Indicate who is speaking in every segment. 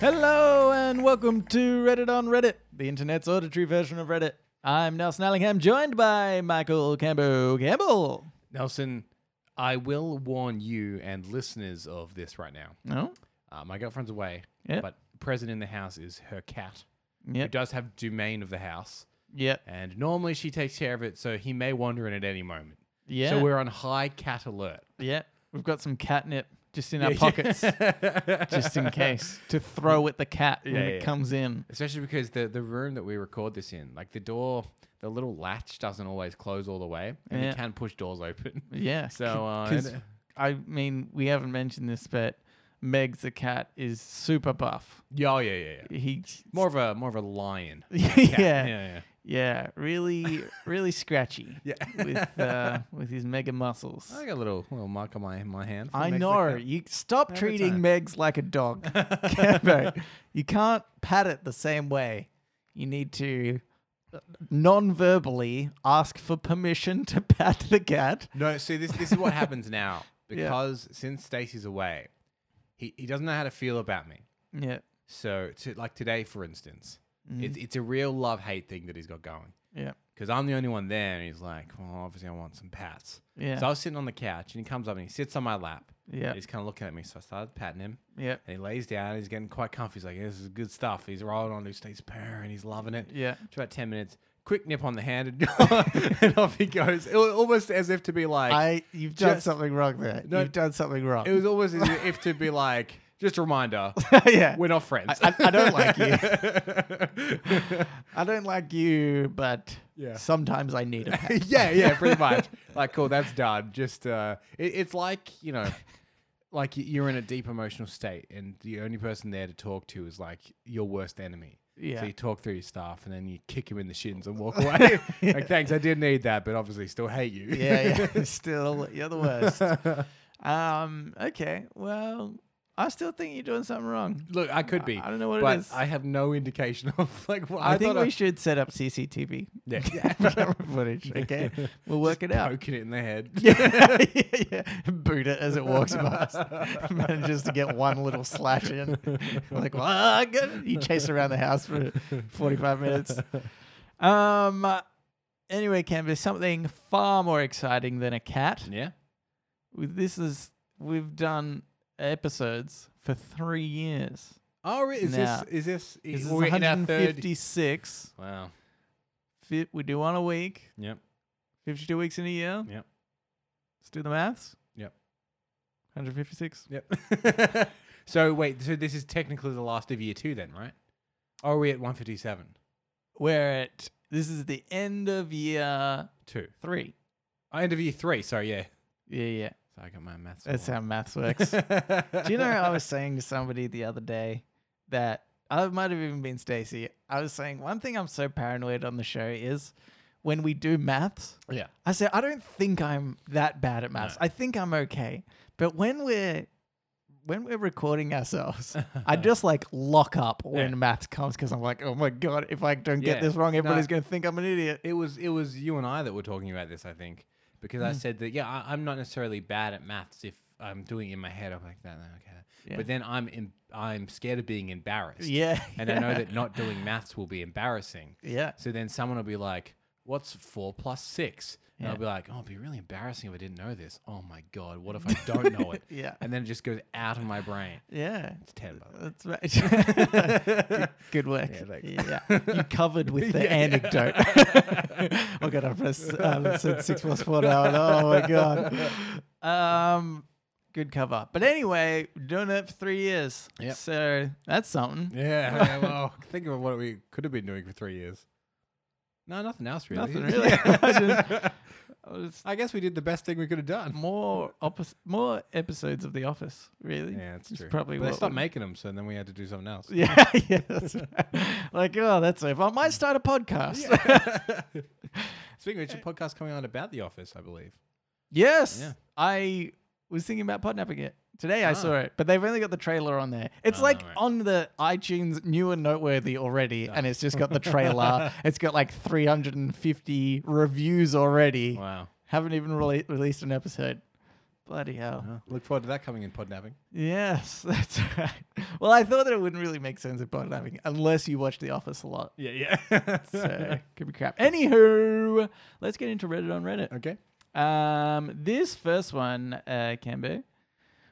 Speaker 1: Hello and welcome to Reddit on Reddit, the internet's auditory version of Reddit. I'm Nelson Allingham, joined by Michael Campbell Campbell.
Speaker 2: Nelson, I will warn you and listeners of this right now.
Speaker 1: No?
Speaker 2: Uh, my girlfriend's away,
Speaker 1: Yep.
Speaker 2: but present in the house is her cat, who
Speaker 1: Yep.
Speaker 2: does have domain of the house,
Speaker 1: Yep.
Speaker 2: and normally she takes care of it, so he may wander in at any moment.
Speaker 1: Yeah.
Speaker 2: So we're on high cat alert.
Speaker 1: Yep. We've got some catnip just in our pockets, just in case, to throw at the cat when
Speaker 2: Yeah,
Speaker 1: it
Speaker 2: yeah.
Speaker 1: comes in.
Speaker 2: Especially because the, the room that we record this in, like the door, the little latch doesn't always close all the way, and
Speaker 1: Yeah.
Speaker 2: you can push doors open.
Speaker 1: Yeah.
Speaker 2: So, uh,
Speaker 1: 'Cause,
Speaker 2: and-
Speaker 1: I mean, we haven't mentioned this, but Megs the cat is super buff.
Speaker 2: yeah, oh, yeah, yeah, yeah.
Speaker 1: He,
Speaker 2: More of a more of a lion.
Speaker 1: yeah,
Speaker 2: cat. yeah,
Speaker 1: yeah, really, really scratchy.
Speaker 2: yeah. yeah.
Speaker 1: with uh, with his mega muscles.
Speaker 2: I got a little little mark on my my hand. from
Speaker 1: I
Speaker 2: next to
Speaker 1: know.
Speaker 2: that.
Speaker 1: You stop
Speaker 2: Every
Speaker 1: treating
Speaker 2: time.
Speaker 1: Megs like a dog. Cambo. you can't pat it the same way. You need to uh, non-verbally ask for permission to pat the cat.
Speaker 2: No, see this this is what happens now
Speaker 1: Yeah.
Speaker 2: because since Stacy's away, he, he doesn't know how to feel about me.
Speaker 1: Yeah.
Speaker 2: So to, like today, for instance,
Speaker 1: Mm-hmm.
Speaker 2: it's it's a real love hate thing that he's got going
Speaker 1: Yeah.
Speaker 2: because I'm the only one there, and he's like, well, obviously I want some pats.
Speaker 1: Yeah.
Speaker 2: So I was sitting on the couch, and he comes up and he sits on my lap.
Speaker 1: Yeah.
Speaker 2: He's kind of looking at me, so I started patting him.
Speaker 1: yeah.
Speaker 2: And he lays down, and he's getting quite comfy. He's like, "This is good stuff." He's rolling on loose, he's purring, he's loving it.
Speaker 1: Yeah.
Speaker 2: It's about 10 minutes. Quick nip on the hand and, and off he goes. It was almost as if to be like,
Speaker 1: I you've done
Speaker 2: just-
Speaker 1: something wrong there.
Speaker 2: No.
Speaker 1: you've done something wrong.
Speaker 2: it was almost as if to be like, just a reminder,
Speaker 1: yeah.
Speaker 2: we're not friends.
Speaker 1: I, I don't like you. I don't like you, but
Speaker 2: Yeah.
Speaker 1: sometimes I need a pat.
Speaker 2: yeah, yeah, pretty much. Like, cool, that's done. Just, uh, it, it's like, you know, like y- you're in a deep emotional state and the only person there to talk to is like your worst enemy.
Speaker 1: Yeah.
Speaker 2: So you talk through your stuff and then you kick him in the shins and walk away. Like, thanks, I did need that, but obviously still hate you.
Speaker 1: yeah, yeah. Still, you're the worst. um, okay. Well, I still think you're doing something wrong.
Speaker 2: Look, I could be.
Speaker 1: I don't know what it
Speaker 2: but
Speaker 1: is.
Speaker 2: I have no indication of like. What
Speaker 1: I, think
Speaker 2: thought
Speaker 1: we
Speaker 2: I-
Speaker 1: should set up CCTV
Speaker 2: Yeah.
Speaker 1: camera footage. Okay, we'll work it out.
Speaker 2: poking it in the head.
Speaker 1: yeah, yeah, yeah. Boot it as it walks past. Manages to get one little slash in. like, well, I got it." You chase around the house for 45 minutes. Um. Anyway, Cam, there's something far more exciting than a cat.
Speaker 2: Yeah.
Speaker 1: We- this is we've done episodes for three years.
Speaker 2: Oh, really? is
Speaker 1: Now,
Speaker 2: this is this
Speaker 1: This is
Speaker 2: we're in our third-
Speaker 1: 156.
Speaker 2: Wow.
Speaker 1: Fit, we do one a week.
Speaker 2: Yep.
Speaker 1: 52 weeks in a year.
Speaker 2: Yep.
Speaker 1: Let's do the maths.
Speaker 2: Yep.
Speaker 1: 156.
Speaker 2: Yep. so wait, so this is technically the last of year two, then, right? Or are we at one fifty seven?
Speaker 1: We're at this is the end of year
Speaker 2: Two.
Speaker 1: three.
Speaker 2: Oh, end of year three. Sorry, yeah.
Speaker 1: Yeah, yeah.
Speaker 2: So I got my maths.
Speaker 1: That's how maths
Speaker 2: wrong.
Speaker 1: works. Do you know I was saying to somebody the other day that I might have even been Stacy. I was saying one thing I'm so paranoid on the show is when we do maths.
Speaker 2: Yeah.
Speaker 1: I say I don't think I'm that bad at maths.
Speaker 2: No.
Speaker 1: I think I'm okay. But when we're when we're recording ourselves, I just like lock up when
Speaker 2: Yeah.
Speaker 1: maths comes because I'm like, oh my god, if I don't get
Speaker 2: Yeah.
Speaker 1: this wrong,
Speaker 2: No.
Speaker 1: everybody's gonna think I'm an idiot.
Speaker 2: It was it was you and I that were talking about this, I think, because
Speaker 1: Hmm.
Speaker 2: I said that yeah, I, I'm not necessarily bad at maths if I'm doing it in my head. I'm like that, okay.
Speaker 1: Yeah.
Speaker 2: But then I'm em- I'm scared of being embarrassed.
Speaker 1: Yeah,
Speaker 2: And I know that not doing maths will be embarrassing.
Speaker 1: yeah,
Speaker 2: So then someone will be like, "What's four plus six? And I'll be like, "Oh, it'd be really embarrassing if I didn't know this. Oh my god, what if I don't know it?
Speaker 1: Yeah.
Speaker 2: And then it just goes out of my brain.
Speaker 1: yeah.
Speaker 2: It's ten. By the way.
Speaker 1: That's right. good, good work.
Speaker 2: Yeah, thanks.
Speaker 1: Yeah, you covered with the
Speaker 2: Yeah, yeah.
Speaker 1: anecdote. oh god, I pressed um, said six plus four now. and Oh my god. Um, good cover. But anyway, doing it for three years.
Speaker 2: Yep.
Speaker 1: So that's something.
Speaker 2: Yeah. yeah, Well, think of what we could have been doing for three years. No, nothing else really.
Speaker 1: Nothing really.
Speaker 2: Yeah.
Speaker 1: I just- I was-
Speaker 2: I guess we did the best thing we could have done.
Speaker 1: more oppos- more episodes of The Office. Really.
Speaker 2: Yeah, that's
Speaker 1: It's
Speaker 2: true.
Speaker 1: probably
Speaker 2: but they
Speaker 1: what
Speaker 2: stopped
Speaker 1: we-
Speaker 2: making them, so then we had to do something else.
Speaker 1: Yeah, yeah. That's right. like, oh, that's over. I might start a podcast.
Speaker 2: Speaking of which, a podcast coming out about The Office, I believe.
Speaker 1: Yes.
Speaker 2: Yeah.
Speaker 1: I was thinking about podnapping it. Today I
Speaker 2: Ah.
Speaker 1: saw it, but they've only got the trailer on there. It's
Speaker 2: Ah,
Speaker 1: like
Speaker 2: right. Ah.
Speaker 1: on the iTunes new and noteworthy already, and it's just got the trailer. it's got like 350 reviews already.
Speaker 2: Wow.
Speaker 1: Haven't even rele- released an episode. Bloody hell.
Speaker 2: Uh, look forward to that coming in podnapping.
Speaker 1: Yes, that's right. Well, I thought that it wouldn't really make sense of podnapping unless you watch The Office a lot.
Speaker 2: Yeah, yeah.
Speaker 1: So, could be crap. Anywho, let's get into Reddit on Reddit.
Speaker 2: okay.
Speaker 1: Um, this first one, uh, Cambo,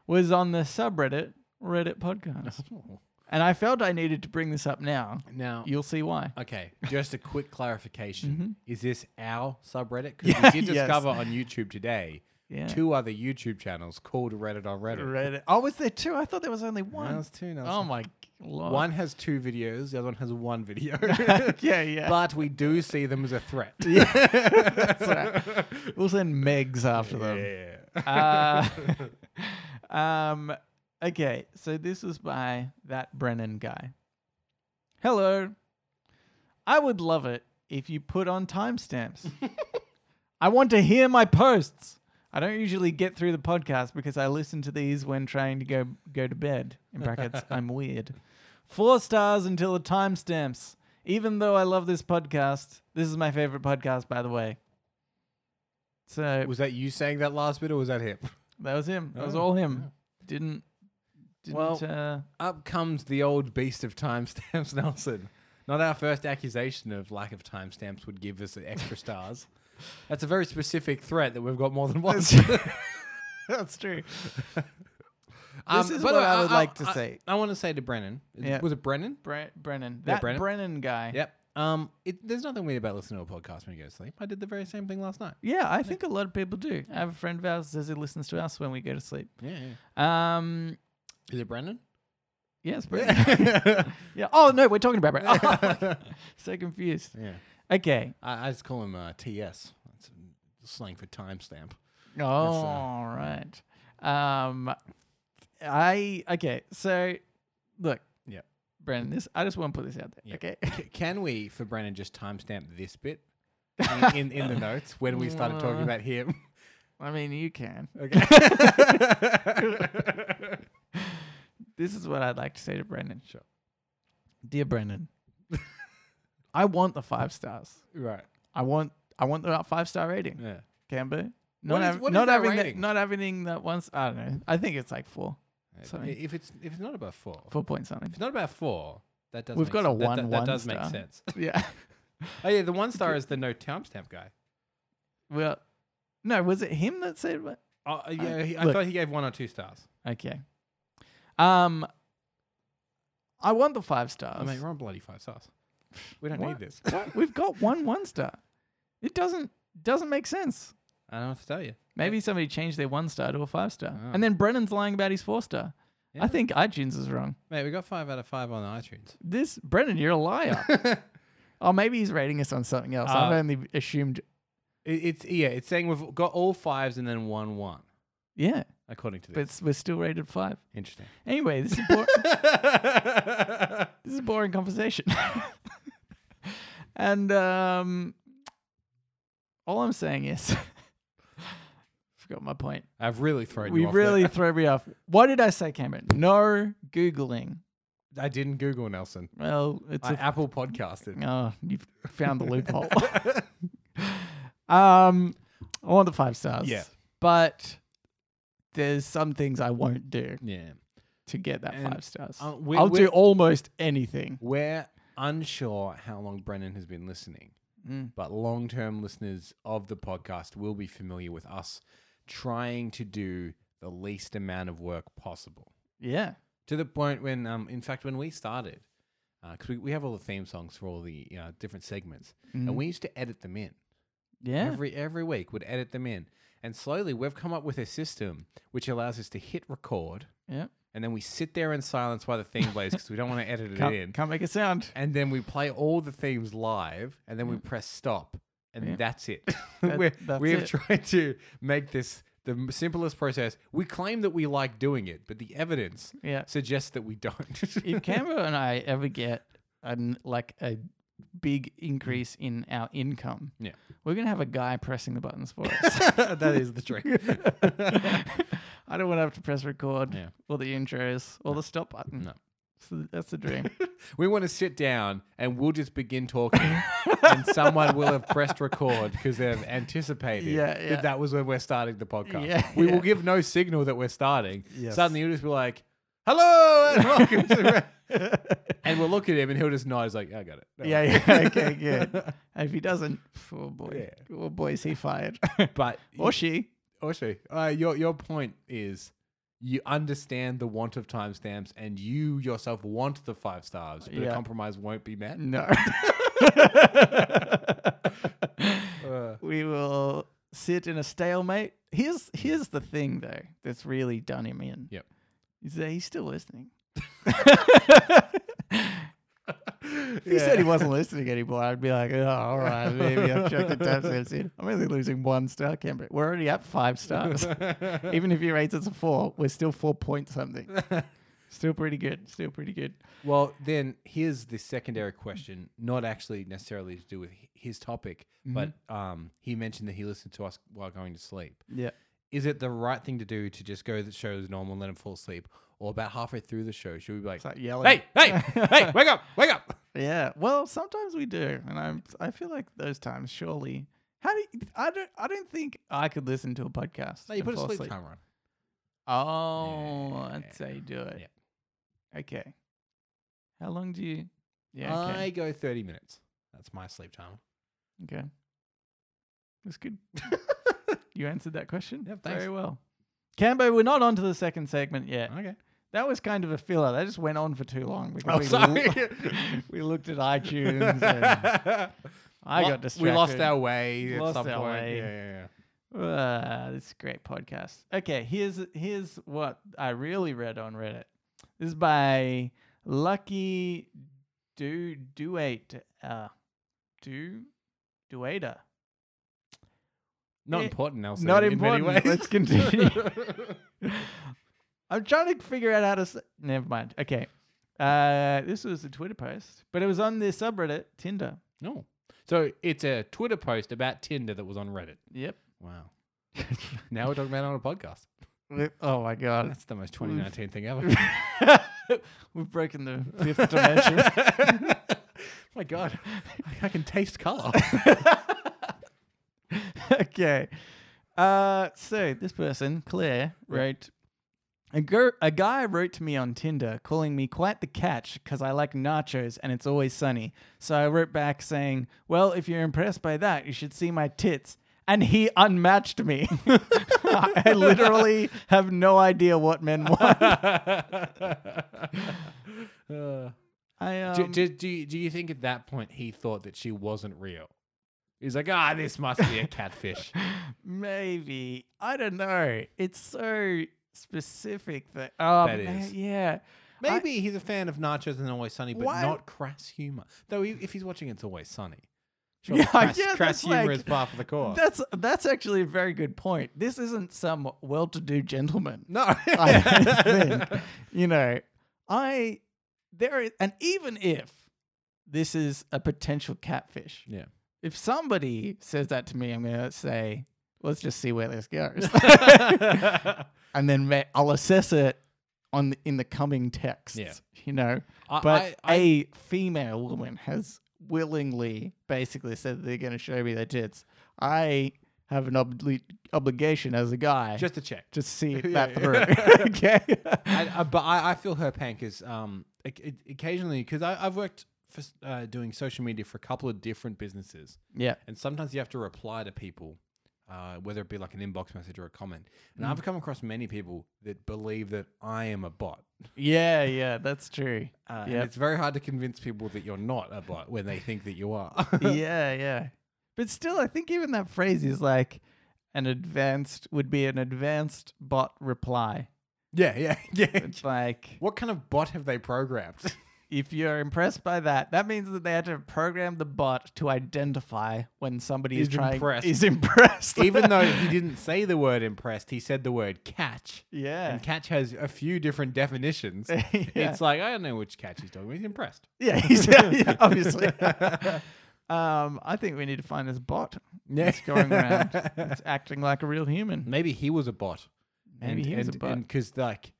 Speaker 1: was on the subreddit Reddit podcast, and I felt I needed to bring this up now.
Speaker 2: Now,
Speaker 1: You'll see why.
Speaker 2: okay, just a quick clarification. Is this our subreddit? Because
Speaker 1: Yeah,
Speaker 2: we did
Speaker 1: yes.
Speaker 2: discover on YouTube today
Speaker 1: Yeah.
Speaker 2: two other YouTube channels called Reddit on Reddit.
Speaker 1: Reddit. Oh, was there two? I thought there was only
Speaker 2: No,
Speaker 1: one.
Speaker 2: it's two. No, it's
Speaker 1: Oh
Speaker 2: not.
Speaker 1: my g- lord.
Speaker 2: One has two videos, the other one has one video.
Speaker 1: yeah, yeah.
Speaker 2: but we do see them as a threat.
Speaker 1: That's right. We'll send Megs after them.
Speaker 2: Yeah.
Speaker 1: Uh, um, okay, so this is by that Brennan guy. Hello. I would love it if you put on timestamps. I want to hear my posts. I don't usually get through the podcast because I listen to these when trying to go go to bed. In brackets, I'm weird. Four stars until the timestamps. Even though I love this podcast, this is my favorite podcast, by the way. So
Speaker 2: Was that you saying that last bit or was that him?
Speaker 1: that was him. That was
Speaker 2: Oh,
Speaker 1: all him. Didn't didn't
Speaker 2: Well-
Speaker 1: uh,
Speaker 2: Up comes the old beast of timestamps, Nelson. Not our first accusation of lack of timestamps would give us extra stars. That's a very specific threat that we've got more than one.
Speaker 1: That's true.
Speaker 2: Um,
Speaker 1: is what
Speaker 2: but
Speaker 1: I would like to
Speaker 2: I-
Speaker 1: say.
Speaker 2: I want to say to Brennan. Is-
Speaker 1: Yeah.
Speaker 2: Was it Brennan?
Speaker 1: Bre- Brennan. That
Speaker 2: Yeah,
Speaker 1: Brennan.
Speaker 2: Brennan.
Speaker 1: guy.
Speaker 2: Yep. Um, it, there's nothing weird about listening to a podcast when you go to sleep. I did the very same thing last night.
Speaker 1: Yeah, I think a lot of people do. I have a friend of ours says he listens to us when we go to sleep.
Speaker 2: Yeah. yeah.
Speaker 1: Um
Speaker 2: Is it Brennan?
Speaker 1: yes, Brennan. yeah. Oh no, we're talking about Brennan. so confused.
Speaker 2: yeah.
Speaker 1: Okay.
Speaker 2: I, I just call him uh, TS. That's slang for timestamp.
Speaker 1: Oh,
Speaker 2: uh,
Speaker 1: all right. Um I okay, so look.
Speaker 2: Yeah.
Speaker 1: Brennan, this I just want to put this out there.
Speaker 2: Yeah.
Speaker 1: Okay.
Speaker 2: C- can we, for Brennan, just timestamp this bit in, in, in the notes when we started talking about him?
Speaker 1: I mean, you can.
Speaker 2: Okay.
Speaker 1: This is what I'd like to say to Brendan.
Speaker 2: Sure.
Speaker 1: Dear Brendan, I want the five stars.
Speaker 2: right.
Speaker 1: I want I want the five star rating.
Speaker 2: Yeah.
Speaker 1: Cambo. Not,
Speaker 2: What is-
Speaker 1: hav-
Speaker 2: what is
Speaker 1: not
Speaker 2: that
Speaker 1: having that
Speaker 2: rating?
Speaker 1: not having that once I don't know. I think it's like four. Sorry.
Speaker 2: If it's if it's not about four, if
Speaker 1: Four point something.
Speaker 2: it's not about four, that does.
Speaker 1: We've
Speaker 2: make
Speaker 1: got a
Speaker 2: sen- that-
Speaker 1: one,
Speaker 2: That, that
Speaker 1: one
Speaker 2: does
Speaker 1: star.
Speaker 2: make sense.
Speaker 1: Yeah.
Speaker 2: Oh yeah, the one star is the no timestamp guy.
Speaker 1: Well no, was it him that said what?
Speaker 2: Oh uh, yeah, he, I
Speaker 1: look.
Speaker 2: thought he gave one or two stars.
Speaker 1: Okay. Um I want the five stars.
Speaker 2: I mean, we're on bloody five stars. We don't
Speaker 1: What?
Speaker 2: need this.
Speaker 1: What? We've got one one star. It doesn't doesn't make sense.
Speaker 2: I don't have to tell you.
Speaker 1: Maybe somebody changed their one star to a five star.
Speaker 2: Oh.
Speaker 1: And then Brennan's lying about his four star. I
Speaker 2: Yeah.
Speaker 1: think iTunes is wrong.
Speaker 2: Mate, we got five out of five on iTunes.
Speaker 1: This Brennan, you're a liar. oh, maybe he's rating us on something else. I've
Speaker 2: Uh,
Speaker 1: only assumed
Speaker 2: It, it's yeah, it's saying we've got all fives and then one one,
Speaker 1: yeah,
Speaker 2: according to this.
Speaker 1: but it's, we're still rated five.
Speaker 2: Interesting.
Speaker 1: Anyway, this is boring this is a boring conversation. and um all I'm saying is forgot my point.
Speaker 2: I've really thrown
Speaker 1: We
Speaker 2: you off.
Speaker 1: really
Speaker 2: there.
Speaker 1: throw me off. What did I say, Cameron? No Googling.
Speaker 2: I didn't Google Nelson.
Speaker 1: Well, it's
Speaker 2: I
Speaker 1: a
Speaker 2: Apple podcasted.
Speaker 1: Oh, you've found the loophole. um, I want the five stars.
Speaker 2: Yeah.
Speaker 1: But there's some things I won't do
Speaker 2: Yeah.
Speaker 1: to get that
Speaker 2: And,
Speaker 1: five stars.
Speaker 2: uh, we-
Speaker 1: I'll
Speaker 2: we-
Speaker 1: do almost anything.
Speaker 2: We're unsure how long Brennan has been listening, but long term listeners of the podcast will be familiar with us trying to do the least amount of work possible.
Speaker 1: Yeah.
Speaker 2: to the point when, um, in fact, when we started, because we, we have all the theme songs for all the uh, different segments, and we used to edit them in
Speaker 1: Yeah.
Speaker 2: every every week. Would edit them in, and slowly we've come up with a system which allows us to hit record,
Speaker 1: yeah.
Speaker 2: and then we sit there in silence while the theme plays because we don't want to edit it in,
Speaker 1: Can't, can't make a sound.
Speaker 2: and then we play all the themes live, and then we press stop, and
Speaker 1: Mm. Yeah.
Speaker 2: that's it.
Speaker 1: That-
Speaker 2: We're-
Speaker 1: that's
Speaker 2: we have
Speaker 1: it.
Speaker 2: tried to make this. The m- simplest process. We claim that we like doing it, but the evidence
Speaker 1: Yeah.
Speaker 2: suggests that we don't.
Speaker 1: if Canberra and I ever get an, like a big increase in our income.
Speaker 2: Yeah.
Speaker 1: We're going to have a guy pressing the buttons for us.
Speaker 2: that is the trick.
Speaker 1: I don't want to have to press record
Speaker 2: Yeah.
Speaker 1: or the intros or the stop button.
Speaker 2: No.
Speaker 1: So that's the dream.
Speaker 2: We want to sit down and we'll just begin talking, and someone will have pressed record because they've anticipated
Speaker 1: Yeah, yeah.
Speaker 2: that that was when we're starting the podcast.
Speaker 1: Yeah,
Speaker 2: we
Speaker 1: yeah.
Speaker 2: will give no signal that we're starting.
Speaker 1: Yes.
Speaker 2: Suddenly, you'll just be like, "Hello and welcome to," and we'll look at him, and he'll just know. He's like, "I got it." No
Speaker 1: yeah,
Speaker 2: worries."
Speaker 1: yeah, okay, good. And if he doesn't, oh boy, oh boy, is he fired?
Speaker 2: But
Speaker 1: or she?
Speaker 2: Osho, uh, your your point is you understand the want of timestamps, and you yourself want the five stars, but
Speaker 1: Yeah.
Speaker 2: a compromise won't be met.
Speaker 1: No.
Speaker 2: Uh,
Speaker 1: we will sit in a stalemate. Here's here's the thing though that's really done him in.
Speaker 2: Yep.
Speaker 1: Is that he's still listening. If
Speaker 2: he
Speaker 1: he said he wasn't listening anymore, I'd be like, oh, all right, maybe I've checked the time since in. I'm only losing one star, Canberra. We're already at five stars. Even if he rates us a four, we're still four point something. Still pretty good. Still pretty good.
Speaker 2: Well, then here's the secondary question, not actually necessarily to do with hi- his topic,
Speaker 1: Mm-hmm.
Speaker 2: but um, he mentioned that he listened to us while going to sleep.
Speaker 1: Yeah.
Speaker 2: Is it the right thing to do to just go to the show as normal and let him fall asleep? Or about halfway through the show, should we be like,
Speaker 1: It's like yelling.
Speaker 2: hey, hey, hey, wake up, wake up?
Speaker 1: Yeah. Well, sometimes we do, and I'm. I feel like those times surely. How do you, I don't? I don't think I could listen to a podcast.
Speaker 2: No, you
Speaker 1: and
Speaker 2: put a
Speaker 1: fall
Speaker 2: sleep
Speaker 1: asleep.
Speaker 2: timer on.
Speaker 1: Oh,
Speaker 2: Yeah.
Speaker 1: that's how you do it. Okay. How long do you? Yeah.
Speaker 2: I
Speaker 1: Okay.
Speaker 2: go 30 minutes. That's my sleep timer.
Speaker 1: okay. That's good. you answered that question
Speaker 2: Yeah, thanks.
Speaker 1: very well. Cambo, we're not on to the second segment yet.
Speaker 2: Okay.
Speaker 1: That was kind of a filler. That just went on for too
Speaker 2: Oh,
Speaker 1: long because we, we looked at iTunes and I got distracted.
Speaker 2: We lost our way
Speaker 1: Lost
Speaker 2: at some
Speaker 1: our
Speaker 2: point.
Speaker 1: way.
Speaker 2: Yeah, yeah, yeah.
Speaker 1: Uh, this is a great podcast. Okay, here's here's what I really read on Reddit. This is by Lucky Do Duate uh Do Duata.
Speaker 2: Not
Speaker 1: Yeah.
Speaker 2: important, Nelson.
Speaker 1: Eh, Not
Speaker 2: in many
Speaker 1: important.
Speaker 2: ways.
Speaker 1: Let's continue. I'm trying to figure out how to. s Never mind. Okay, uh, this was a Twitter post, but it was on the subreddit Tinder.
Speaker 2: no. So it's a Twitter post about Tinder that was on Reddit.
Speaker 1: Yep.
Speaker 2: Wow. now we're talking about it on a podcast.
Speaker 1: Oh my god,
Speaker 2: That's the most 2019 thing ever.
Speaker 1: we've broken the fifth dimension.
Speaker 2: my God. I can taste color.
Speaker 1: okay. Uh, so this person, Claire, wrote, a, gir- a guy wrote to me on Tinder calling me quite the catch because I like nachos and it's always sunny. So I wrote back saying, well, if you're impressed by that, you should see my tits. And he unmatched me. I literally have no idea what men want. I,
Speaker 2: do,
Speaker 1: um,
Speaker 2: do, do, you- do you think at that point he thought that she wasn't real? He's like, ah, this must be a catfish.
Speaker 1: Maybe. I don't know. It's so specific that. Um,
Speaker 2: That is.
Speaker 1: Yeah.
Speaker 2: Maybe he's a fan of nachos and Always Sunny, but
Speaker 1: Why-
Speaker 2: not crass humor. Though, he, if he's watching It's Always Sunny,
Speaker 1: Yeah,
Speaker 2: crass,
Speaker 1: yeah,
Speaker 2: crass
Speaker 1: that's
Speaker 2: humor
Speaker 1: like-
Speaker 2: is part of the course.
Speaker 1: That's that's actually a very good point. This isn't some well-to-do gentleman.
Speaker 2: no,
Speaker 1: I don't think. You know, I there is, and even if this is a potential catfish,
Speaker 2: yeah.
Speaker 1: if somebody says that to me, I'm gonna say, let's just see where this goes, and then ma- I'll assess it on the, in the coming texts.
Speaker 2: Yeah.
Speaker 1: You know,
Speaker 2: I-
Speaker 1: but
Speaker 2: I- I-
Speaker 1: a female woman has willingly basically said they're going to show me their tits. I have an obli- obligation as a guy just
Speaker 2: Just to check.
Speaker 1: to see
Speaker 2: Yeah,
Speaker 1: that
Speaker 2: yeah.
Speaker 1: through. okay.
Speaker 2: I, I, but I, I feel her pain because um, oc- oc- occasionally, because I've worked for s- uh, doing social media for a couple of different businesses,
Speaker 1: yeah.
Speaker 2: and sometimes you have to reply to people, uh, whether it be like an inbox message or a comment.
Speaker 1: Mm.
Speaker 2: And I've come across many people that believe that I am a bot.
Speaker 1: Yeah, yeah, that's true.
Speaker 2: Uh, And
Speaker 1: Yep.
Speaker 2: it's very hard to convince people that you're not a bot when they think that you are.
Speaker 1: yeah, yeah. But still, I think even that phrase is like an advanced would be an advanced bot reply.
Speaker 2: yeah, yeah, yeah.
Speaker 1: It's like
Speaker 2: What kind of bot have they programmed?
Speaker 1: If you're impressed by that, that means that they had to program the bot to identify when somebody is
Speaker 2: Is
Speaker 1: trying
Speaker 2: impressed.
Speaker 1: is impressed.
Speaker 2: Even though he didn't say the word impressed, he said the word catch.
Speaker 1: yeah.
Speaker 2: And catch has a few different definitions.
Speaker 1: yeah.
Speaker 2: It's like, I don't know which catch he's talking about. He's impressed.
Speaker 1: Yeah, he's, yeah, obviously. um, I think we need to find this bot.
Speaker 2: Yeah.
Speaker 1: It's going around. It's acting like a real human.
Speaker 2: Maybe he was a bot.
Speaker 1: Maybe he was a bot.
Speaker 2: Because like,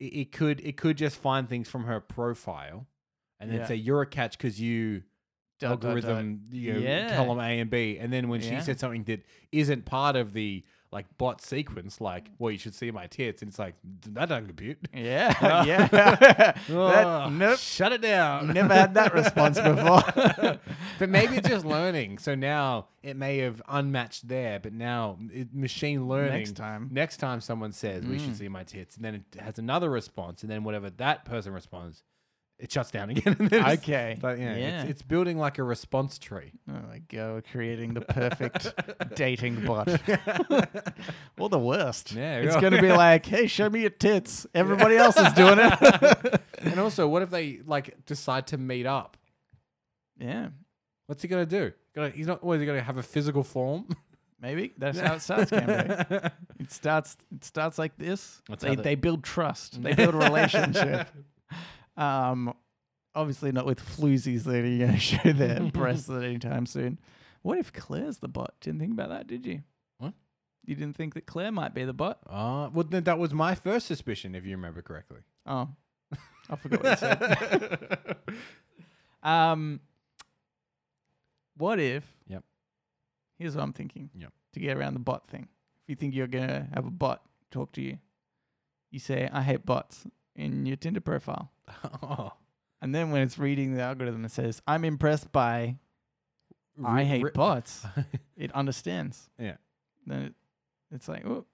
Speaker 2: it, it could it could just find things from her profile, and then
Speaker 1: Yeah.
Speaker 2: say you're a catch because you
Speaker 1: Dot, dot, dot.
Speaker 2: algorithm you know,
Speaker 1: Yeah.
Speaker 2: column A and B, and then when
Speaker 1: Yeah.
Speaker 2: she said something that isn't part of the like bot sequence, like well you should see my tits, and it's like that doesn't compute.
Speaker 1: Yeah, yeah. that,
Speaker 2: Ugh,
Speaker 1: nope.
Speaker 2: Shut it down.
Speaker 1: Never had that response before.
Speaker 2: but maybe it's just learning. So now it may have unmatched there, but now it, machine learning.
Speaker 1: Next time. Mm.
Speaker 2: Next time someone says, we should see my tits, and then it has another response, and then whatever that person responds, it shuts down again. and then it's-
Speaker 1: Okay,
Speaker 2: But yeah,
Speaker 1: yeah.
Speaker 2: It's, it's building like a response tree.
Speaker 1: Oh my god, we're creating the perfect dating bot. or the worst.
Speaker 2: Yeah,
Speaker 1: it's
Speaker 2: yeah.
Speaker 1: going to be like, hey, show me your tits. Everybody else is doing it.
Speaker 2: and also, what if they like decide to meet up?
Speaker 1: yeah,
Speaker 2: What's he gonna do? Gonna, he's not. What, is he gonna have a physical form?
Speaker 1: maybe that's how it starts. Cambo. It starts. It starts like this.
Speaker 2: That's
Speaker 1: They,
Speaker 2: how the-
Speaker 1: they build trust. They build a relationship. um, obviously not with floozies that are going to show their breasts at any time soon. What if Claire's the bot? Didn't think about that, did you?
Speaker 2: What?
Speaker 1: You didn't think that Claire might be the bot?
Speaker 2: Ah, well, then that was my first suspicion, if you remember correctly.
Speaker 1: Oh, I forgot what you said. Um, what if?
Speaker 2: Yep.
Speaker 1: Here's what I'm thinking.
Speaker 2: Yep.
Speaker 1: To get around the bot thing, if you think you're gonna have a bot talk to you, you say "I hate bots" in your Tinder profile,
Speaker 2: oh,
Speaker 1: and then when it's reading the algorithm, it says "I'm impressed by I
Speaker 2: Re-
Speaker 1: hate
Speaker 2: re-
Speaker 1: bots." it understands.
Speaker 2: Yeah.
Speaker 1: Then it, it's like, oh,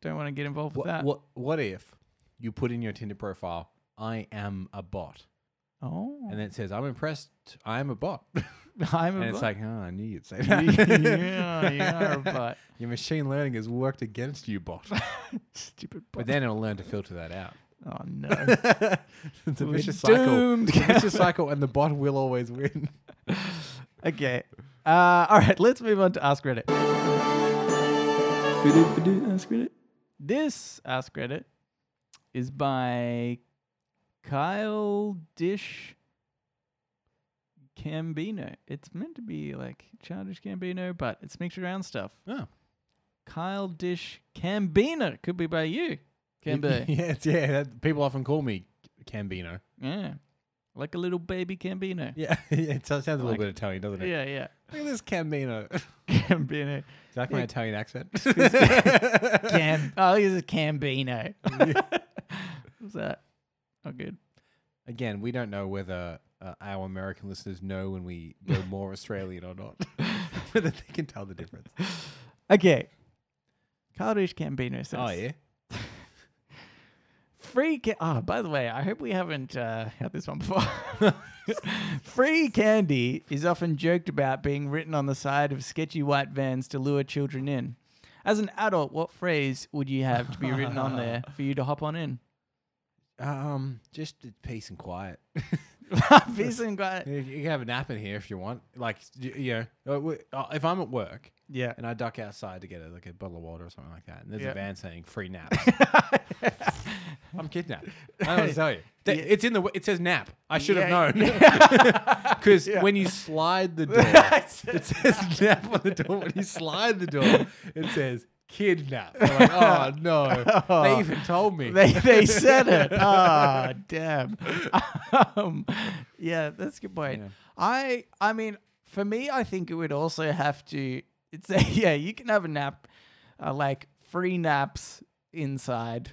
Speaker 1: don't want to get involved with
Speaker 2: What,
Speaker 1: that.
Speaker 2: what, what if you put in your Tinder profile, I am a bot,
Speaker 1: Oh,
Speaker 2: and then it says, I'm impressed, I am a bot.
Speaker 1: I'm a
Speaker 2: and
Speaker 1: bot.
Speaker 2: it's like, oh, I knew you'd say that.
Speaker 1: yeah, you are a bot.
Speaker 2: Your machine learning has worked against you, bot.
Speaker 1: Stupid bot.
Speaker 2: But then it'll learn to filter that out.
Speaker 1: oh no.
Speaker 2: it's a
Speaker 1: We're
Speaker 2: vicious cycle.
Speaker 1: doomed.
Speaker 2: It's a vicious cycle, and the bot will always win.
Speaker 1: Okay. Uh, all right, let's move on to Ask Reddit. Ask Reddit. This Ask Reddit is by Kyle Dish Gambino. It's meant to be like Childish Gambino, but it's mixed around stuff.
Speaker 2: Oh.
Speaker 1: Kyle Dish Gambino could be by you. Can be.
Speaker 2: yeah, it's, yeah. That, people often call me Cambino.
Speaker 1: yeah. Like a little baby Gambino.
Speaker 2: Yeah, it sounds a little
Speaker 1: Like-
Speaker 2: bit Italian, doesn't it?
Speaker 1: Yeah, yeah.
Speaker 2: Look at this Cambino. Is
Speaker 1: Gambino.
Speaker 2: that my Italian accent?
Speaker 1: Cam- oh, he's a Cambino. What's that? Oh, good.
Speaker 2: Again, we don't know whether uh, our American listeners know when we go more Australian or not, whether they can tell the difference.
Speaker 1: Okay. Cardish Cambino says.
Speaker 2: Oh yeah,
Speaker 1: Free. Ca- oh, by the way, I hope we haven't uh, had this one before. Free candy is often joked about being written on the side of sketchy white vans to lure children in. As an adult, what phrase would you have to be written on there for you to hop on in?
Speaker 2: um, just peace and quiet.
Speaker 1: Peace and quiet.
Speaker 2: You you can have a nap in here if you want. Like y- you know, uh, we- uh, if I'm at work
Speaker 1: Yeah.
Speaker 2: and I duck outside to get a, like a bottle of water or something like that, and there's
Speaker 1: Yeah.
Speaker 2: a van saying free naps. I'm kidnapped. I don't know what to tell you. Th- It's in the. w- It says nap. I should
Speaker 1: Yeah.
Speaker 2: have known. Because when you slide the door, it says nap on the door. When you slide the door, it says kidnap. I'm like, oh no! Oh. They even told me.
Speaker 1: They they said it. Ah, damn. Um, yeah, that's a good point.
Speaker 2: Yeah.
Speaker 1: I I mean, for me, I think it would also have to. It's a, yeah, you can have a nap, uh, like free naps inside.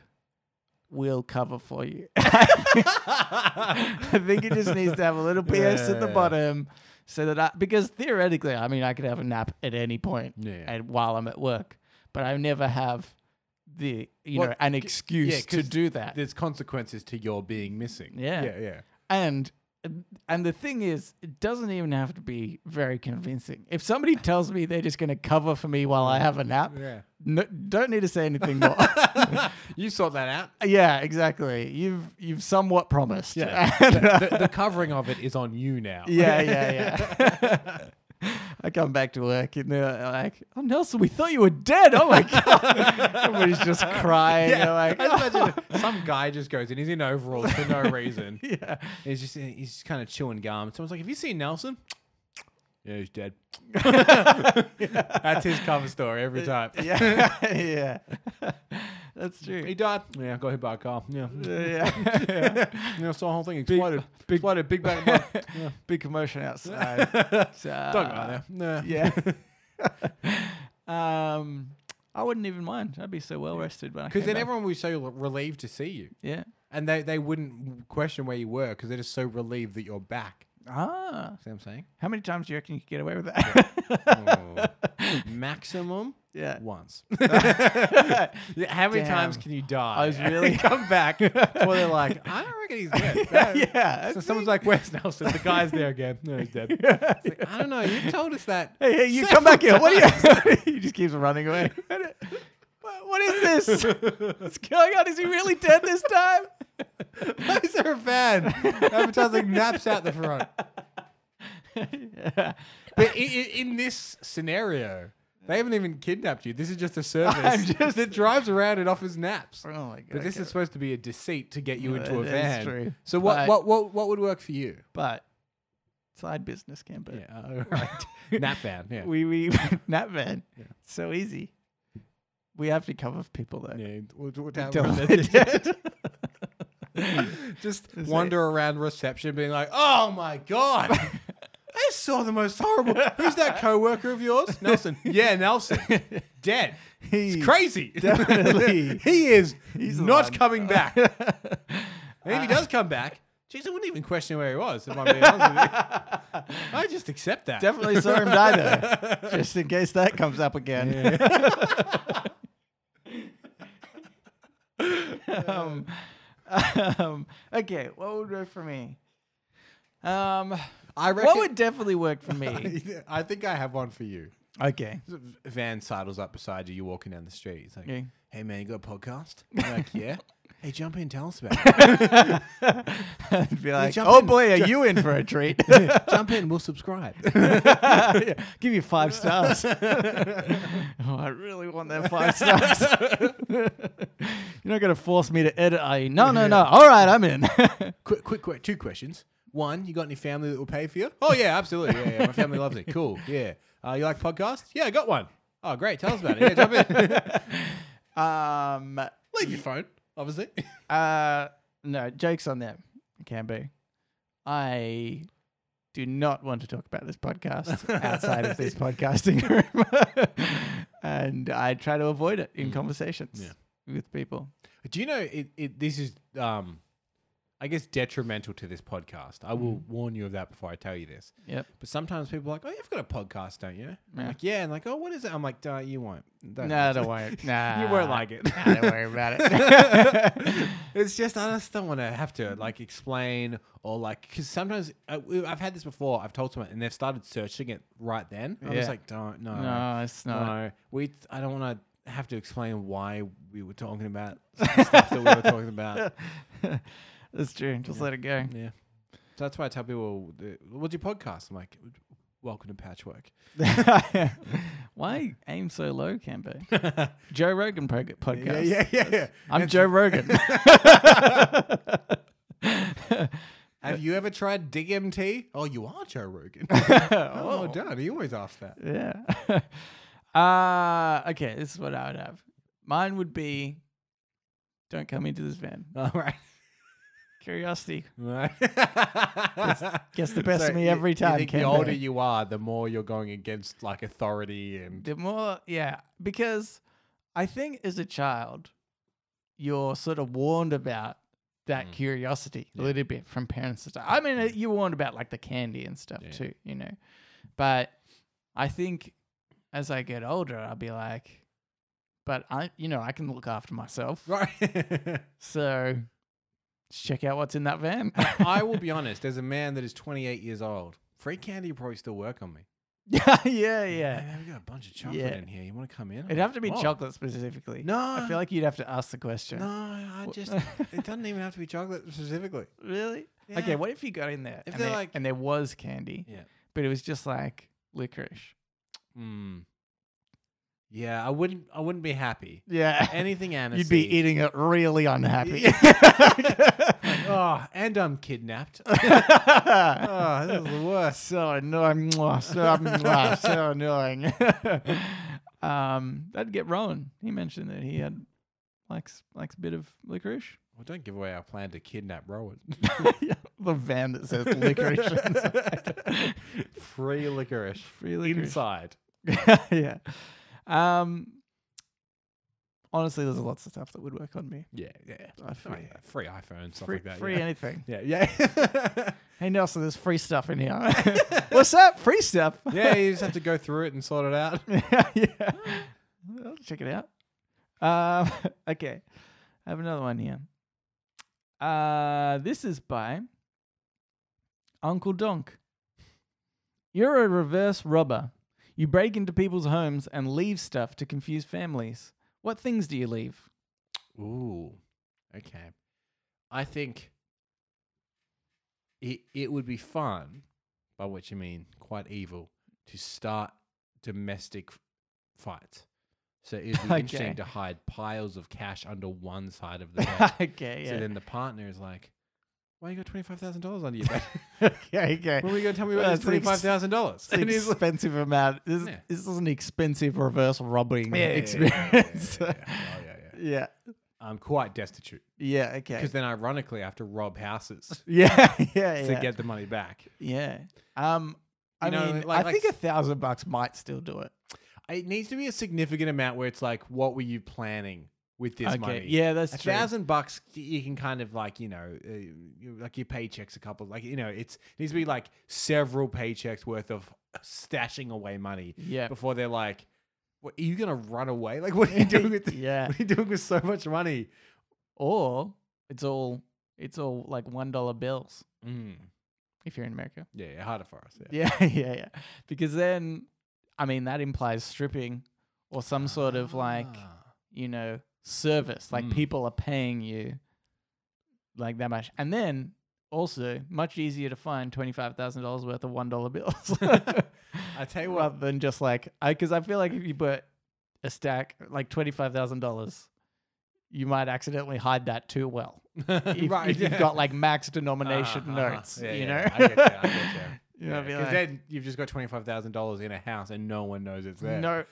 Speaker 1: We'll cover for you. I think it just needs to have a little PS at the
Speaker 2: Yeah.
Speaker 1: bottom, so that I because theoretically, I mean, I could have a nap at any point,
Speaker 2: Yeah.
Speaker 1: and while I'm at work, but I never have the you
Speaker 2: Well,
Speaker 1: know an
Speaker 2: c-
Speaker 1: excuse
Speaker 2: yeah,
Speaker 1: to
Speaker 2: 'cause
Speaker 1: do that.
Speaker 2: There's consequences to your being missing.
Speaker 1: Yeah.
Speaker 2: Yeah. Yeah.
Speaker 1: and uh, and the thing is, it doesn't even have to be very convincing. If somebody tells me they're just going to cover for me while I have a nap,
Speaker 2: Yeah.
Speaker 1: No, don't need to say anything more.
Speaker 2: you sort that out.
Speaker 1: yeah, exactly. You've you've somewhat promised.
Speaker 2: the, the- the covering of it is on you now.
Speaker 1: yeah, yeah, yeah. I come back to work and they're like, "Oh Nelson, we thought you were dead." Oh my god, everybody's just crying. They're like, "Oh,
Speaker 2: I just imagine if some guy just goes in. He's in overalls for no reason.
Speaker 1: yeah.
Speaker 2: He's just he's just kind of chewing gum. Someone's like, "Have you seen Nelson?" Yeah, he's dead. That's his cover story every time.
Speaker 1: yeah, yeah. That's true.
Speaker 2: He died. Yeah, got hit by a car. Yeah,
Speaker 1: Yeah, yeah.
Speaker 2: yeah. So the whole thing exploded.
Speaker 1: big-
Speaker 2: exploded. Big bang. bang. yeah.
Speaker 1: big commotion outside. So,
Speaker 2: Don't go there. No.
Speaker 1: Yeah. um, I wouldn't even mind. I'd be so well rested when I.
Speaker 2: Because
Speaker 1: came
Speaker 2: then
Speaker 1: back.
Speaker 2: everyone would be so relieved to see you,
Speaker 1: Yeah.
Speaker 2: and they they wouldn't question where you were because they're just so relieved that you're back.
Speaker 1: Ah,
Speaker 2: See what I'm saying?
Speaker 1: how many times do you reckon you could get away with that?
Speaker 2: Oh. Maximum
Speaker 1: yeah.
Speaker 2: once. Yeah, How many times
Speaker 1: Damn.
Speaker 2: can you die?
Speaker 1: I was really-
Speaker 2: come back before they're like, I don't reckon he's dead. No.
Speaker 1: yeah.
Speaker 2: So someone's like, Where's Nelson? The guy's there again. No, he's dead. It's like, I don't know. You told us that.
Speaker 1: Hey, hey, you come back here. What are you? he just keeps running away. What- what is this? What's going on? Is he really dead this time?
Speaker 2: Why is there a van advertising naps out the front?
Speaker 1: yeah.
Speaker 2: But i i in this scenario, they haven't even kidnapped you. This is just a
Speaker 1: I'm
Speaker 2: service
Speaker 1: just-
Speaker 2: that drives around and offers naps.
Speaker 1: Oh my god.
Speaker 2: But this
Speaker 1: okay.
Speaker 2: is supposed to be a deceit to get you
Speaker 1: Uh,
Speaker 2: into a
Speaker 1: that is
Speaker 2: van.
Speaker 1: true.
Speaker 2: So
Speaker 1: But-
Speaker 2: what, what what what would work for you?
Speaker 1: but side business camper.
Speaker 2: Yeah, right. Nap van. Yeah.
Speaker 1: We we nap van. So easy. We have to cover people though.
Speaker 2: Yeah, we'll- we'll-
Speaker 1: Tell
Speaker 2: we'll-
Speaker 1: them they're dead.
Speaker 2: just
Speaker 1: Is
Speaker 2: wander around reception, being like, "Oh my god, I saw the most horrible." Who's that coworker of yours, Nelson? yeah, Nelson, dead.
Speaker 1: He-
Speaker 2: It's crazy.
Speaker 1: definitely-
Speaker 2: he is
Speaker 1: He's the
Speaker 2: not
Speaker 1: one.
Speaker 2: coming back. and if he does come back, geez, I wouldn't even question where he was. If I'm being honest with you, I just accept that.
Speaker 1: Definitely saw him die though. Just in case that comes up again. um, um, okay, what would work for me? Um,
Speaker 2: I reckon.
Speaker 1: what would definitely work for me?
Speaker 2: I think I have one for you.
Speaker 1: okay.
Speaker 2: Van sidles up beside you. You're walking down the street. He's like,
Speaker 1: Yeah.
Speaker 2: "Hey man, you got a podcast?" I'm like, "Yeah." Hey, jump in, tell us about it.
Speaker 1: I'd be like,
Speaker 2: jump
Speaker 1: oh
Speaker 2: in.
Speaker 1: boy, are you in for a treat?
Speaker 2: jump in, we'll subscribe.
Speaker 1: Yeah, Give you five stars. oh, I really want that five stars. You're not going to force me to edit, are you? No, no, no. All right, I'm in.
Speaker 2: quick, quick, quick, two questions. One, you got any family that will pay for you? Oh yeah, absolutely. Yeah, yeah my family loves it. Cool. Yeah. Uh, you like podcasts? Yeah, I got one. Oh great, tell us about it. Yeah, jump in.
Speaker 1: um,
Speaker 2: Leave your phone, obviously.
Speaker 1: uh, no, jokes on them. It can be. I do not want to talk about this podcast outside of this podcasting room. and I try to avoid it in conversations with people.
Speaker 2: Do you know it, it this is um I guess detrimental to this podcast. I will warn you of that before I tell you this.
Speaker 1: Yep.
Speaker 2: But sometimes people are like, "Oh, you've got a podcast, don't you?" I'm
Speaker 1: Yeah.
Speaker 2: like, "Yeah," and like, "Oh, what is it?" I'm like, "Duh, you won't. Don't
Speaker 1: No, don't worry. Nah.
Speaker 2: you won't like it."
Speaker 1: Nah, don't worry about it.
Speaker 2: it's just I just don't want to have to like explain or like because sometimes I, I've had this before. I've told someone and they've started searching it right then. I'm
Speaker 1: Yeah.
Speaker 2: just like, "Don't no,
Speaker 1: No, it's not.
Speaker 2: no, we. I don't want to have to explain why we were talking about stuff that we were talking about."
Speaker 1: That's true. Just let it go.
Speaker 2: Yeah. So that's why I tell people, uh, what's your podcast? I'm like, welcome to Patchwork.
Speaker 1: Why aim so low, Cambo? Joe Rogan pro- podcast.
Speaker 2: yeah, yeah.
Speaker 1: I'm Joe Rogan.
Speaker 2: Have you ever tried DMT? Oh, you are Joe Rogan. oh, well done. He always asks that.
Speaker 1: yeah. uh, okay, this is what I would have. Mine would be don't come into this van.
Speaker 2: All right.
Speaker 1: Curiosity.
Speaker 2: Right.
Speaker 1: gets the best of me
Speaker 2: you-
Speaker 1: every time,
Speaker 2: You think the
Speaker 1: Ken,
Speaker 2: older
Speaker 1: really.
Speaker 2: you are, the more you're going against like authority and
Speaker 1: The more, yeah, because I think as a child, you're sort of warned about
Speaker 2: Mm.
Speaker 1: that curiosity a little bit from parents and stuff. I mean, uh, you're warned about like the candy and stuff
Speaker 2: Yeah.
Speaker 1: too, you know. But I think as I get older, I'll be like, but I, you know, I can look after myself.
Speaker 2: right.
Speaker 1: So let's check out what's in that van.
Speaker 2: I will be honest. There's a man that is 28 years old. Free candy will probably still work on me.
Speaker 1: yeah, yeah, yeah.
Speaker 2: Man, we got a bunch of chocolate
Speaker 1: Yeah.
Speaker 2: in here. You want to come in? I'm
Speaker 1: It'd have to be
Speaker 2: "Whoa."
Speaker 1: chocolate specifically.
Speaker 2: No,
Speaker 1: I feel like you'd have to ask the question.
Speaker 2: no. I just it doesn't even have to be chocolate specifically.
Speaker 1: Really?
Speaker 2: Yeah.
Speaker 1: Okay, what if you got in there
Speaker 2: If
Speaker 1: and,
Speaker 2: they're
Speaker 1: there
Speaker 2: like-
Speaker 1: and there was candy,
Speaker 2: Yeah.
Speaker 1: but it was just like licorice?
Speaker 2: Mm. Yeah, I wouldn't. I wouldn't be happy.
Speaker 1: Yeah.
Speaker 2: Anything anise.
Speaker 1: You'd be eating it really unhappy.
Speaker 2: oh, and I'm kidnapped. oh, this is the worst.
Speaker 1: so annoying. mwah, So, mwah, so annoying. um, that'd get Rowan. He mentioned that he had likes likes a bit of licorice.
Speaker 2: Well, don't give away our plan to kidnap Rowan.
Speaker 1: the van that says licorice. inside.
Speaker 2: Free licorice
Speaker 1: Free licorice.
Speaker 2: inside.
Speaker 1: yeah. Um. Honestly, there's lots of stuff that would work on me.
Speaker 2: Yeah, yeah.
Speaker 1: I feel
Speaker 2: Oh, yeah. Free iPhone, stuff
Speaker 1: free
Speaker 2: like that.
Speaker 1: free
Speaker 2: yeah.
Speaker 1: anything.
Speaker 2: yeah, yeah.
Speaker 1: Hey Nelson, there's free stuff in here. What's that? Free stuff.
Speaker 2: yeah, you just have to go through it and sort it out.
Speaker 1: yeah. Well, check it out. Um, okay. I have another one here. Uh, this is by Uncle Donk. You're a reverse robber. You break into people's homes and leave stuff to confuse families. What things do you leave?
Speaker 2: Ooh. Okay. I think it it would be fun, by which I mean quite evil, to start domestic f- fights. So it'd be
Speaker 1: Okay.
Speaker 2: interesting to hide piles of cash under one side of the bed.
Speaker 1: okay,
Speaker 2: So
Speaker 1: yeah.
Speaker 2: then the partner is like, "Why you got twenty five thousand dollars under your bed?
Speaker 1: okay, okay.
Speaker 2: when are you gonna tell me about
Speaker 1: That's
Speaker 2: this
Speaker 1: an
Speaker 2: twenty
Speaker 1: ex-
Speaker 2: five thousand dollars?"
Speaker 1: It's an expensive amount. This,
Speaker 2: Yeah.
Speaker 1: this is an expensive reverse robbing experience.
Speaker 2: Yeah, yeah, yeah, yeah.
Speaker 1: yeah.
Speaker 2: I'm quite destitute
Speaker 1: Yeah, okay.
Speaker 2: because then, ironically, I have to rob houses
Speaker 1: Yeah, yeah,
Speaker 2: to
Speaker 1: yeah.
Speaker 2: get the money back.
Speaker 1: yeah. Um, I
Speaker 2: You know,
Speaker 1: mean,
Speaker 2: like-
Speaker 1: I
Speaker 2: like
Speaker 1: think a
Speaker 2: s-
Speaker 1: thousand bucks might still do it.
Speaker 2: It needs to be a significant amount where it's like, what were you planning with this
Speaker 1: okay,
Speaker 2: money?
Speaker 1: yeah, that's
Speaker 2: A
Speaker 1: true.
Speaker 2: thousand bucks, y- you can kind of like, you know, uh, you- like your paychecks a couple, like, you know, it's it needs to be like several paychecks worth of stashing away money
Speaker 1: Yeah,
Speaker 2: before they're like, what, are you going to run away? Like, what are you doing with,
Speaker 1: yeah.
Speaker 2: what are you doing with so much money?
Speaker 1: Or it's all it's all like one dollar bills
Speaker 2: Mm.
Speaker 1: if you're in America.
Speaker 2: Yeah, yeah, harder for us. Yeah.
Speaker 1: Yeah, yeah, yeah. Because then, I mean, that implies stripping or some sort of like
Speaker 2: Ah.
Speaker 1: you know service. Like
Speaker 2: Mm.
Speaker 1: people are paying you like that much, and then also much easier to find twenty five thousand dollars worth of one dollar bills.
Speaker 2: I tell you what,
Speaker 1: rather than just like I because I feel like if you put a stack like twenty five thousand dollars, you might accidentally hide that too well. If, if you've
Speaker 2: yeah.
Speaker 1: got like max denomination
Speaker 2: Uh-huh, uh-huh.
Speaker 1: notes,
Speaker 2: Yeah,
Speaker 1: you
Speaker 2: yeah,
Speaker 1: know.
Speaker 2: yeah. I get you, I get you.
Speaker 1: You know,
Speaker 2: Yeah,
Speaker 1: be
Speaker 2: 'cause
Speaker 1: like,
Speaker 2: then you've just got twenty five thousand dollars in a house and no one knows it's there.
Speaker 1: no.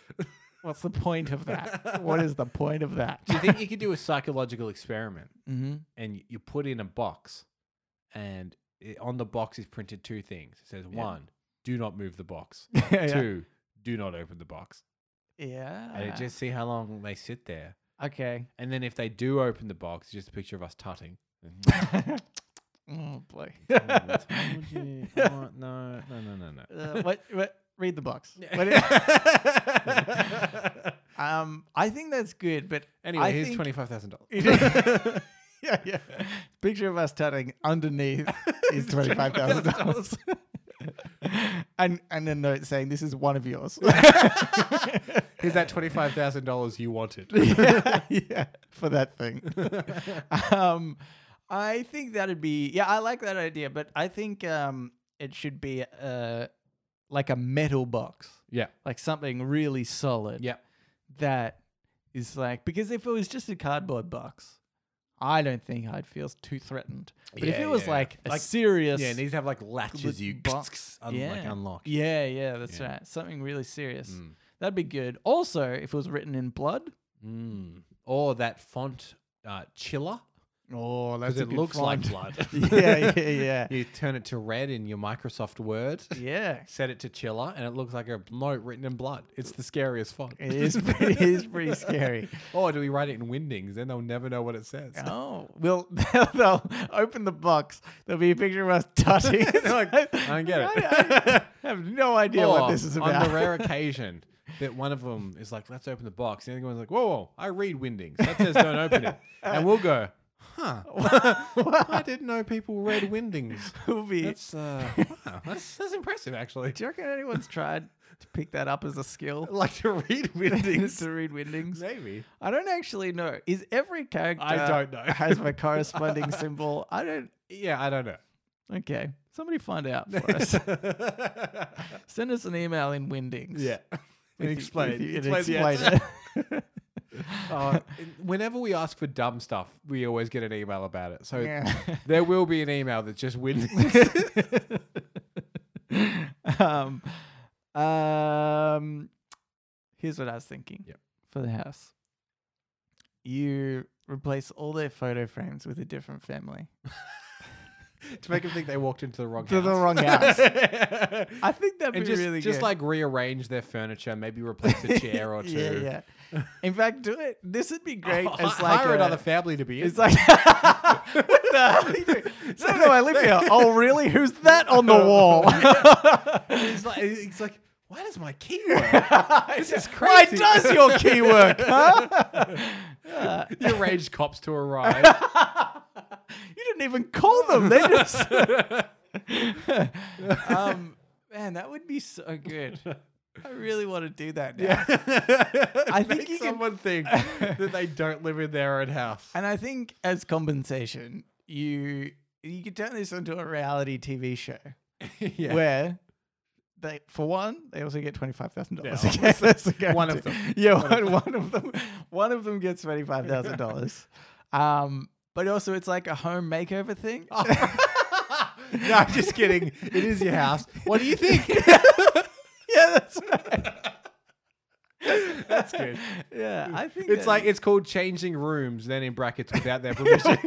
Speaker 1: What's the point of that? what is the point of that?
Speaker 2: Do you think you could do a psychological experiment
Speaker 1: mm-hmm.
Speaker 2: and you- you put in a box, and it, on the box is printed two things. It says
Speaker 1: Yeah.
Speaker 2: one, do not move the box.
Speaker 1: yeah,
Speaker 2: Two, do not open the box.
Speaker 1: yeah.
Speaker 2: And it just see how long they sit there.
Speaker 1: okay.
Speaker 2: And then if they do open the box, it's just a picture of us tutting.
Speaker 1: oh boy.
Speaker 2: I told you, I want- no, no, no, no, no.
Speaker 1: Uh, what? What? Read the box. What it-
Speaker 2: Yeah.
Speaker 1: um, I think that's good, but
Speaker 2: anyway,
Speaker 1: I
Speaker 2: here's
Speaker 1: think-
Speaker 2: twenty five thousand dollars.
Speaker 1: yeah, yeah. Picture of us tutting underneath is twenty five thousand dollars. and and a note saying this is one of yours.
Speaker 2: Here's that twenty five thousand dollars you wanted.
Speaker 1: yeah, yeah, for that thing. um I think that'd be yeah, I like that idea, but I think um it should be uh like a metal box.
Speaker 2: Yeah.
Speaker 1: Like something really solid.
Speaker 2: Yeah.
Speaker 1: that is like because if it was just a cardboard box, I don't think I'd feel too threatened. But if
Speaker 2: Yeah,
Speaker 1: it was
Speaker 2: yeah.
Speaker 1: like a
Speaker 2: Like-
Speaker 1: serious,
Speaker 2: Yeah, it needs to have like latches
Speaker 1: With
Speaker 2: you
Speaker 1: box.
Speaker 2: un- like
Speaker 1: Yeah.
Speaker 2: unlock.
Speaker 1: yeah, yeah, that's
Speaker 2: Yeah.
Speaker 1: right, something really serious,
Speaker 2: Mm.
Speaker 1: that'd be good. Also, if it was written in blood,
Speaker 2: Mm. Or that font uh, chiller.
Speaker 1: oh,
Speaker 2: Because it looks like blood.
Speaker 1: yeah, yeah, yeah,
Speaker 2: You turn it to red in your Microsoft Word,
Speaker 1: yeah.
Speaker 2: set it to chiller, and it looks like a note written in blood. It's the scariest font.
Speaker 1: It is, pretty, it is pretty scary.
Speaker 2: or do we write it in Windings? Then they'll never know what it says.
Speaker 1: Oh, well, they'll open the box. There'll be a picture of us tutting.
Speaker 2: They're like, I don't get it.
Speaker 1: I, I have no idea what
Speaker 2: Or
Speaker 1: this is about.
Speaker 2: Oh, On the rare occasion that one of them is like, let's open the box. The other one's like, whoa, whoa, I read Windings. That says don't open it. And we'll go, huh. I didn't know people read Windings.
Speaker 1: It'll be-
Speaker 2: That's, uh, wow, that's, that's impressive, actually.
Speaker 1: Do you reckon anyone's tried to pick that up as a skill.
Speaker 2: like to read Windings.
Speaker 1: to read windings.
Speaker 2: Maybe.
Speaker 1: I don't actually know. Is every character
Speaker 2: I don't know.
Speaker 1: has a corresponding symbol? I don't.
Speaker 2: Yeah, I don't know.
Speaker 1: Okay, somebody find out for us. Send us an email in windings.
Speaker 2: yeah.
Speaker 1: If
Speaker 2: And
Speaker 1: you-
Speaker 2: explain.
Speaker 1: if you-
Speaker 2: explain, the answer.
Speaker 1: explain it.
Speaker 2: Uh, whenever we ask for dumb stuff, we always get an email about it. So
Speaker 1: Yeah.
Speaker 2: there will be an email that's just win.
Speaker 1: um, um, here's what I was thinking
Speaker 2: Yep.
Speaker 1: for the house. You replace all their photo frames with a different family.
Speaker 2: to make them think they walked into the wrong
Speaker 1: To
Speaker 2: house.
Speaker 1: the wrong house. I think that'd
Speaker 2: and
Speaker 1: be
Speaker 2: just,
Speaker 1: really
Speaker 2: just
Speaker 1: good.
Speaker 2: like rearrange their furniture, maybe replace a chair or two. Oh,
Speaker 1: Yeah, yeah. In fact, do it. This would be great.
Speaker 2: Hi-
Speaker 1: as like
Speaker 2: hire
Speaker 1: a-
Speaker 2: another family to be in.
Speaker 1: It's like what the hell are you doing? No, no, I live here. Oh, really? Who's that on the wall?
Speaker 2: it's like, it's like, why does my key work? this is
Speaker 1: Why
Speaker 2: crazy.
Speaker 1: does your key work? Huh? Yeah.
Speaker 2: you arranged cops to arrive?
Speaker 1: you didn't even call them. They just. um, man, that would be so good. I really want to do that now.
Speaker 2: I
Speaker 1: think
Speaker 2: think
Speaker 1: you can-
Speaker 2: someone think that they don't live in their own house.
Speaker 1: And I think as compensation, you you could turn this into a reality TV show
Speaker 2: yeah.
Speaker 1: where. They, for one, they also get twenty five thousand dollars.
Speaker 2: Yeah,
Speaker 1: Okay, that's a
Speaker 2: One of
Speaker 1: guarantee.
Speaker 2: them.
Speaker 1: Yeah, one, one of them. One of them gets twenty five thousand dollars. Um, but also it's like a home makeover thing.
Speaker 2: no, I'm just kidding. It is your house. What do you think?
Speaker 1: yeah, that's right.
Speaker 2: That's good.
Speaker 1: Yeah, I think
Speaker 2: It's
Speaker 1: that-
Speaker 2: like it's called changing rooms, then in brackets without their permission.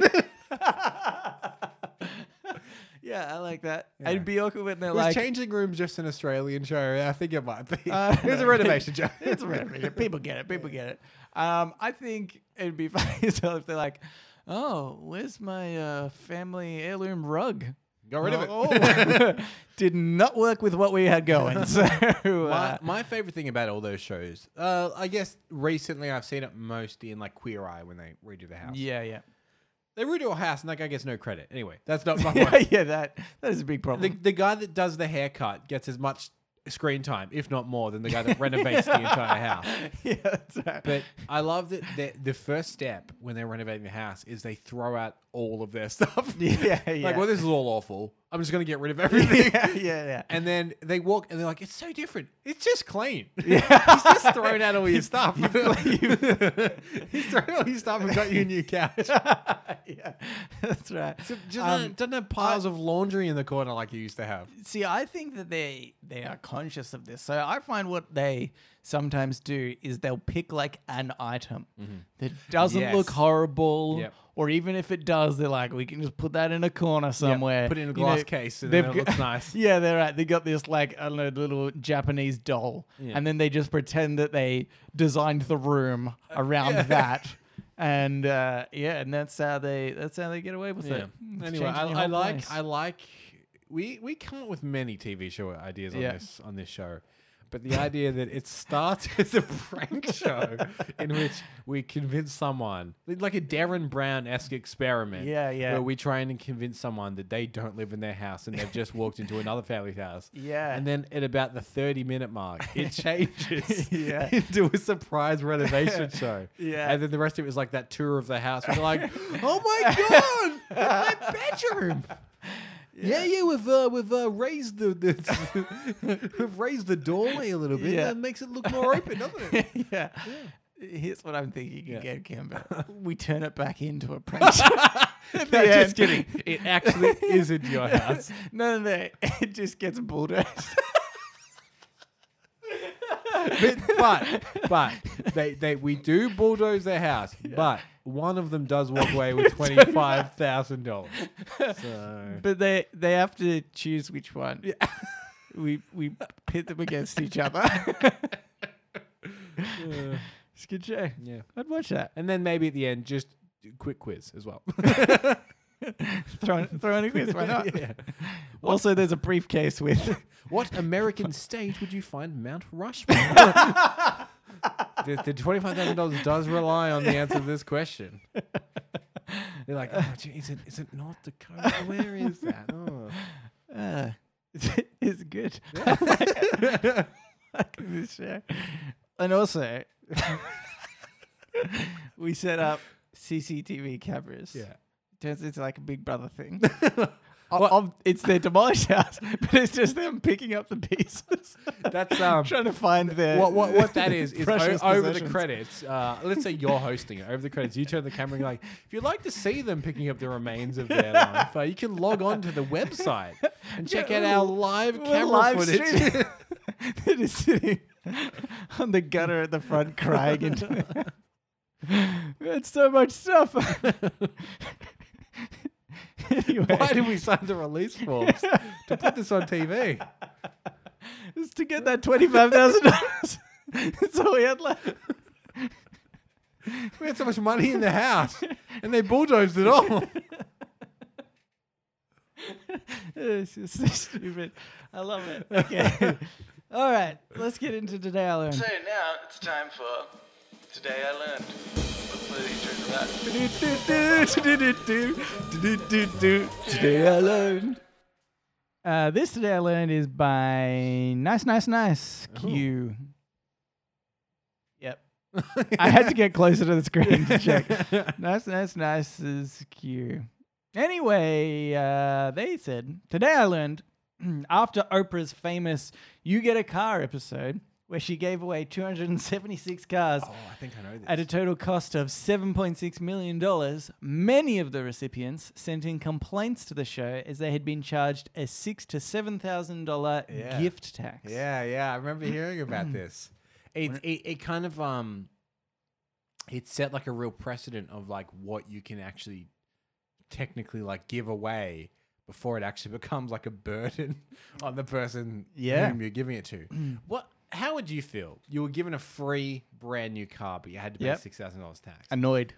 Speaker 1: yeah, I like that.
Speaker 2: Yeah.
Speaker 1: I'd be awkward when they're
Speaker 2: Was
Speaker 1: like,
Speaker 2: changing rooms just an Australian show? I think it might be.
Speaker 1: Uh,
Speaker 2: it was a renovation joke.
Speaker 1: it's a renovation. People get it. People get it. Um, I think it'd be funny as hell if they're like, oh, where's my uh, family heirloom rug?
Speaker 2: Got rid of it.
Speaker 1: Oh, did not work with what we had going. So, uh,
Speaker 2: My, my favorite thing about all those shows, uh, I guess recently I've seen it mostly in like Queer Eye when they redo the house.
Speaker 1: yeah, yeah.
Speaker 2: They redo a house and that guy gets no credit. Anyway, that's not my
Speaker 1: yeah,
Speaker 2: point.
Speaker 1: yeah, that that is a big problem.
Speaker 2: The, the guy that does the haircut gets as much screen time, if not more, than the guy that renovates the entire house.
Speaker 1: yeah, that's right.
Speaker 2: But I love that the, the first step when they're renovating the house is they throw out all of their stuff.
Speaker 1: yeah, yeah.
Speaker 2: Like, well, this is all awful. I'm just going to get rid of everything.
Speaker 1: yeah, yeah, yeah.
Speaker 2: And then they walk and they're like, it's so different. It's just clean.
Speaker 1: Yeah.
Speaker 2: He's just thrown out all your stuff. He's thrown all your stuff and got you a new couch.
Speaker 1: yeah, that's right.
Speaker 2: Just
Speaker 1: Um,
Speaker 2: doesn't- doesn't have piles of laundry in the corner like you used to have.
Speaker 1: see, I think that they they are conscious of this. So I find what they sometimes do is they'll pick like an item that doesn't
Speaker 2: Mm-hmm. Yes.
Speaker 1: look horrible.
Speaker 2: Yep.
Speaker 1: Or even if it does, they're like, we can just put that in a corner somewhere.
Speaker 2: put it in a
Speaker 1: You
Speaker 2: glass case and then
Speaker 1: they've
Speaker 2: it looks nice.
Speaker 1: Yeah, they're right. They got this like, I don't know, little Japanese doll. And then they just pretend that they designed the room around
Speaker 2: Uh, yeah.
Speaker 1: that. And uh, yeah, and that's how they that's how they get away with it. It's
Speaker 2: Anyway, I,
Speaker 1: changing your
Speaker 2: I
Speaker 1: whole
Speaker 2: like
Speaker 1: place.
Speaker 2: I like we we come up with many TV show ideas on
Speaker 1: Yeah.
Speaker 2: this on this show. But the idea that it starts as a prank show in which we convince someone, like a Darren Brown esque experiment.
Speaker 1: Yeah, yeah.
Speaker 2: Where we try and convince someone that they don't live in their house and they've just walked into another family's house.
Speaker 1: Yeah.
Speaker 2: And then at about the 30 minute mark, it changes
Speaker 1: Yeah.
Speaker 2: into a surprise renovation show.
Speaker 1: Yeah.
Speaker 2: And then the rest of it is like that tour of the house. We're like, oh my God, it's my bedroom. Yeah, yeah, we've uh, we've uh, raised the, the we've raised the doorway a little bit.
Speaker 1: Yeah.
Speaker 2: That makes it look more open, doesn't it?
Speaker 1: yeah. Here's what I'm thinking
Speaker 2: Yeah.
Speaker 1: again, Kimber. We turn it back into a prank show. at
Speaker 2: no,
Speaker 1: the
Speaker 2: just
Speaker 1: end.
Speaker 2: kidding. It actually isn't your house.
Speaker 1: No, no, no. It just gets bulldozed.
Speaker 2: But but, but they, they we do bulldoze their house, but one of them does walk away with twenty five thousand dollars. So
Speaker 1: but they they have to choose which one. We we pit them against each other.
Speaker 2: uh,
Speaker 1: it's a good show.
Speaker 2: yeah.
Speaker 1: I'd watch that.
Speaker 2: And then maybe at the end, just do quick quiz as well.
Speaker 1: Throw in- throw in a quiz. Why not?
Speaker 2: Yeah.
Speaker 1: Also, there's a briefcase with.
Speaker 2: What American state would you find Mount Rushmore? the, the $25,000 does rely on the answer to this question. They're like, oh, gee, is, it, is it North Dakota? Where is that? Oh.
Speaker 1: Uh, it's, it's good. like this show. And also, we set up CCTV cameras. Turns into like a Big Brother thing. Of- of- it's their demolished house, but it's just them picking up the pieces.
Speaker 2: That's, um,
Speaker 1: trying to find their
Speaker 2: What, what, what that is, is o-
Speaker 1: precious
Speaker 2: over the
Speaker 1: possessions.
Speaker 2: credits, uh, let's say you're hosting it, over the credits, you turn the camera and you're like, if you'd like to see them picking up the remains of their life, uh, you can log on to the website and check out our live
Speaker 1: We're
Speaker 2: camera
Speaker 1: live
Speaker 2: footage.
Speaker 1: streaming. They're just sitting on the gutter at the front crying into That's so much stuff. anyway,
Speaker 2: Why did we sign the release forms to put this on TV?
Speaker 1: it's to get that twenty-five thousand dollars. That's all we had left.
Speaker 2: We had so much money in the house, and they bulldozed it all.
Speaker 1: It's just so stupid. I love it. Okay. all right, let's get into today. I learned.
Speaker 3: So now it's time for Today I Learned. Hopefully you enjoyed that.
Speaker 1: Today I learned. Uh, this today I learned is by Nice Nice Nice Q. Yep. I had to get closer to the screen to check. nice Nice Nice is Q. Anyway, uh, they said today I learned after Oprah's famous "You Get a Car" episode, where she gave away 276 cars
Speaker 2: Oh, I think I know this.
Speaker 1: at a total cost of $7.6 million, many of the recipients sent in complaints to the show as they had been charged a six to $7,000
Speaker 2: Yeah.
Speaker 1: gift tax.
Speaker 2: Yeah, yeah, I remember hearing about this. It, it it kind of um, it set like a real precedent of like what you can actually technically like give away before it actually becomes like a burden on the person
Speaker 1: Yeah.
Speaker 2: whom you're giving it to. What? How would you feel? You were given a free brand new car, but you had to pay
Speaker 1: Yep.
Speaker 2: six thousand dollars tax.
Speaker 1: Annoyed.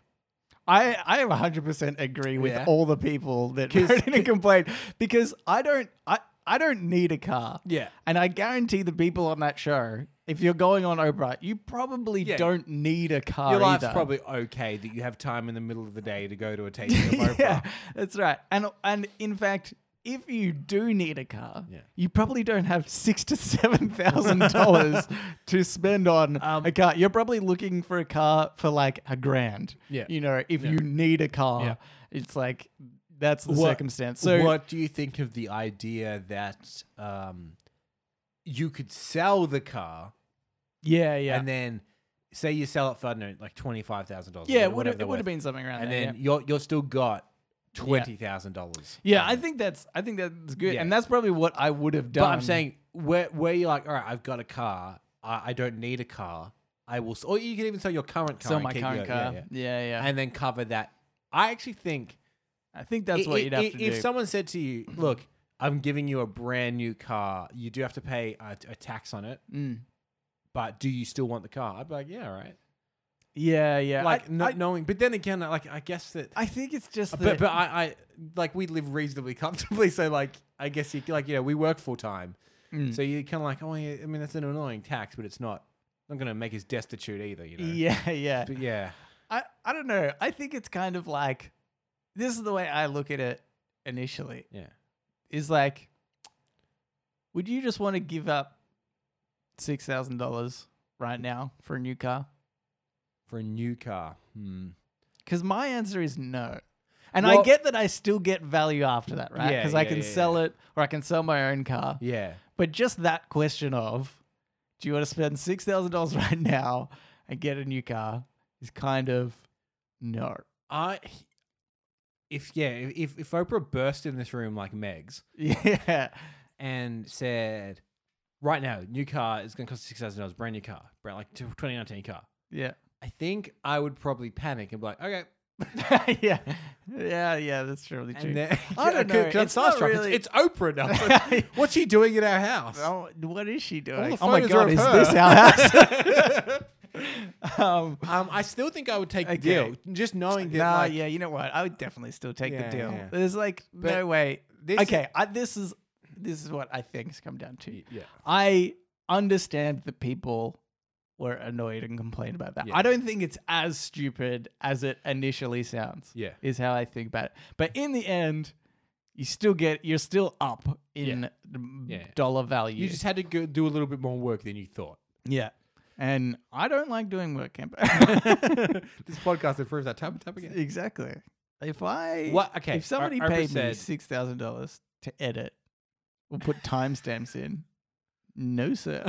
Speaker 1: I, I 100% agree with
Speaker 2: Yeah.
Speaker 1: all the people that wrote in and complained because I don't I, I don't need a car.
Speaker 2: Yeah.
Speaker 1: And I guarantee the people on that show, if you're going on Oprah, you probably
Speaker 2: Yeah.
Speaker 1: don't need a car
Speaker 2: Your life's
Speaker 1: either.
Speaker 2: probably okay that you have time in the middle of the day to go to a tasting of Oprah.
Speaker 1: yeah, that's right. And and in fact, if you do need a car,
Speaker 2: Yeah.
Speaker 1: you probably don't have six to seven thousand dollars to spend on
Speaker 2: Um,
Speaker 1: a car. You're probably looking for a car for like a grand.
Speaker 2: Yeah.
Speaker 1: you know, if
Speaker 2: Yeah.
Speaker 1: you need a car,
Speaker 2: Yeah.
Speaker 1: it's like that's the
Speaker 2: What-
Speaker 1: circumstance. So
Speaker 2: what do you think of the idea that um, you could sell the car
Speaker 1: yeah, yeah,
Speaker 2: and then say you sell it for I don't know, like twenty five thousand dollars?
Speaker 1: yeah. It would have it would have been something around
Speaker 2: and
Speaker 1: there,
Speaker 2: then
Speaker 1: yeah.
Speaker 2: you're you're still got twenty thousand dollars.
Speaker 1: Yeah, I think that's I think that's good,
Speaker 2: um, Yeah.
Speaker 1: and that's probably what I would have
Speaker 2: But
Speaker 1: done.
Speaker 2: I'm saying where where you're like, all right, I've got a car. I, I don't need a car. I will, s- or you can even sell your current car.
Speaker 1: sell
Speaker 2: and
Speaker 1: my
Speaker 2: keep
Speaker 1: current
Speaker 2: your- yeah,
Speaker 1: car.
Speaker 2: yeah.
Speaker 1: yeah, yeah.
Speaker 2: and then cover that. I actually think
Speaker 1: I think that's
Speaker 2: I-
Speaker 1: what
Speaker 2: i-
Speaker 1: you'd have
Speaker 2: i-
Speaker 1: to do.
Speaker 2: If someone said to you, "Look, I'm giving you a brand new car. You do have to pay a, a tax on it,
Speaker 1: Mm.
Speaker 2: but do you still want the car?" I'd be like, "Yeah, all right."
Speaker 1: Yeah, yeah.
Speaker 2: Like
Speaker 1: I,
Speaker 2: not
Speaker 1: I,
Speaker 2: knowing, but then again, like I guess that.
Speaker 1: I think it's just that.
Speaker 2: but but I, I like we live reasonably comfortably, so like I guess you like you know we work full time,
Speaker 1: Mm.
Speaker 2: so you're kind of like, oh, yeah, I mean that's an annoying tax, but it's not not going to make us destitute either, you know.
Speaker 1: yeah, yeah.
Speaker 2: But yeah,
Speaker 1: I, I don't know. I think it's kind of like this is the way I look at it initially
Speaker 2: yeah,
Speaker 1: is like, would you just want to give up $6,000 right now for a new car?
Speaker 2: for a new car. Hmm.
Speaker 1: Because my answer is no. And I
Speaker 2: Well-
Speaker 1: get that I still get value after that, right?
Speaker 2: Yeah,
Speaker 1: Because I
Speaker 2: yeah,
Speaker 1: can
Speaker 2: yeah,
Speaker 1: sell it or I can sell my own car.
Speaker 2: Yeah.
Speaker 1: But just that question of, do you want to spend six thousand dollars right now and get a new car? Is kind of no.
Speaker 2: I if yeah, if if Oprah burst in this room like Megs
Speaker 1: Yeah,
Speaker 2: and said, "Right now, new car is going to cost six thousand dollars, brand new car, brand like twenty nineteen car,"
Speaker 1: yeah,
Speaker 2: I think I would probably panic and be like, "Okay."
Speaker 1: yeah, yeah, yeah. That's surely true.
Speaker 2: And then,
Speaker 1: I don't know,
Speaker 2: 'cause I'm
Speaker 1: it's not
Speaker 2: starstruck,
Speaker 1: really-
Speaker 2: It's, it's Oprah now. What's she doing at our house?
Speaker 1: Oh, what is she doing?
Speaker 2: the
Speaker 1: Oh my
Speaker 2: photos
Speaker 1: god,
Speaker 2: are of
Speaker 1: is
Speaker 2: her.
Speaker 1: this our house? um,
Speaker 2: Um, I still think I would take the
Speaker 1: Okay.
Speaker 2: deal, just knowing that.
Speaker 1: nah,
Speaker 2: like,
Speaker 1: yeah, you know what? I would definitely still take
Speaker 2: Yeah,
Speaker 1: the deal.
Speaker 2: yeah.
Speaker 1: There's like no
Speaker 2: But
Speaker 1: way.
Speaker 2: this-
Speaker 1: okay, I, this is this is what I think's come down to.
Speaker 2: Y- yeah.
Speaker 1: I understand that people were annoyed and complained about that.
Speaker 2: Yeah.
Speaker 1: I don't think it's as stupid as it initially sounds.
Speaker 2: Yeah.
Speaker 1: Is how I think about it. But in the end, you still get you're still up in the
Speaker 2: Yeah.
Speaker 1: dollar value.
Speaker 2: You just had to go do a little bit more work than you thought.
Speaker 1: yeah. And I don't like doing work camp.
Speaker 2: This podcast improves that time and time again.
Speaker 1: exactly. If I
Speaker 2: What- okay,
Speaker 1: if somebody
Speaker 2: I- I
Speaker 1: paid me
Speaker 2: said-
Speaker 1: six thousand dollars to edit or put timestamps in, no sir.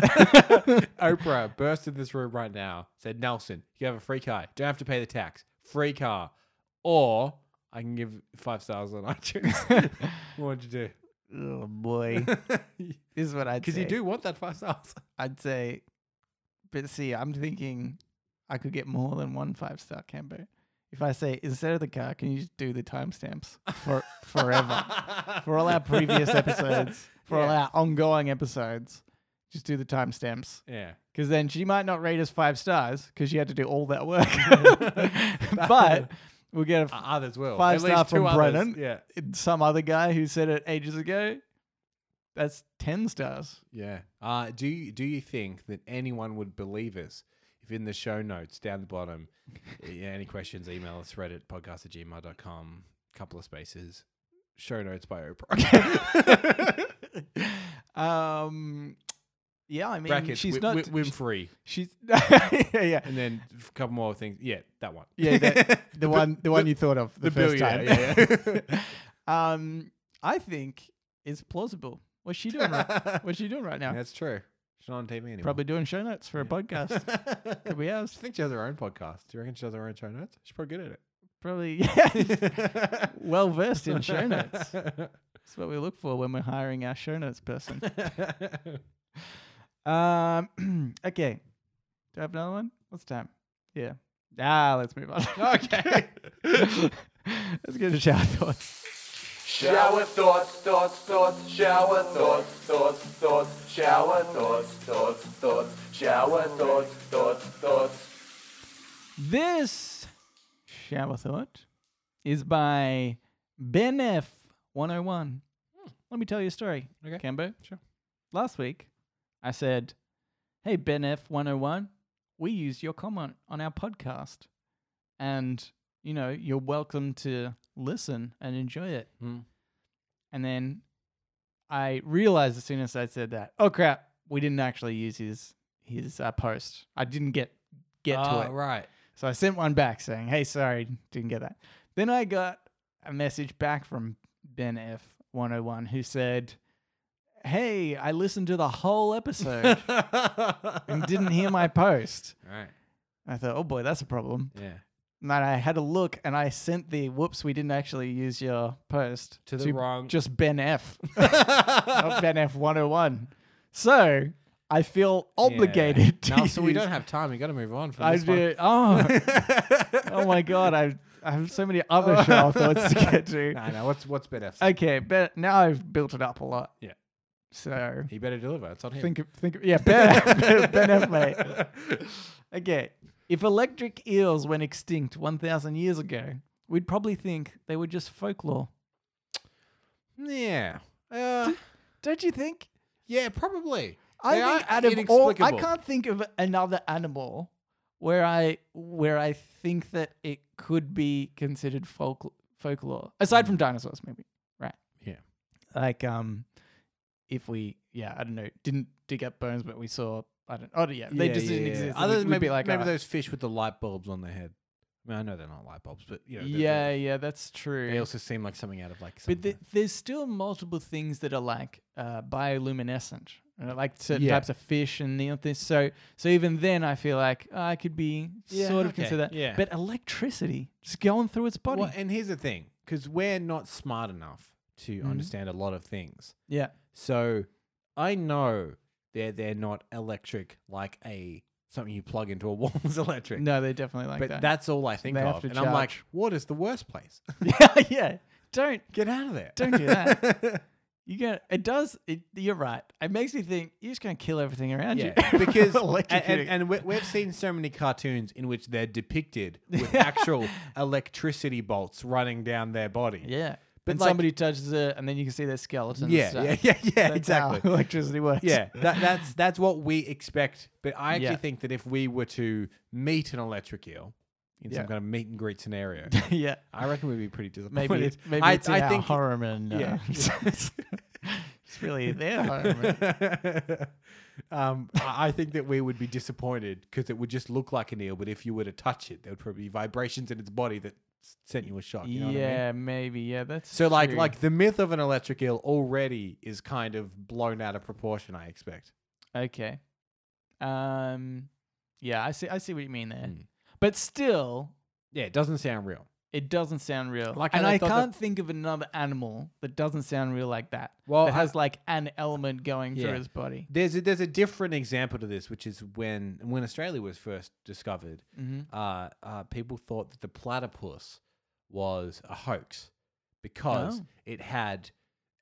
Speaker 2: Oprah burst in this room right now, said, Nelson, you have a free car. Don't have to pay the tax. Free car. Or I can give five stars on iTunes. what would you
Speaker 1: oh boy,
Speaker 2: do?
Speaker 1: this is what I'd
Speaker 2: Because you
Speaker 1: say.
Speaker 2: do want that five stars.
Speaker 1: I'd say, but see, I'm thinking I could get more than one five star camper. If I say instead of the car, can you just do the timestamps for forever for all our previous episodes, for all
Speaker 2: Yeah.
Speaker 1: our ongoing episodes? Just do the timestamps
Speaker 2: Yeah.
Speaker 1: because then she might not rate us five stars because she had to do all that work. but we'll get a
Speaker 2: Uh,
Speaker 1: f-
Speaker 2: others will.
Speaker 1: Five
Speaker 2: At least
Speaker 1: star from
Speaker 2: two others.
Speaker 1: Brennan.
Speaker 2: Yeah.
Speaker 1: some other guy who said it ages ago. That's ten stars.
Speaker 2: Yeah. Uh, do you, do you think that anyone would believe us if in the show notes down the bottom, yeah, any questions, email us, reddit, podcast at gmail.com, couple of spaces, show notes by Oprah.
Speaker 1: Um, yeah, I mean,
Speaker 2: Brackets,
Speaker 1: she's
Speaker 2: she's
Speaker 1: not.
Speaker 2: Winfrey.
Speaker 1: She's yeah, yeah,
Speaker 2: And then a couple more things. Yeah, that one.
Speaker 1: yeah. The, the one, the one
Speaker 2: the-
Speaker 1: you thought of the,
Speaker 2: the
Speaker 1: first
Speaker 2: bill,
Speaker 1: time.
Speaker 2: yeah,
Speaker 1: um, I think it's plausible. What's she doing? Right, what's she doing right now?
Speaker 2: That's true. She's not on TV anymore.
Speaker 1: Probably doing show notes for a podcast. Could
Speaker 2: I
Speaker 1: be ours.
Speaker 2: think she has her own podcast. Do you reckon she has her own show notes? She's probably good at it.
Speaker 1: Probably yeah. well versed in show notes. That's what we look for when we're hiring our show notes person. Um, okay. Do I have another one? What's the time? Yeah. Ah, let's move on.
Speaker 2: Okay.
Speaker 1: let's get to shower thoughts.
Speaker 4: Shower thoughts, thoughts, thoughts, shower thoughts, thoughts, thoughts, shower thoughts, thoughts, thoughts, shower thoughts, thoughts, thoughts.
Speaker 1: This shower thought is by Ben F 101. Let me tell you a story,
Speaker 2: Okay.
Speaker 1: Cambo.
Speaker 2: Sure.
Speaker 1: Last week, I said, "Hey Ben F 101, we used your comment on our podcast, and you know you're welcome to listen and enjoy it."
Speaker 2: Mm.
Speaker 1: And then I realized as soon as I said that, oh crap, we didn't actually use his his uh, post. I didn't get get to
Speaker 2: Ah,
Speaker 1: it.
Speaker 2: Right.
Speaker 1: So I sent one back saying, "Hey, sorry, didn't get that." Then I got a message back from Ben F 101 who said, "Hey, I listened to the whole episode and didn't hear my post."
Speaker 2: Right.
Speaker 1: I thought, "Oh boy, that's a problem."
Speaker 2: Yeah.
Speaker 1: And then I had a look and I sent the whoops, we didn't actually use your post
Speaker 2: To the wrong-
Speaker 1: just Ben F, not Ben F 101. So I feel obligated to
Speaker 2: Now, so we
Speaker 1: use-
Speaker 2: don't have time. We got to move on from
Speaker 1: I
Speaker 2: this one.
Speaker 1: do. Oh, oh my god, I I have so many other shower thoughts to get to.
Speaker 2: No, no. What's what's better?
Speaker 1: Okay, but now I've built it up a lot.
Speaker 2: Yeah.
Speaker 1: So
Speaker 2: He better deliver. It's on him.
Speaker 1: think of think of yeah, Ben Ben F mate. Okay, if electric eels went extinct one thousand years ago, we'd probably think they were just folklore.
Speaker 2: Yeah. Uh,
Speaker 1: Don't you think?
Speaker 2: yeah. Probably.
Speaker 1: I
Speaker 2: They
Speaker 1: think
Speaker 2: are
Speaker 1: out of all, I
Speaker 2: inexplicable.
Speaker 1: can't think of another animal where I where I think that it could be considered folk folklore aside from dinosaurs, maybe. Right?
Speaker 2: Hmm. Yeah.
Speaker 1: Like um, if we yeah I don't know didn't dig up bones but we saw I don't oh yeah they
Speaker 2: Yeah,
Speaker 1: just
Speaker 2: yeah,
Speaker 1: didn't
Speaker 2: yeah.
Speaker 1: exist.
Speaker 2: Other
Speaker 1: We'd-
Speaker 2: than
Speaker 1: we'd
Speaker 2: maybe
Speaker 1: be
Speaker 2: like maybe
Speaker 1: "Alright."
Speaker 2: those fish with the light bulbs on their head. I mean, I know they're not light bulbs, but you know, they're-
Speaker 1: yeah yeah that's true.
Speaker 2: They also seem like something out of like. Some
Speaker 1: But th- there's still multiple things that are like uh, bioluminescent, uh, like certain
Speaker 2: Yeah.
Speaker 1: types of fish and the other things. So, so even then, I feel like oh, I could be
Speaker 2: Yeah,
Speaker 1: sort of
Speaker 2: okay,
Speaker 1: consider that.
Speaker 2: yeah.
Speaker 1: But electricity just going through its body.
Speaker 2: Well, eh, and here's the thing, because we're not smart enough to
Speaker 1: Mm-hmm.
Speaker 2: understand a lot of things.
Speaker 1: yeah,
Speaker 2: So I know they're they're not electric like a something you plug into a wall is electric.
Speaker 1: no, they're definitely like
Speaker 2: but
Speaker 1: that.
Speaker 2: that's all I think
Speaker 1: They have
Speaker 2: of,
Speaker 1: to
Speaker 2: and I'm like,
Speaker 1: charge.
Speaker 2: water's the worst place.
Speaker 1: yeah, yeah. Don't
Speaker 2: Get out of there.
Speaker 1: don't do that. you get it does. It, you're right. It makes me think you're just gonna kill everything around
Speaker 2: Yeah,
Speaker 1: you
Speaker 2: because and,
Speaker 1: Electrocuting.
Speaker 2: and, and we, we've seen so many cartoons in which they're depicted with actual electricity bolts running down their body.
Speaker 1: yeah. But
Speaker 2: But
Speaker 1: and
Speaker 2: like-
Speaker 1: somebody touches it, and then you can see their skeleton. and
Speaker 2: yeah,
Speaker 1: stuff.
Speaker 2: yeah, yeah, yeah,
Speaker 1: That's how
Speaker 2: exactly.
Speaker 1: electricity works.
Speaker 2: Yeah, that, that's that's what we expect. But I actually
Speaker 1: Yeah.
Speaker 2: think that if we were to meet an electric eel, in
Speaker 1: Yeah.
Speaker 2: some kind of meet and greet scenario,
Speaker 1: yeah.
Speaker 2: I reckon we'd be pretty disappointed.
Speaker 1: Maybe, maybe
Speaker 2: I,
Speaker 1: it's in
Speaker 2: I
Speaker 1: our
Speaker 2: think
Speaker 1: harem and uh,
Speaker 2: yeah.
Speaker 1: it's really their harem. and-
Speaker 2: um, I I think that we would be disappointed because it would just look like an eel, but if you were to touch it, there would probably be vibrations in its body that s- sent you a shock. You know What I mean?
Speaker 1: yeah, maybe. Yeah, that's
Speaker 2: So like
Speaker 1: true.
Speaker 2: like the myth of an electric eel already is kind of blown out of proportion. I expect.
Speaker 1: okay, um, yeah, I see. I see what you mean there, but still,
Speaker 2: Yeah, it doesn't sound real.
Speaker 1: it doesn't sound real.
Speaker 2: Like,
Speaker 1: and
Speaker 2: and I
Speaker 1: I
Speaker 2: thought that-
Speaker 1: can't think of another animal that doesn't sound real like that.
Speaker 2: Well,
Speaker 1: that
Speaker 2: I-
Speaker 1: has like an element going
Speaker 2: Yeah.
Speaker 1: through his body.
Speaker 2: There's a, there's a different example to this, which is when when Australia was first discovered,
Speaker 1: Mm-hmm.
Speaker 2: uh, uh, people thought that the platypus was a hoax because
Speaker 1: Oh.
Speaker 2: it had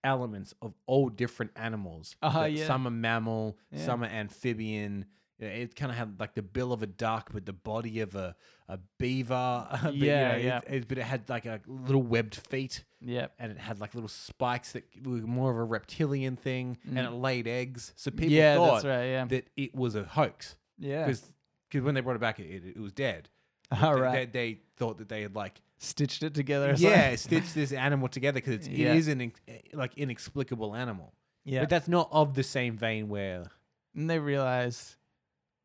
Speaker 2: elements of all different animals.
Speaker 1: Ah,
Speaker 2: that
Speaker 1: yeah.
Speaker 2: Some are mammal,
Speaker 1: Yeah.
Speaker 2: some are amphibian. you know, It kind of had like the bill of a duck with the body of a, a beaver. but, you
Speaker 1: Yeah,
Speaker 2: know,
Speaker 1: yeah.
Speaker 2: It, it- but it had like a little webbed feet
Speaker 1: Yep.
Speaker 2: and it had like little spikes that were more of a reptilian thing, and it laid eggs. So people
Speaker 1: Mm. Yeah,
Speaker 2: thought
Speaker 1: that's right. Yeah.
Speaker 2: that it was a hoax
Speaker 1: yeah.
Speaker 2: because when they brought it back, it, it was dead.
Speaker 1: All
Speaker 2: They-
Speaker 1: right.
Speaker 2: They, they thought that they had like
Speaker 1: Stitched it together. or
Speaker 2: yeah
Speaker 1: something.
Speaker 2: stitched this animal together because it's
Speaker 1: Yeah.
Speaker 2: it is an in- like inexplicable animal.
Speaker 1: Yeah.
Speaker 2: But that's not of the same vein where
Speaker 1: and they realize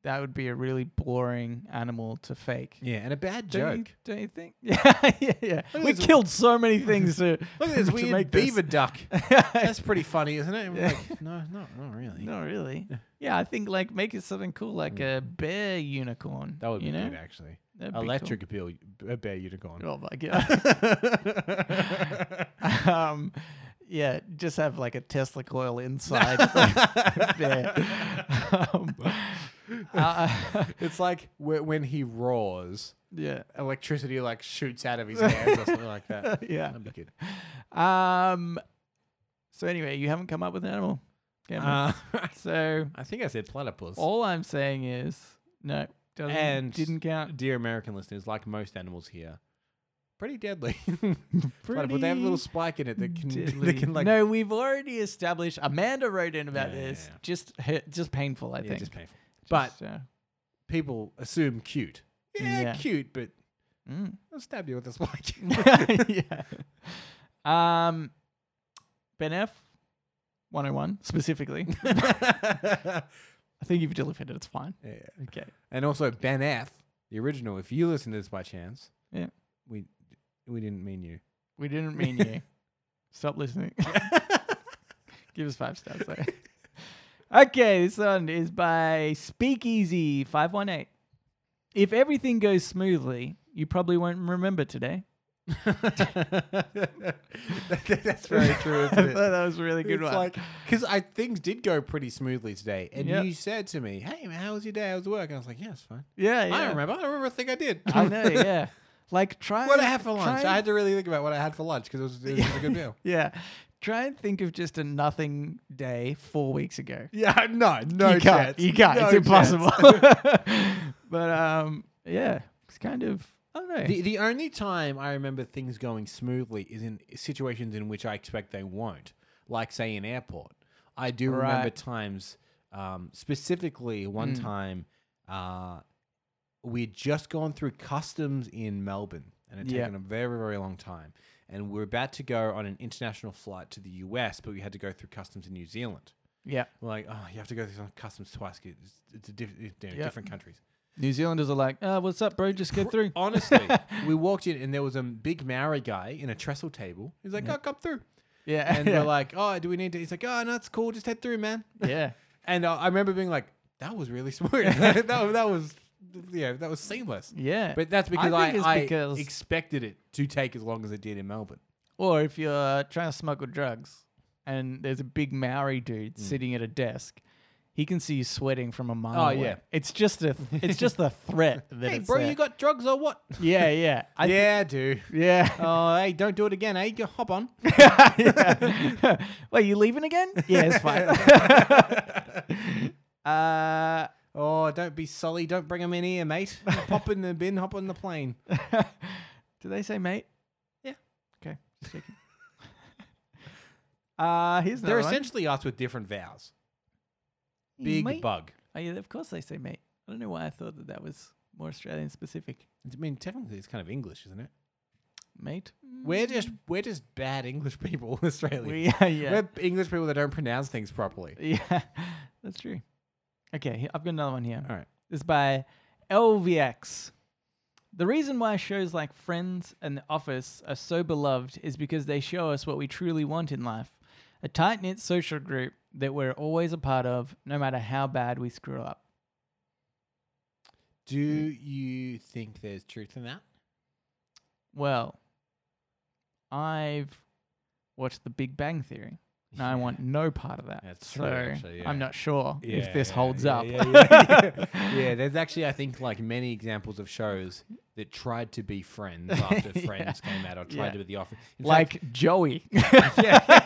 Speaker 1: that would be a really boring animal to fake.
Speaker 2: yeah, and a bad
Speaker 1: Don't you,
Speaker 2: joke.
Speaker 1: don't you think? Yeah, yeah, yeah.
Speaker 2: at
Speaker 1: We
Speaker 2: this-
Speaker 1: killed so many things to
Speaker 2: Look at this
Speaker 1: to
Speaker 2: weird
Speaker 1: make this.
Speaker 2: beaver duck. That's pretty funny, isn't it? And we're
Speaker 1: Yeah.
Speaker 2: Like, no, no, not really.
Speaker 1: Not really. Yeah, I think like make it something cool, like a bear unicorn.
Speaker 2: Mm. That would be
Speaker 1: you know?
Speaker 2: good actually.
Speaker 1: That'd be cool.
Speaker 2: Electric bill, bear unicorn.
Speaker 1: Oh my god. um, yeah, just have like a Tesla coil inside there. Um, uh,
Speaker 2: It's like wh- when he roars,
Speaker 1: yeah,
Speaker 2: electricity like shoots out of his hands or something like that.
Speaker 1: yeah.
Speaker 2: That'd be good.
Speaker 1: Um. So anyway, you haven't come up with an animal. Cameron.
Speaker 2: Uh,
Speaker 1: so
Speaker 2: I think I said platypus.
Speaker 1: all I'm saying is no, doesn't
Speaker 2: And-
Speaker 1: didn't count.
Speaker 2: Dear American listeners, like most animals here, pretty deadly.
Speaker 1: Pretty
Speaker 2: platypus, they have a little spike in it that can,
Speaker 1: diddly.
Speaker 2: that can like
Speaker 1: no, we've already established. Amanda wrote in about
Speaker 2: Yeah, yeah,
Speaker 1: this.
Speaker 2: yeah.
Speaker 1: Just hurt, just painful, I
Speaker 2: yeah,
Speaker 1: think.
Speaker 2: just painful. But
Speaker 1: Just, uh,
Speaker 2: people assume cute. Yeah,
Speaker 1: Yeah.
Speaker 2: cute, but
Speaker 1: mm.
Speaker 2: I'll stab you with a spike.
Speaker 1: yeah. Um, Ben F, 101 specifically. I think you've delivered it. It's fine.
Speaker 2: yeah.
Speaker 1: Okay.
Speaker 2: And also Ben F, the original. If you listen to this by chance,
Speaker 1: Yeah.
Speaker 2: we we didn't mean you.
Speaker 1: We didn't mean you. Stop listening. Give us five stars. Sorry. Okay, this one is by Speakeasy five one eight. If everything goes smoothly, you probably won't remember today.
Speaker 2: That's very true.
Speaker 1: I
Speaker 2: Isn't
Speaker 1: thought
Speaker 2: it?
Speaker 1: that was a really good
Speaker 2: it's
Speaker 1: one.
Speaker 2: like because I things did go pretty smoothly today, and
Speaker 1: Yep.
Speaker 2: you said to me, "Hey, man, how was your day? How was work?" And I was like, "Yeah, it's fine.
Speaker 1: yeah, yeah.
Speaker 2: I don't remember. I don't remember a thing I did.
Speaker 1: I know, yeah. Like try
Speaker 2: what I had for lunch.
Speaker 1: try
Speaker 2: I
Speaker 1: and-
Speaker 2: had to really think about what I had for lunch because it was, it was a good meal.
Speaker 1: Yeah. Try and think of just a nothing day four weeks ago.
Speaker 2: Yeah, no, no
Speaker 1: you can't. You can't. it's impossible. but um, yeah, it's kind of I don't know.
Speaker 2: The, the only time I remember things going smoothly is in situations in which I expect they won't, like, say, an airport. I do remember
Speaker 1: Right. Hmm.
Speaker 2: times, um, specifically one time, uh, we'd just gone through customs in Melbourne and it had
Speaker 1: Yeah.
Speaker 2: taken a very, very long time. And we were about to go on an international flight to the US, but we had to go through customs in New Zealand.
Speaker 1: yeah,
Speaker 2: We're like, oh, you have to go through some customs twice 'cause it's, it's a diff- it's, you know,
Speaker 1: Yeah.
Speaker 2: different countries.
Speaker 1: New Zealanders are like, uh, what's up, bro? Just get through.
Speaker 2: Honestly, we walked in and there was a big Maori guy in a trestle table. He's like, "Oh, come through,"
Speaker 1: Yeah,
Speaker 2: and
Speaker 1: yeah.
Speaker 2: we're like, "Oh, do we need to?" He's like, "Oh, no, it's cool. Just head through, man."
Speaker 1: yeah,
Speaker 2: And uh, I remember being like, "That was really smooth. that, that was, yeah, that was seamless."
Speaker 1: yeah.
Speaker 2: But that's because I,
Speaker 1: think it's
Speaker 2: I
Speaker 1: because,
Speaker 2: expected it to take as long as it did in Melbourne.
Speaker 1: or if you're trying to smuggle drugs and there's a big Maori dude sitting at a desk. He can see you sweating from a mile
Speaker 2: Oh,
Speaker 1: away.
Speaker 2: yeah.
Speaker 1: It's just a, it's just a threat. That
Speaker 2: hey,
Speaker 1: it's
Speaker 2: bro,
Speaker 1: there.
Speaker 2: you got drugs or what?
Speaker 1: Yeah, yeah, I thi-
Speaker 2: yeah, dude.
Speaker 1: yeah.
Speaker 2: Oh, hey, don't do it again.
Speaker 1: eh?
Speaker 2: Hey, go hop on.
Speaker 1: yeah. Wait, you leaving again? Yeah, it's fine. uh,
Speaker 2: Oh, don't be sully. Don't bring him in here, mate. hop in the bin. Hop on the plane.
Speaker 1: do they say mate?
Speaker 2: Yeah.
Speaker 1: Okay. just checking. uh, here's another
Speaker 2: They're
Speaker 1: one.
Speaker 2: essentially us with different vowels. Big
Speaker 1: mate.
Speaker 2: bug.
Speaker 1: Oh, yeah, of course they say mate. I don't know why I thought that that was more Australian specific,
Speaker 2: I mean, technically, it's kind of English, isn't it?
Speaker 1: mate.
Speaker 2: We're just we're just bad English people in Australia.
Speaker 1: Mm. We, yeah, yeah,
Speaker 2: We're English people that don't pronounce things properly.
Speaker 1: yeah. That's true. Okay, he- I've got another one here.
Speaker 2: All right.
Speaker 1: This is by LVX. The reason why shows like Friends and The Office are so beloved is because they show us what we truly want in life a tight knit social group that we're always a part of, no matter how bad we screw up.
Speaker 2: Do you think there's truth in that?
Speaker 1: Well, I've watched The Big Bang Theory. And I want no part of that.
Speaker 2: That's
Speaker 1: so
Speaker 2: true, actually,
Speaker 1: I'm
Speaker 2: yeah.
Speaker 1: not sure if this
Speaker 2: Yeah,
Speaker 1: holds
Speaker 2: yeah,
Speaker 1: up.
Speaker 2: Yeah, yeah, yeah. Yeah, there's actually I think like many examples of shows that tried to be friends after
Speaker 1: Yeah.
Speaker 2: Friends came out or tried
Speaker 1: Yeah.
Speaker 2: to be the office. In fact,
Speaker 1: like Joey.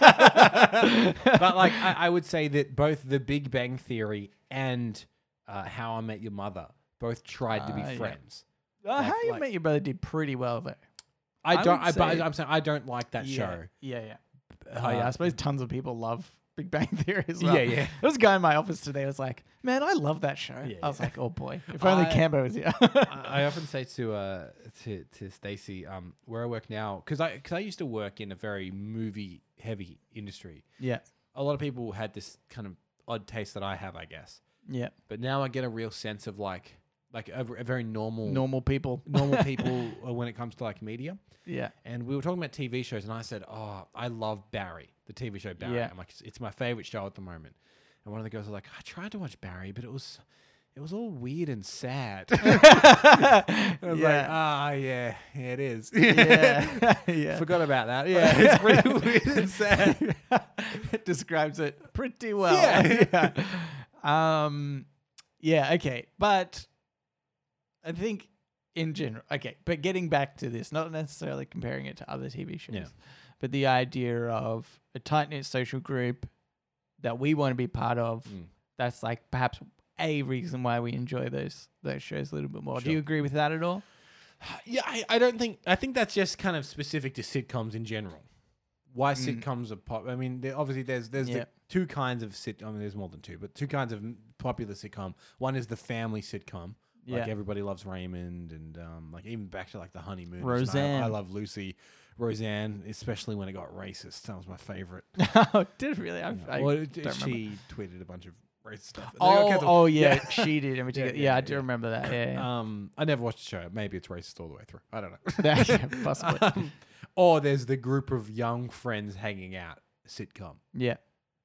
Speaker 2: yeah. but like I, I would say that both the Big Bang Theory and uh, How I Met Your Mother both tried to be
Speaker 1: Ah, yeah.
Speaker 2: friends.
Speaker 1: Uh, How You
Speaker 2: like-
Speaker 1: Met Your Brother did pretty well though.
Speaker 2: I
Speaker 1: I
Speaker 2: don't.
Speaker 1: would
Speaker 2: I, but
Speaker 1: say-
Speaker 2: I'm saying I don't like that
Speaker 1: yeah.
Speaker 2: show. uh,
Speaker 1: Yeah, yeah. Oh yeah, I suppose tons of people love Big Bang Theory as
Speaker 2: Yeah,
Speaker 1: well.
Speaker 2: yeah.
Speaker 1: There was a guy in my office today who was like, "Man, I love that show." I was like, "Oh boy, if only
Speaker 2: I-
Speaker 1: Cambo was here."
Speaker 2: I I often say to uh, to to Stacy, um, where I work now, because I because I used to work in a very movie heavy industry.
Speaker 1: yeah,
Speaker 2: A lot of people had this kind of odd taste that I have, I guess.
Speaker 1: yeah.
Speaker 2: But now I get a real sense of like like a, a very normal
Speaker 1: Normal people.
Speaker 2: normal people uh, when it comes to like media.
Speaker 1: Yeah,
Speaker 2: And we were talking about TV shows, and I said, "Oh, I love Barry, the TV show Barry."
Speaker 1: Yeah.
Speaker 2: I'm like, "It's- "It's my favorite show at the moment." And one of the girls was like, "I tried to watch Barry, but it was, it was all weird and sad." I was like,
Speaker 1: Yeah.
Speaker 2: "Ah, yeah, yeah, it is."
Speaker 1: yeah, yeah.
Speaker 2: Forgot about that. Yeah, it's pretty weird and sad.
Speaker 1: it describes it pretty well.
Speaker 2: Yeah.
Speaker 1: yeah. Um, yeah. Okay, but I think in general, okay. But getting back to this, not necessarily comparing it to other TV shows,
Speaker 2: Yeah.
Speaker 1: but the idea of a tight knit social group that we want to be part of.
Speaker 2: Mm.
Speaker 1: That's like perhaps a reason why we enjoy those those shows a little bit more. Do
Speaker 2: Sure.
Speaker 1: you agree with that at all?
Speaker 2: Yeah, I, I don't think I think that's just kind of specific to sitcoms in general. Why sitcoms are pop? I mean, there, obviously there's there's
Speaker 1: Mm. Yeah.
Speaker 2: the two kinds of sit. I mean, there's more than two, but two kinds of m- popular sitcom. One is the family sitcom,
Speaker 1: Yeah.
Speaker 2: like everybody loves Raymond, and um, like even back to like the honeymoon.
Speaker 1: Roseanne.
Speaker 2: I, love Lucy, Roseanne, especially when it got racist. That was my favorite.
Speaker 1: oh, did really? I, I
Speaker 2: well, it-
Speaker 1: don't
Speaker 2: it-
Speaker 1: remember.
Speaker 2: she tweeted a bunch of racist stuff. and they got
Speaker 1: Oh,
Speaker 2: cancelled.
Speaker 1: oh yeah, she did in particular. Yeah, Uh.
Speaker 2: yeah,
Speaker 1: I
Speaker 2: yeah,
Speaker 1: do
Speaker 2: yeah.
Speaker 1: remember that. Yeah, yeah.
Speaker 2: Um, I never watched the show. Maybe it's racist all the way through. I don't know.
Speaker 1: Yeah, possibly.
Speaker 2: Um, or there's the group of young friends hanging out sitcom.
Speaker 1: yeah,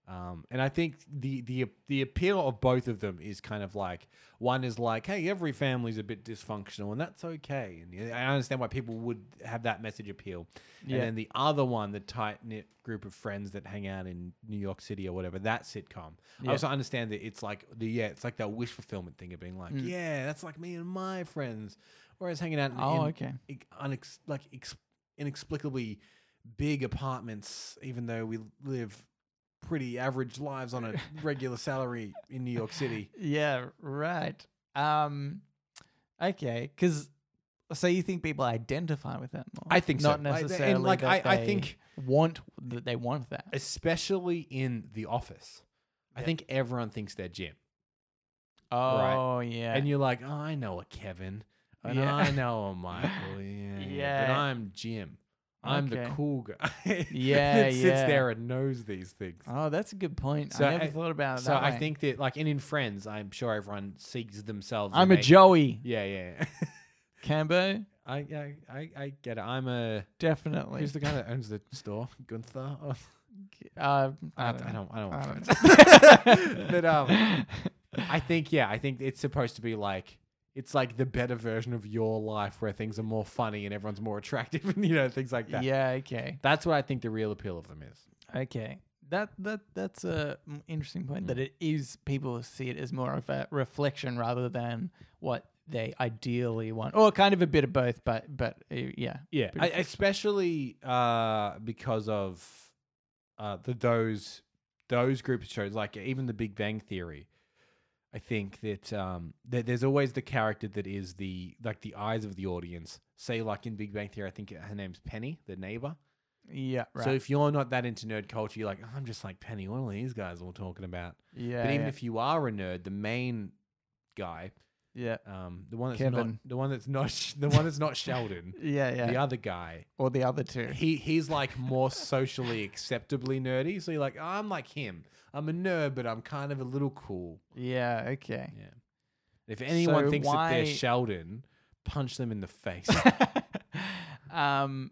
Speaker 2: Um, and I think the the the appeal of both of them is kind of like one is like, hey, every family's a bit dysfunctional, and that's okay. And yeah, I understand why people would have that message appeal.
Speaker 1: Yeah.
Speaker 2: And then the other one, the tight knit group of friends that hang out in New York City or whatever, that sitcom.
Speaker 1: Yeah.
Speaker 2: I also understand that it's like the yeah, it's like that wish fulfillment thing of being like,
Speaker 1: Mm.
Speaker 2: yeah, that's like me and my friends. Whereas hanging out in,
Speaker 1: Oh,
Speaker 2: in
Speaker 1: okay.
Speaker 2: ex- unex- like ex- inexplicably big apartments, even though we live pretty average lives on a regular salary in New York City.
Speaker 1: yeah. Right. Um, okay, because so you think people identify with that more?
Speaker 2: I think so.
Speaker 1: not
Speaker 2: I- and,
Speaker 1: necessarily.
Speaker 2: like,
Speaker 1: that
Speaker 2: I- I
Speaker 1: they
Speaker 2: think-
Speaker 1: want that they want that.
Speaker 2: Especially in the office. I think everyone thinks they're Jim. right.
Speaker 1: Oh yeah,
Speaker 2: And you're like, oh, I know a Kevin. And
Speaker 1: Yeah.
Speaker 2: I know a Michael. Yeah. yeah, But
Speaker 1: Yeah.
Speaker 2: I'm Jim. I'm
Speaker 1: Okay.
Speaker 2: the cool guy.
Speaker 1: Yeah,
Speaker 2: that sits
Speaker 1: yeah.
Speaker 2: there and knows these things.
Speaker 1: oh, that's a good point.
Speaker 2: So
Speaker 1: I never
Speaker 2: I-
Speaker 1: thought about it.
Speaker 2: so
Speaker 1: that
Speaker 2: I
Speaker 1: way.
Speaker 2: think that, like, and in Friends, I'm sure everyone sees themselves.
Speaker 1: I'm
Speaker 2: in
Speaker 1: a Joey
Speaker 2: Yeah, yeah. yeah.
Speaker 1: Cambo.
Speaker 2: I, I, I, I get it. I'm a.
Speaker 1: Definitely.
Speaker 2: Who's the guy that owns the store? Gunther? Oh,
Speaker 1: Uh,
Speaker 2: I, don't, I don't. I don't.
Speaker 1: I
Speaker 2: want
Speaker 1: don't
Speaker 2: to but um, I think yeah. I think it's supposed to be like it's like the better version of your life where things are more funny and everyone's more attractive and you know things like that.
Speaker 1: yeah. Okay.
Speaker 2: That's what I think the real appeal of them is.
Speaker 1: Okay. That that that's a mm, interesting point. That it is people see it as more of a reflection rather than what they ideally want, or kind of a bit of both. But but uh, yeah,
Speaker 2: Yeah,
Speaker 1: Pretty
Speaker 2: I, especially uh, because of uh, the those those group of shows, like even The Big Bang Theory. I think that um, that there's always the character that is the like the eyes of the audience. Say like in Big Bang Theory, I think her name's Penny, the neighbor.
Speaker 1: yeah, right.
Speaker 2: So if you're not that into nerd culture, you're like, "Oh, I'm just like Penny. What are these guys all talking about?
Speaker 1: yeah,
Speaker 2: but even
Speaker 1: yeah.
Speaker 2: if you are a nerd, the main guy
Speaker 1: Yeah.
Speaker 2: Um, the one that's not
Speaker 1: Kevin.
Speaker 2: the one that's not Sh- the one that's not Sheldon.
Speaker 1: Yeah, yeah.
Speaker 2: The other guy.
Speaker 1: or the other two.
Speaker 2: He he's like more socially acceptably nerdy. So you're like, oh, I'm like him. I'm a nerd, but I'm kind of a little cool.
Speaker 1: Yeah, okay.
Speaker 2: Yeah. If anyone
Speaker 1: So
Speaker 2: thinks that
Speaker 1: why-
Speaker 2: they're Sheldon, punch them in the face.
Speaker 1: um,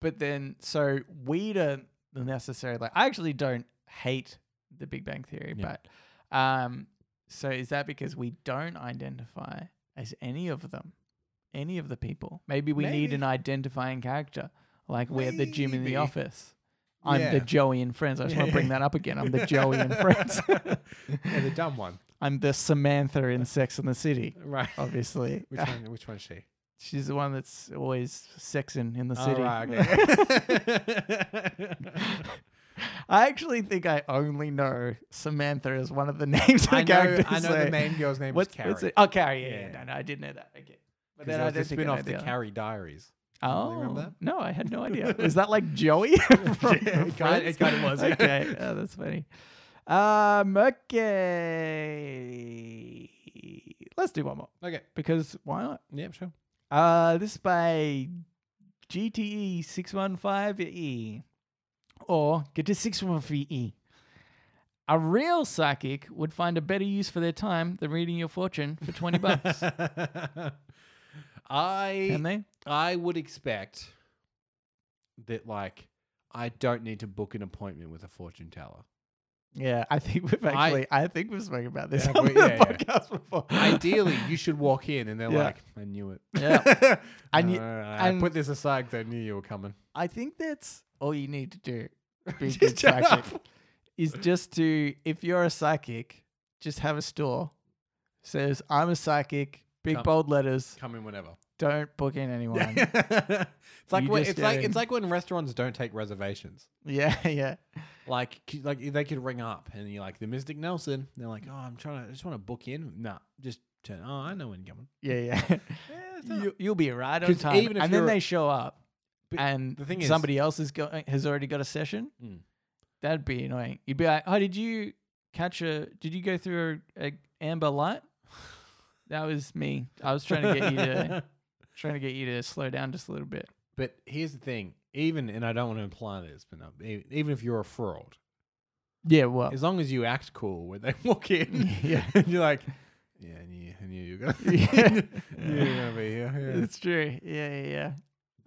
Speaker 1: but then so we don't necessarily like. I actually don't hate the Big Bang Theory,
Speaker 2: Yeah.
Speaker 1: but um, so is that because we don't identify as any of them, any of the people? Maybe we need
Speaker 2: Maybe.
Speaker 1: an identifying character, like we're the Jim in the
Speaker 2: Maybe.
Speaker 1: office. I'm
Speaker 2: Yeah.
Speaker 1: the Joey in Friends. I just want to bring that up again. I'm the Joey in Friends.
Speaker 2: yeah, the dumb one.
Speaker 1: I'm the Samantha in Sex and the City.
Speaker 2: Right.
Speaker 1: Obviously,
Speaker 2: Which one? Which one's she?
Speaker 1: she's the one that's always sexing in the
Speaker 2: Oh,
Speaker 1: city.
Speaker 2: right, okay.
Speaker 1: I actually think I only know Samantha as one of the names of
Speaker 2: I
Speaker 1: the
Speaker 2: know,
Speaker 1: characters.
Speaker 2: I know
Speaker 1: so-
Speaker 2: the main girl's name
Speaker 1: What's,
Speaker 2: is Carrie.
Speaker 1: what's it? Oh, Carrie. Yeah, yeah, no,
Speaker 2: Yeah.
Speaker 1: no, I did know that. Okay. But
Speaker 2: Because
Speaker 1: then I
Speaker 2: there was
Speaker 1: don't think I
Speaker 2: a spin
Speaker 1: know
Speaker 2: off,
Speaker 1: the
Speaker 2: The
Speaker 1: other-
Speaker 2: Carrie Diaries.
Speaker 1: Oh,
Speaker 2: you remember that?
Speaker 1: no, I had no idea. Was that like Joey? from
Speaker 2: it kinda- it
Speaker 1: Friends?
Speaker 2: kinda was, yeah.
Speaker 1: Okay, oh, that's funny. Um, okay, let's do one more
Speaker 2: Okay.
Speaker 1: because why not?
Speaker 2: Yeah, sure.
Speaker 1: Uh, this is by GTE six one five E, or get to six one three E. A real psychic would find a better use for their time than reading your fortune for twenty bucks. Can
Speaker 2: I
Speaker 1: they?
Speaker 2: I would expect that like I don't need to book an appointment with a fortune teller.
Speaker 1: Yeah, I think we've
Speaker 2: I-
Speaker 1: actually, I, think we've spoken about this
Speaker 2: Yeah,
Speaker 1: on
Speaker 2: we-
Speaker 1: the
Speaker 2: yeah, yeah.
Speaker 1: podcast before.
Speaker 2: Ideally, you should walk in and they're
Speaker 1: Yeah.
Speaker 2: like, "I knew it."
Speaker 1: Yeah. I
Speaker 2: I
Speaker 1: knew-
Speaker 2: knew. I
Speaker 1: and-
Speaker 2: put this aside because I knew you were coming.
Speaker 1: I think that's all you need to do. to Be a
Speaker 2: Just
Speaker 1: good
Speaker 2: shut
Speaker 1: psychic
Speaker 2: up.
Speaker 1: is just to if you're a psychic, just have a store says I'm a psychic. Big
Speaker 2: Come-
Speaker 1: bold letters.
Speaker 2: Come in whenever.
Speaker 1: Don't book in anyone. yeah,
Speaker 2: it's like
Speaker 1: You
Speaker 2: when,
Speaker 1: just
Speaker 2: it's like
Speaker 1: get in.
Speaker 2: it's like when restaurants don't take reservations.
Speaker 1: yeah, yeah.
Speaker 2: Like c- like they could ring up and you're like the Mystic Nelson. They're like, oh, I'm trying to, I just want to book in. Nah, just turn. Oh, I know when you're coming.
Speaker 1: yeah. you, you'll be right on
Speaker 2: 'Cause
Speaker 1: time.
Speaker 2: even if
Speaker 1: and then
Speaker 2: you're-
Speaker 1: they show up,
Speaker 2: But
Speaker 1: and
Speaker 2: the thing is-
Speaker 1: somebody else is go- uh, has already got a session.
Speaker 2: Mm.
Speaker 1: That'd be annoying. You'd be like, "Oh, did you catch a? Did you go through a, a amber light?" That was me. I was trying to get you to trying to get you to slow down just a little bit.
Speaker 2: But here's the thing. Even and I don't want to imply this, but no, e- even if you're a fraud,
Speaker 1: Yeah, well,
Speaker 2: as long as you act cool when they walk in,
Speaker 1: Yeah.
Speaker 2: and you're like, yeah, I knew, I knew you were gonna,
Speaker 1: Yeah.
Speaker 2: knew you were gonna be here. yeah."
Speaker 1: it's true. Yeah, yeah,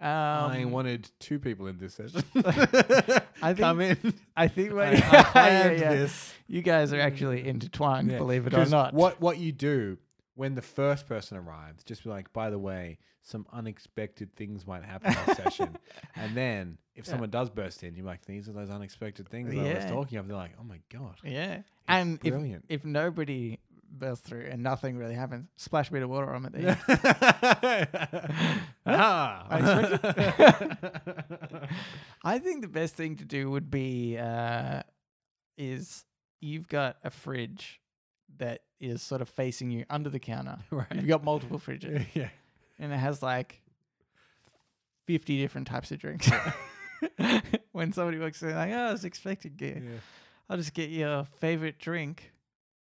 Speaker 1: yeah. Um,
Speaker 2: I wanted two people in this session.
Speaker 1: I
Speaker 2: Come in.
Speaker 1: I think
Speaker 2: I,
Speaker 1: what,
Speaker 2: I
Speaker 1: Yeah,
Speaker 2: planned
Speaker 1: yeah.
Speaker 2: this.
Speaker 1: You guys are actually intertwined,
Speaker 2: Yeah,
Speaker 1: believe it or
Speaker 2: 'cause
Speaker 1: not.
Speaker 2: What what you do when the first person arrives, just be like, by the way, some unexpected things might happen in this session. And then if someone does burst in, you're like, these are those unexpected things that I was
Speaker 1: Yeah.
Speaker 2: talking of. They're like, oh my God.
Speaker 1: Yeah. And if,
Speaker 2: brilliant.
Speaker 1: if nobody bursts through and nothing really happens, splash a bit of water on it. There.
Speaker 2: ah.
Speaker 1: I think the best thing to do would be uh, is you've got a fridge that is sort of facing you under the counter. You've
Speaker 2: Right.
Speaker 1: got multiple fridges
Speaker 2: yeah.
Speaker 1: and it has like 50 different types of drinks. when somebody walks in, like, oh, I was expecting you.
Speaker 2: yeah.
Speaker 1: I'll just get your favorite drink.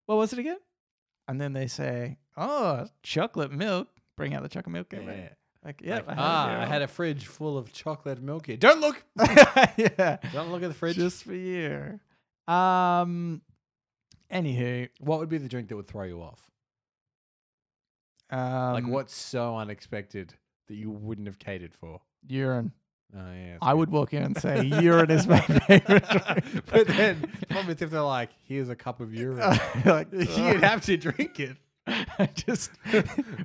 Speaker 1: What was it again? And then they say, "Oh, chocolate milk." Bring out the chocolate milk.
Speaker 2: Yeah.
Speaker 1: everybody. Like, yeah,
Speaker 2: Like, ah, I had
Speaker 1: it.
Speaker 2: a fridge full of chocolate milk here. Don't look.
Speaker 1: here. yeah,
Speaker 2: Don't look at the fridge.
Speaker 1: just for you. Um, anywho,
Speaker 2: what would be the drink that would throw you off?
Speaker 1: um,
Speaker 2: like, what's so unexpected that you wouldn't have catered for?
Speaker 1: urine?
Speaker 2: Oh, yeah.
Speaker 1: I would walk in and say, "Urine is my favorite drink."
Speaker 2: but then, the problem is if they're like, here's a cup of
Speaker 1: Uh,
Speaker 2: urine,
Speaker 1: like, uh.
Speaker 2: you'd have to drink it.
Speaker 1: I just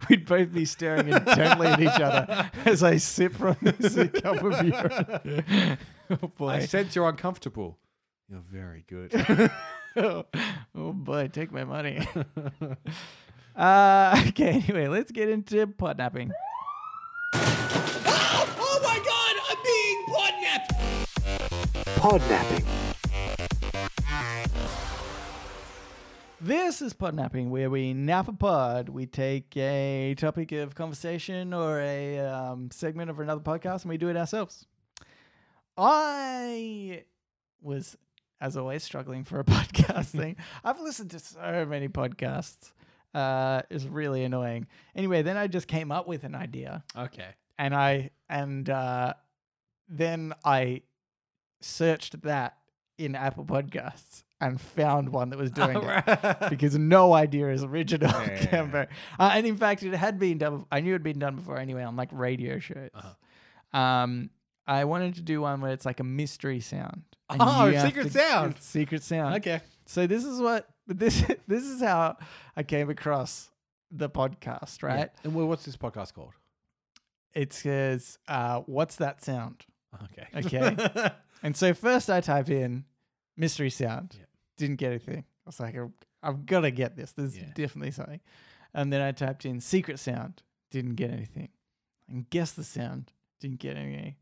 Speaker 1: we'd both be staring intently at each other as I sip from this cup of urine. oh
Speaker 2: I
Speaker 1: boy!
Speaker 2: sense you're uncomfortable. You're very good.
Speaker 1: oh, boy! Take my money. uh, okay. Anyway, let's get into podnapping.
Speaker 2: oh my god, I'm being podnapped!
Speaker 1: This is podnapping, where we nap a pod. We take a topic of conversation or a um, segment of another podcast, and we do it ourselves. I was, as always, struggling for a podcast thing. I've listened to so many podcasts. Uh, is really annoying. Anyway, then I just came up with an idea,
Speaker 2: Okay.
Speaker 1: and I and uh, then I searched that in Apple Podcasts and found one that was
Speaker 2: Oh,
Speaker 1: doing it because no idea is original
Speaker 2: Yeah.
Speaker 1: Cambo. Uh, and in fact, it had been done. I knew it had been done before anyway on like radio shows.
Speaker 2: Uh-huh.
Speaker 1: Um, I wanted to do one where it's like a mystery sound. and
Speaker 2: Oh,
Speaker 1: you have
Speaker 2: secret
Speaker 1: to-
Speaker 2: sound.
Speaker 1: it's Secret sound.
Speaker 2: Okay.
Speaker 1: So this is what this this is how I came across the podcast. Right.
Speaker 2: And well, what's this podcast called?
Speaker 1: It says, uh, "What's that sound?"
Speaker 2: Okay.
Speaker 1: Okay. And so first I type in mystery sound.
Speaker 2: Yeah.
Speaker 1: Didn't get anything. I was like, I've, I've got to get this. There's
Speaker 2: Yeah.
Speaker 1: definitely something. And then I typed in secret sound. Didn't get anything. And guess the sound. Didn't get anything.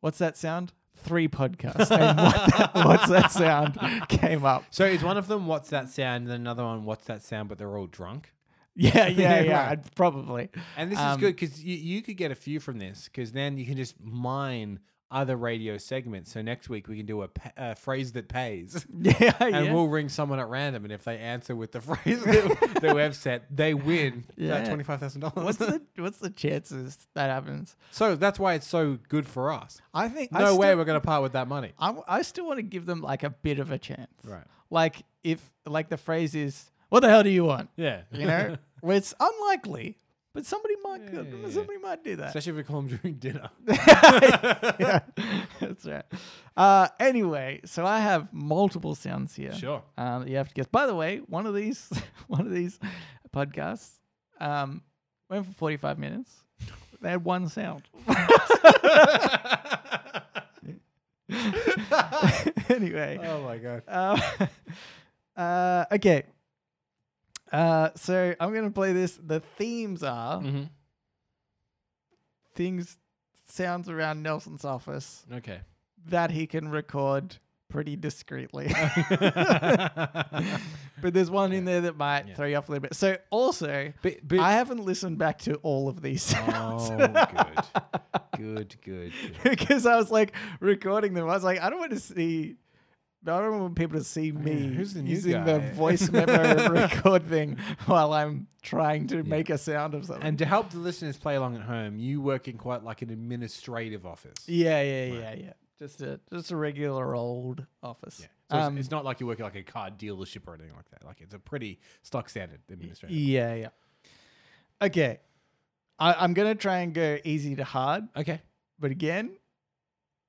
Speaker 1: What's that sound? Three podcasts. and what that, what's that sound came up.
Speaker 2: so is one of them what's that sound, and then another one what's that sound, but they're all drunk.
Speaker 1: Yeah, yeah,
Speaker 2: Yeah,
Speaker 1: yeah.
Speaker 2: right.
Speaker 1: I'd Probably.
Speaker 2: And this is
Speaker 1: Um,
Speaker 2: good because you, you could get a few from this because then you can just mine other radio segments. So next week we can do a, pa- a phrase that pays.
Speaker 1: Yeah,
Speaker 2: And
Speaker 1: yeah.
Speaker 2: we'll ring someone at random, and if they answer with the phrase that, that we've set, they win
Speaker 1: Yeah.
Speaker 2: that twenty five thousand
Speaker 1: what's
Speaker 2: dollars.
Speaker 1: the what's the chances that happens?
Speaker 2: So that's why it's so good for us.
Speaker 1: I think
Speaker 2: No way we're going to part with that money.
Speaker 1: I, w- I still want to give them like a bit of a chance.
Speaker 2: Right.
Speaker 1: Like if like the phrase is, "What the hell do you want?"
Speaker 2: Yeah,
Speaker 1: You know, uh, well, it's unlikely, but somebody might
Speaker 2: Yeah, yeah, yeah.
Speaker 1: somebody might do that.
Speaker 2: especially if we call them during dinner.
Speaker 1: Yeah, that's right. Uh, anyway, so I have multiple sounds here.
Speaker 2: Sure.
Speaker 1: Um, that you have to guess. By the way, one of these one of these podcasts um, went for forty five minutes. They had one sound. anyway.
Speaker 2: Oh my god.
Speaker 1: Um, uh, okay. Uh, so I'm going to play this. The themes are
Speaker 2: Mm.
Speaker 1: things, sounds around Nelson's office
Speaker 2: Okay.
Speaker 1: that he can record pretty discreetly. but there's one in there that might
Speaker 2: Yeah.
Speaker 1: throw you off a little bit. So also,
Speaker 2: But, but
Speaker 1: I haven't listened back to all of these sounds.
Speaker 2: oh, good, good, good. good.
Speaker 1: because I was like recording them. I was like, I don't want to see. I don't want people to see me
Speaker 2: Oh, who's the new
Speaker 1: using
Speaker 2: guy?
Speaker 1: the voice memo record thing while I'm trying to make a sound of something.
Speaker 2: And to help the listeners play along at home, you work in quite like an administrative office.
Speaker 1: yeah, yeah, yeah, yeah. Just a just a regular old office.
Speaker 2: Yeah. So it's-
Speaker 1: Um,
Speaker 2: it's, not like you work at like a car dealership or anything like that. Like it's a pretty stock standard administrative.
Speaker 1: yeah, yeah. Okay, I, I'm gonna try and go easy to hard,
Speaker 2: Okay.
Speaker 1: but again.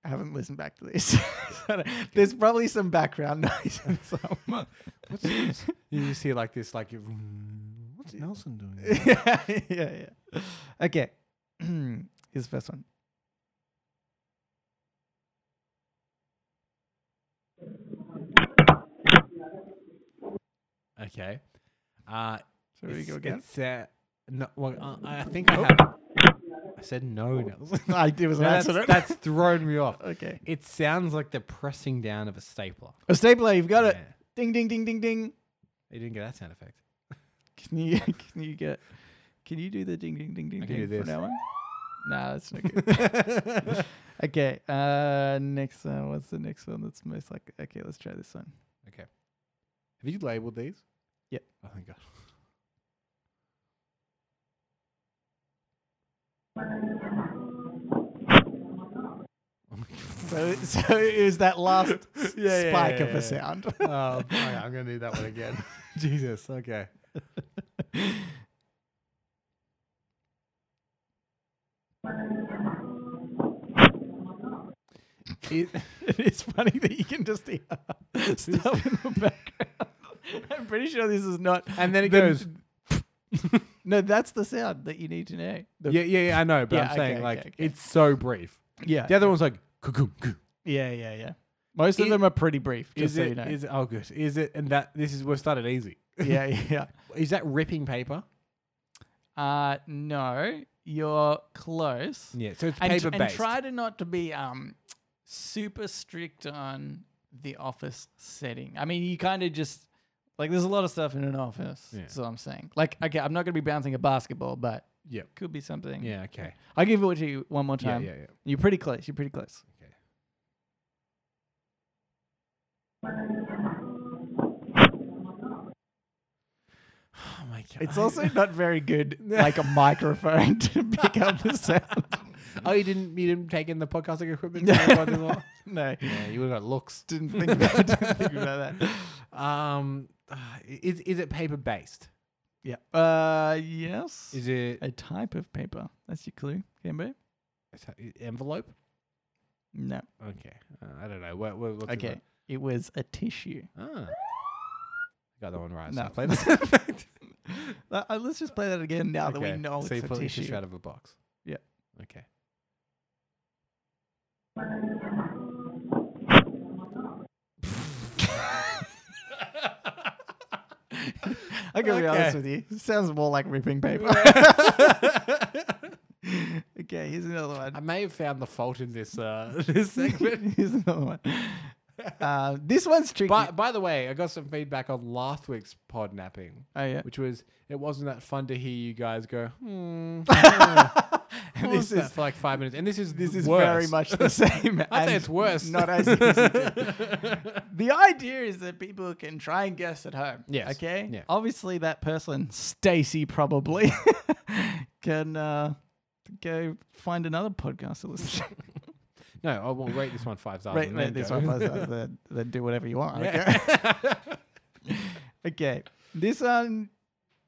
Speaker 1: I haven't listened back to these. So There's probably some background noise in some.
Speaker 2: What's this? you just hear like this, like you- what's Nelson doing?
Speaker 1: yeah, yeah, yeah. Okay. Here's the first one.
Speaker 2: okay. Uh,
Speaker 1: So here we
Speaker 2: it's-
Speaker 1: go again. Oh.
Speaker 2: It's, uh, no, well, uh, I think I have. I said no, Nelson.
Speaker 1: I, it was an
Speaker 2: No, that's,
Speaker 1: accident.
Speaker 2: that's thrown me off.
Speaker 1: okay.
Speaker 2: It sounds like the pressing down of a stapler.
Speaker 1: A stapler, you've got it.
Speaker 2: Yeah.
Speaker 1: Ding, ding, ding, ding, ding.
Speaker 2: You didn't get that sound effect.
Speaker 1: Can you can you get? Can you do the ding, ding, ding, ding,
Speaker 2: can
Speaker 1: ding
Speaker 2: do
Speaker 1: for
Speaker 2: this.
Speaker 1: now on? No, that's not good. okay. Uh, next one. What's the next one that's most like? Okay, let's try this one.
Speaker 2: Okay. Have you labeled these?
Speaker 1: Yep.
Speaker 2: Oh, thank God.
Speaker 1: So, so it was that last s-
Speaker 2: Yeah, yeah,
Speaker 1: spike
Speaker 2: yeah,
Speaker 1: of
Speaker 2: yeah.
Speaker 1: a sound.
Speaker 2: Um, okay, I'm going to do that one again. Jesus. Okay. It,
Speaker 1: It's funny that you can just hear stuff in the background. I'm pretty sure this is not.
Speaker 2: and then it
Speaker 1: the-
Speaker 2: goes.
Speaker 1: No, that's the sound that you need to know. The-
Speaker 2: Yeah, yeah, yeah, I know, but
Speaker 1: Yeah,
Speaker 2: I'm saying
Speaker 1: okay,
Speaker 2: like
Speaker 1: okay, okay.
Speaker 2: it's so brief.
Speaker 1: yeah,
Speaker 2: The other one's like cuckoo, cuckoo.
Speaker 1: yeah, yeah, yeah. Most of
Speaker 2: Is-
Speaker 1: them are pretty brief. Just
Speaker 2: Is
Speaker 1: so
Speaker 2: it?
Speaker 1: you know.
Speaker 2: is it- oh good. Is it? And that this is we started easy.
Speaker 1: yeah, yeah.
Speaker 2: Is that ripping paper?
Speaker 1: Uh, no, you're close.
Speaker 2: Yeah. So it's
Speaker 1: And,
Speaker 2: paper
Speaker 1: tr- and
Speaker 2: based.
Speaker 1: try to not to be um super strict on the office setting. I mean, you kind of just like there's a lot of stuff in an office.
Speaker 2: Yeah.
Speaker 1: That's what I'm saying. Like, okay, I'm not going to be bouncing a basketball, but
Speaker 2: Yep.
Speaker 1: could be something.
Speaker 2: Yeah. Okay.
Speaker 1: I'll give it to you one more
Speaker 2: Yeah.
Speaker 1: time.
Speaker 2: Yeah. Yeah.
Speaker 1: You're pretty close. You're pretty close.
Speaker 2: Okay. Oh my god!
Speaker 1: It's also not very good, like a microphone to pick up the sound.
Speaker 2: oh, you didn't you didn't take in the podcasting equipment. from your brother-in-law?
Speaker 1: no,
Speaker 2: yeah, you would have got looks.
Speaker 1: didn't think about, didn't think about that.
Speaker 2: Um, ah, is is it paper based?
Speaker 1: Yeah. Uh, yes.
Speaker 2: Is it
Speaker 1: a type of paper? That's your clue, Gambo.
Speaker 2: is that- i- envelope?
Speaker 1: No.
Speaker 2: Okay, uh, I don't know. What, what, what's it
Speaker 1: Okay. It was a tissue.
Speaker 2: about? Ah. Got that one right.
Speaker 1: No.
Speaker 2: So I played this.
Speaker 1: Uh, uh, let's just play that again now that we
Speaker 2: Okay,
Speaker 1: know
Speaker 2: so
Speaker 1: it's
Speaker 2: you
Speaker 1: a
Speaker 2: pull the
Speaker 1: tissue.
Speaker 2: out of a box.
Speaker 1: Yeah.
Speaker 2: Okay.
Speaker 1: I gotta be
Speaker 2: Okay.
Speaker 1: honest with you. It sounds more like ripping paper. okay, here's another
Speaker 2: I
Speaker 1: one.
Speaker 2: may have found the fault in this uh, this segment.
Speaker 1: here's another one. Uh, this one's tricky.
Speaker 2: by, by the way, I got some feedback on last week's pod napping,
Speaker 1: oh yeah.
Speaker 2: which was it wasn't that fun to hear you guys go. Hmm. hmm." and
Speaker 1: was
Speaker 2: this
Speaker 1: that?
Speaker 2: is for like five minutes, and this is
Speaker 1: This is
Speaker 2: worse.
Speaker 1: very much the same.
Speaker 2: I'd
Speaker 1: and
Speaker 2: say it's worse.
Speaker 1: Not as easy to- The idea is that people can try and guess at home.
Speaker 2: Yes.
Speaker 1: Okay.
Speaker 2: Yeah.
Speaker 1: Obviously, that person, Stacy, probably can uh, go find another podcast to listen. to.
Speaker 2: No, I will rate this one five stars.
Speaker 1: Right,
Speaker 2: and
Speaker 1: right,
Speaker 2: then
Speaker 1: this
Speaker 2: Oh, go.
Speaker 1: one plus that, then, then do whatever you want. Okay.
Speaker 2: Yeah.
Speaker 1: okay. This one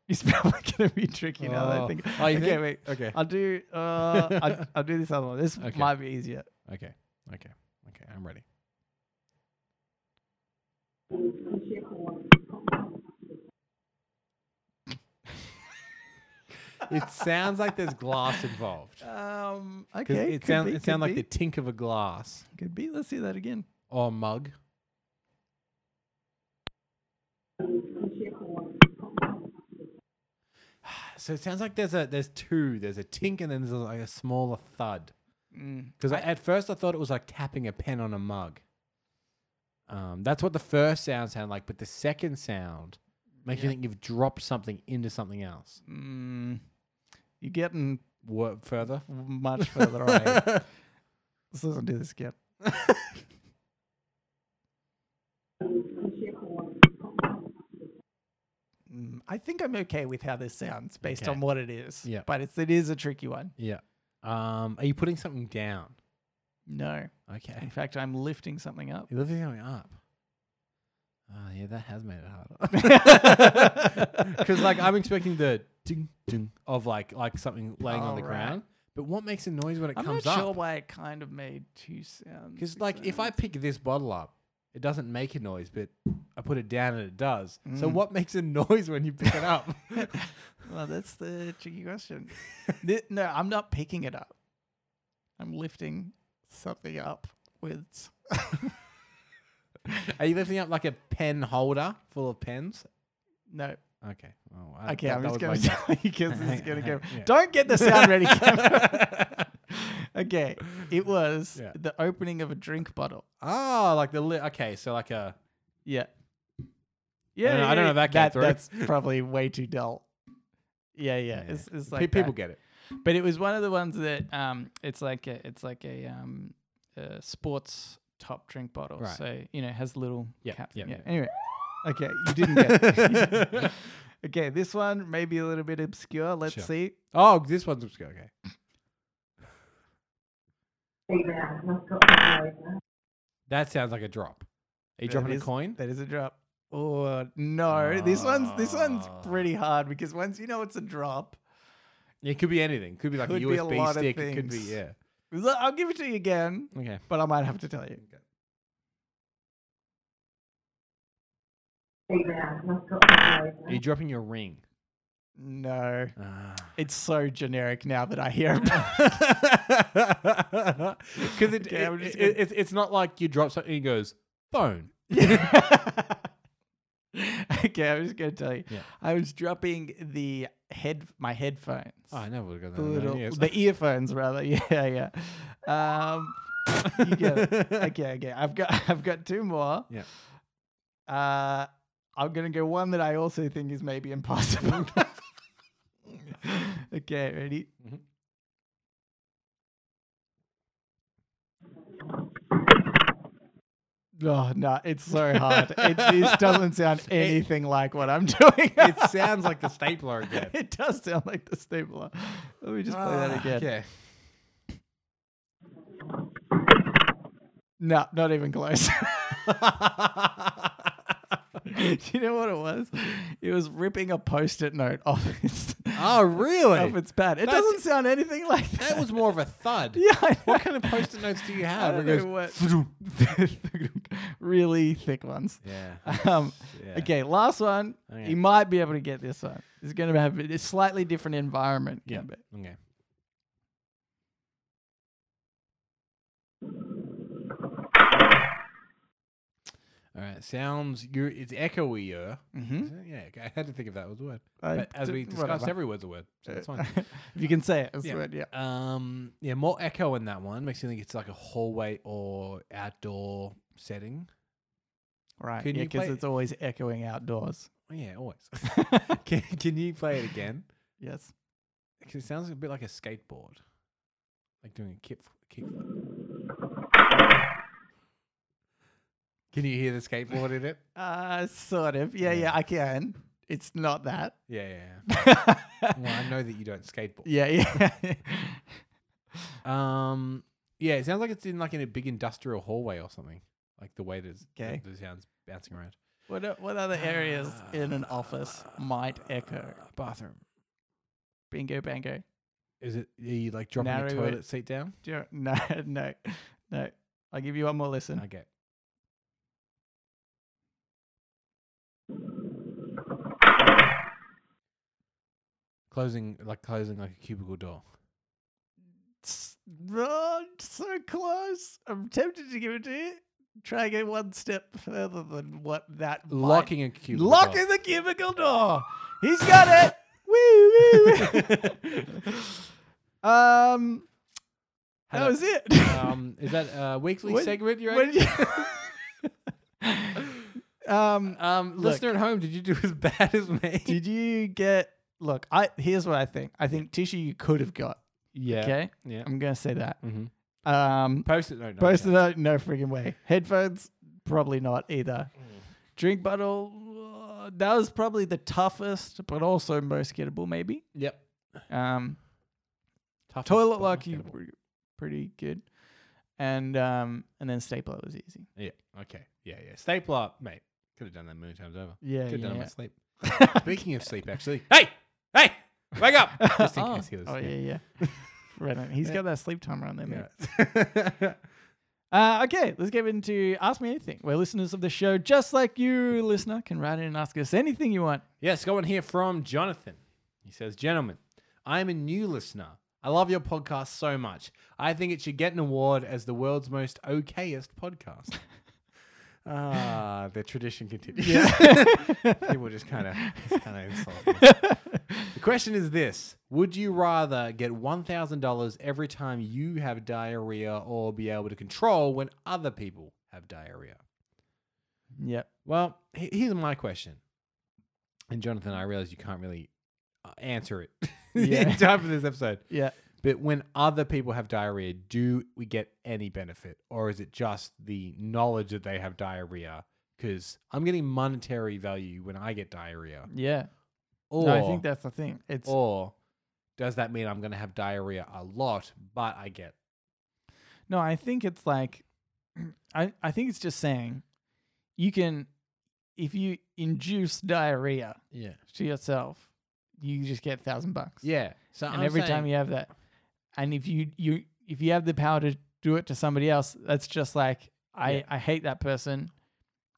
Speaker 1: is probably gonna be tricky now that I
Speaker 2: Oh.
Speaker 1: think.
Speaker 2: Oh, you
Speaker 1: okay,
Speaker 2: think?
Speaker 1: wait.
Speaker 2: Okay.
Speaker 1: I'll do uh I'll, I'll do this other one. This
Speaker 2: Okay.
Speaker 1: might be easier.
Speaker 2: Okay. Okay. Okay. I'm ready. it sounds like there's glass involved.
Speaker 1: Um
Speaker 2: Because
Speaker 1: okay.
Speaker 2: it
Speaker 1: could
Speaker 2: sounds
Speaker 1: be,
Speaker 2: it sound
Speaker 1: could
Speaker 2: like
Speaker 1: be,
Speaker 2: the tink of a glass
Speaker 1: could be. Let's do that again.
Speaker 2: or mug. So it sounds like there's a there's two. There's a tink and then there's like a smaller thud.
Speaker 1: Mm,
Speaker 2: Because at first I thought it was like tapping a pen on a mug. Um, that's what the first sound sounded like, but the second sound makes you think you've dropped something into something else.
Speaker 1: Mm, you're getting
Speaker 2: Work further.
Speaker 1: much further away. Let's listen to this again. Mm, I think I'm okay with how this sounds based
Speaker 2: Okay.
Speaker 1: on what it is.
Speaker 2: Yeah.
Speaker 1: But it's it is a tricky one.
Speaker 2: Yeah. Um, are you putting something down?
Speaker 1: No. In
Speaker 2: Okay.
Speaker 1: fact, I'm lifting something up.
Speaker 2: You're lifting something
Speaker 1: Ah.
Speaker 2: up. Oh yeah, that has made it harder. Because like I'm expecting the ding ding of like like something laying on
Speaker 1: Oh,
Speaker 2: the
Speaker 1: right.
Speaker 2: ground, but what makes a noise when it
Speaker 1: I'm not
Speaker 2: comes
Speaker 1: sure
Speaker 2: up?
Speaker 1: why it kind of made two sounds.
Speaker 2: Because like if I pick this bottle up, it doesn't make a noise, but I put it down and it does.
Speaker 1: Mm.
Speaker 2: So what makes a noise when you pick it up?
Speaker 1: Well, that's the tricky question. Th- no, I'm not picking it up. I'm lifting something up with. s-
Speaker 2: Are you lifting up like a pen holder full of pens?
Speaker 1: No.
Speaker 2: Okay. Oh, I,
Speaker 1: Okay,
Speaker 2: Uh, that-
Speaker 1: I'm
Speaker 2: that
Speaker 1: just going
Speaker 2: was
Speaker 1: to
Speaker 2: my
Speaker 1: tell you because this is
Speaker 2: Hang-
Speaker 1: going to go.
Speaker 2: hang- yeah.
Speaker 1: Don't get the sound ready. Cameron. okay, it was
Speaker 2: Yeah.
Speaker 1: the opening of a drink bottle.
Speaker 2: Ah, like the li- okay, so like a
Speaker 1: Yeah. Yeah.
Speaker 2: know- I don't know if that came through.
Speaker 1: That's probably way too dull. Yeah, yeah.
Speaker 2: Yeah.
Speaker 1: It's, it's
Speaker 2: pe-
Speaker 1: like
Speaker 2: people
Speaker 1: that.
Speaker 2: get it.
Speaker 1: But it was one of the ones that um, it's like a, it's like a um, a sports top drink bottle.
Speaker 2: Right.
Speaker 1: So you know, it has little
Speaker 2: Yeah,
Speaker 1: cap.
Speaker 2: yeah, yeah.
Speaker 1: Anyway, okay, you didn't get. it. okay, this one may be a little bit obscure. Let's
Speaker 2: Sure.
Speaker 1: see.
Speaker 2: Oh, this one's obscure. Okay. That sounds like a drop. Are you
Speaker 1: That
Speaker 2: dropping
Speaker 1: is-
Speaker 2: a coin?
Speaker 1: That is a drop. Oh no, this one's this one's
Speaker 2: Ah.
Speaker 1: pretty hard because once you know it's a drop,
Speaker 2: It could be anything. Could be like
Speaker 1: Could
Speaker 2: a
Speaker 1: be a
Speaker 2: USB
Speaker 1: lot of
Speaker 2: stick. It could be
Speaker 1: things.
Speaker 2: yeah.
Speaker 1: I'll give it to you again,
Speaker 2: Okay.
Speaker 1: but I might have to tell you.
Speaker 2: Are you dropping your ring?
Speaker 1: No,
Speaker 2: Ah.
Speaker 1: it's so generic now that I hear about
Speaker 2: Because it,
Speaker 1: Okay,
Speaker 2: it,
Speaker 1: I'm just
Speaker 2: it-
Speaker 1: gonna-
Speaker 2: it's- it's not like you drop something and it goes, phone.
Speaker 1: okay, I'm just gonna tell you.
Speaker 2: Yeah.
Speaker 1: I was dropping the head my headphones.
Speaker 2: Oh, I never would have
Speaker 1: the,
Speaker 2: gotten that. in
Speaker 1: little,
Speaker 2: nine years.
Speaker 1: the earphones rather. Yeah, yeah. Um, you get it. okay, okay. I've got I've got two more.
Speaker 2: Yeah.
Speaker 1: Uh, I'm gonna go one that I also think is maybe impossible. okay, ready?
Speaker 2: Mm-hmm.
Speaker 1: Oh no, it's so hard. it, this doesn't sound anything like what I'm doing.
Speaker 2: It sounds like the stapler again.
Speaker 1: it does sound like the stapler. Let me just play that again.
Speaker 2: Ah, Okay.
Speaker 1: No, not even close. you know what it was? It was ripping a post-it note off its
Speaker 2: Oh, really?
Speaker 1: off its pad. It
Speaker 2: That's-
Speaker 1: doesn't sound anything like that.
Speaker 2: That was more of a thud.
Speaker 1: yeah. I
Speaker 2: What
Speaker 1: know.
Speaker 2: kind of post-it notes do you
Speaker 1: I
Speaker 2: have?
Speaker 1: don't
Speaker 2: It
Speaker 1: know
Speaker 2: goes-
Speaker 1: what. really thick ones.
Speaker 2: Yeah.
Speaker 1: Um,
Speaker 2: Yeah.
Speaker 1: Okay, last one.
Speaker 2: Okay.
Speaker 1: You might be able to get this one. It's going to have a slightly different environment.
Speaker 2: Yeah.
Speaker 1: Gambit.
Speaker 2: Okay. All right. Sounds you. It's echoier.
Speaker 1: Mhm.
Speaker 2: Is it? Yeah. okay, I had to think of that was a word.
Speaker 1: I-
Speaker 2: Mm-hmm. But as
Speaker 1: d-
Speaker 2: we discussed,
Speaker 1: whatever.
Speaker 2: every word's a word. So that's fine.
Speaker 1: if you can say it, that's
Speaker 2: Yeah.
Speaker 1: the word. Yeah.
Speaker 2: Um. Yeah. More echo in that one makes me think it's like a hallway or outdoor setting.
Speaker 1: Right.
Speaker 2: Can
Speaker 1: yeah,
Speaker 2: you play-
Speaker 1: because it's always echoing outdoors.
Speaker 2: Oh, Yeah. Always. can Can you play it again?
Speaker 1: Yes.
Speaker 2: Because it sounds a bit like a skateboard, like doing a kick kickflip. Can you hear the skateboard in it?
Speaker 1: Uh, sort of. Yeah, yeah, I can. It's not that.
Speaker 2: Yeah, yeah. yeah. well, I know that you don't skateboard.
Speaker 1: yeah, yeah.
Speaker 2: Um, yeah, it sounds like it's in like in a big industrial hallway or something. Like the way that it's-
Speaker 1: Okay.
Speaker 2: the, the sounds bouncing around.
Speaker 1: what, o- what other areas in an office might echo?
Speaker 2: Uh, bathroom.
Speaker 1: Bingo, bango.
Speaker 2: Is it are you like dropping
Speaker 1: Narrow
Speaker 2: your
Speaker 1: it.
Speaker 2: toilet seat down?
Speaker 1: Do you, no, no, no. I'll give you one more listen.
Speaker 2: Okay. Closing like closing like a cubicle door.
Speaker 1: S- oh, so close. I'm tempted to give it to you. Try and get one step further than what that might-
Speaker 2: Locking a cubicle door.
Speaker 1: Locking the cubicle door. He's got it. Woo, woo, woo. um, that
Speaker 2: How about-
Speaker 1: was it.
Speaker 2: um, is that a weekly
Speaker 1: When-
Speaker 2: segment? You
Speaker 1: When
Speaker 2: reckon?
Speaker 1: you- um,
Speaker 2: um,
Speaker 1: Look.
Speaker 2: listener at home, did you do as bad as me?
Speaker 1: did you get? Look, I here's what I think. I think tissue you could have got.
Speaker 2: yeah.
Speaker 1: Okay,
Speaker 2: Yeah.
Speaker 1: I'm gonna say that.
Speaker 2: Mhm.
Speaker 1: Um,
Speaker 2: Post it. No, no,
Speaker 1: post
Speaker 2: no.
Speaker 1: it note, no freaking way. Headphones, probably not either. Drink bottle, uh, that was probably the toughest, but also most gettable, maybe.
Speaker 2: Yep.
Speaker 1: Um,
Speaker 2: Tough
Speaker 1: toilet
Speaker 2: as-
Speaker 1: lock, you
Speaker 2: Okay.
Speaker 1: were pretty good, and um, and then stapler was easy.
Speaker 2: Yeah. Okay. Yeah. Yeah. Staple up, mate. Could have done that many times over.
Speaker 1: Yeah,
Speaker 2: Could have done it in my
Speaker 1: yeah.
Speaker 2: sleep. Speaking of sleep, actually. Hey, hey, wake up! Just in
Speaker 1: oh.
Speaker 2: case he was.
Speaker 1: oh yeah, yeah. right on. He's got that sleep timer on there, mate.
Speaker 2: yeah.
Speaker 1: Uh, okay, let's get into Ask Me Anything, where listeners of the show, just like you, listener, can write in and ask us anything you want.
Speaker 2: yes, go on here from Jonathan. He says, Gentlemen, I am a new listener. I love your podcast so much. I think it should get an award as the world's most okayest podcast. Ah, the tradition continues. People just kind of kind of insult. me. The question is this Would you rather get $1,000 every time you have diarrhea or be able to control when other people have diarrhea?
Speaker 1: Yep.
Speaker 2: Well, he- here's my question. And Jonathan, I realize you can't really uh, answer it in
Speaker 1: Yeah.
Speaker 2: time for this episode.
Speaker 1: Yeah.
Speaker 2: But when other people have diarrhea, do we get any benefit? Or is it just the knowledge that they have diarrhea? Because I'm getting monetary value when I get diarrhea.
Speaker 1: Yeah.
Speaker 2: Or
Speaker 1: no, I think that's the thing. It's
Speaker 2: or does that mean I'm going to have diarrhea a lot, but I get
Speaker 1: no, I think it's like I, I think it's just saying you can if you induce diarrhea
Speaker 2: yeah,
Speaker 1: to yourself, you just get thousand bucks.
Speaker 2: yeah. So
Speaker 1: And every time you have that and if you, you if you have the power to do it to somebody else, that's just like I,
Speaker 2: Yeah.
Speaker 1: I hate that person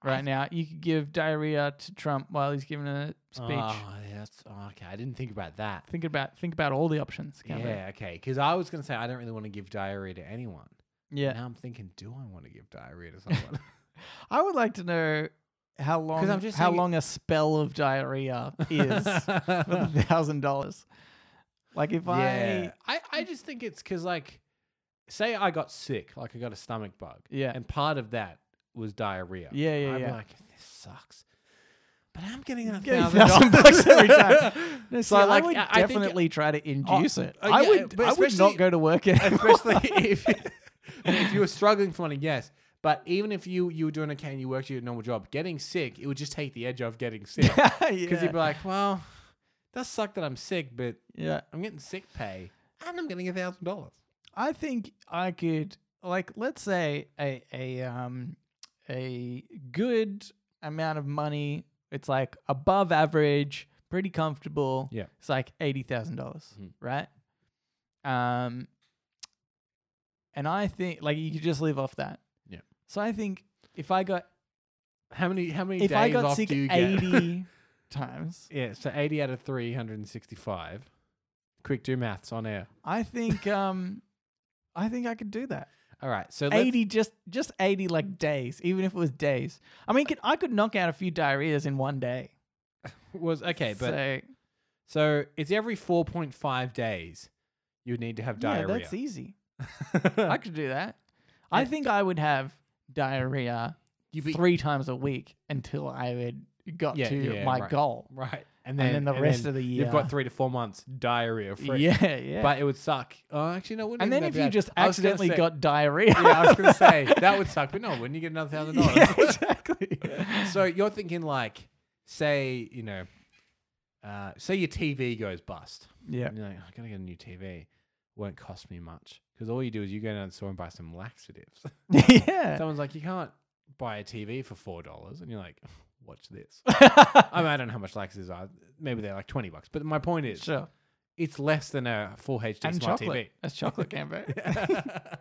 Speaker 1: right now. You could give diarrhea to Trump while he's giving a speech.
Speaker 2: oh, yeah, that's oh, okay. I didn't think about that.
Speaker 1: Think about think about all the options.
Speaker 2: Yeah,
Speaker 1: can't we?
Speaker 2: okay. Because I was going to say I don't really want to give diarrhea to anyone.
Speaker 1: Yeah.
Speaker 2: Now I'm thinking, do I want to give diarrhea to someone?
Speaker 1: I would like to know how long
Speaker 2: I'm just
Speaker 1: how
Speaker 2: thinking-
Speaker 1: long a spell of diarrhea is for the thousand dollars. Like if
Speaker 2: yeah,
Speaker 1: I
Speaker 2: I, I just think it's because like, say I got sick, like I got a stomach bug,
Speaker 1: yeah
Speaker 2: and part of that was diarrhea.
Speaker 1: Yeah, yeah,
Speaker 2: I'm
Speaker 1: yeah.
Speaker 2: like, this sucks. But I'm getting a
Speaker 1: Getting $1,000
Speaker 2: thousand dollars
Speaker 1: every time. No,
Speaker 2: so
Speaker 1: see,
Speaker 2: like,
Speaker 1: I would
Speaker 2: I- I think-
Speaker 1: definitely try to induce it.
Speaker 2: uh,
Speaker 1: I
Speaker 2: yeah,
Speaker 1: would
Speaker 2: but
Speaker 1: I would
Speaker 2: especially-
Speaker 1: not go to work anymore.
Speaker 2: especially if if you were struggling for money. Yes, But even if you you were doing okay and you worked your normal job, getting sick, it would just take the edge off getting sick because
Speaker 1: yeah.
Speaker 2: you'd be like, well, it does suck that I'm sick, but
Speaker 1: yeah.
Speaker 2: I'm getting sick pay and I'm getting a thousand dollars.
Speaker 1: I think I could like let's say a a um a good amount of money. It's like above average, pretty comfortable.
Speaker 2: Yeah. Mm-hmm.
Speaker 1: It's like eighty dollars, right? Um and I think like you could just live off that.
Speaker 2: Yeah.
Speaker 1: So I think if I got
Speaker 2: How many how many
Speaker 1: if
Speaker 2: days
Speaker 1: I got
Speaker 2: off
Speaker 1: sick
Speaker 2: do you get?
Speaker 1: eighty times,
Speaker 2: yeah, so eighty out of three hundred and sixty-five. Quick, do maths on air.
Speaker 1: I think um I think I could do that.
Speaker 2: All right, so let's,
Speaker 1: 80 just just 80 like days even if it was days i mean could, i could knock out a few diarrheas in one day
Speaker 2: was okay, but
Speaker 1: so,
Speaker 2: So it's every 4.5 days you would need to have
Speaker 1: yeah
Speaker 2: diarrhea.
Speaker 1: that's easy i could do that i think i would have diarrhea
Speaker 2: You be-
Speaker 1: three times a week until i had got
Speaker 2: Yeah,
Speaker 1: to
Speaker 2: yeah,
Speaker 1: my
Speaker 2: right.
Speaker 1: goal
Speaker 2: right. And
Speaker 1: then the rest of the
Speaker 2: You've got
Speaker 1: year.
Speaker 2: three to four months diarrhea free.
Speaker 1: yeah yeah
Speaker 2: But it would suck. Oh, actually, no, it wouldn't
Speaker 1: and
Speaker 2: even
Speaker 1: then if
Speaker 2: be
Speaker 1: you
Speaker 2: bad.
Speaker 1: just
Speaker 2: I was gonna
Speaker 1: accidentally
Speaker 2: say-
Speaker 1: got diarrhea
Speaker 2: Yeah, I was going to say, that would suck. But no, wouldn't you get another thousand dollars?
Speaker 1: yeah, exactly
Speaker 2: So you're thinking, like, say, you know, uh, say your TV goes bust.
Speaker 1: yeah
Speaker 2: And you're like, "Oh, I gotta get a new TV. Won't cost me much because all you do is you go down to the store and buy some laxatives.
Speaker 1: yeah
Speaker 2: Someone's like, you can't buy a TV for four dollars, and you're like, watch this. I mean, I don't know how much laxatives are. Maybe they're like twenty bucks. But my point is,
Speaker 1: sure
Speaker 2: it's less than a full HD
Speaker 1: and
Speaker 2: smart
Speaker 1: chocolate that's chocolate camber
Speaker 2: TV.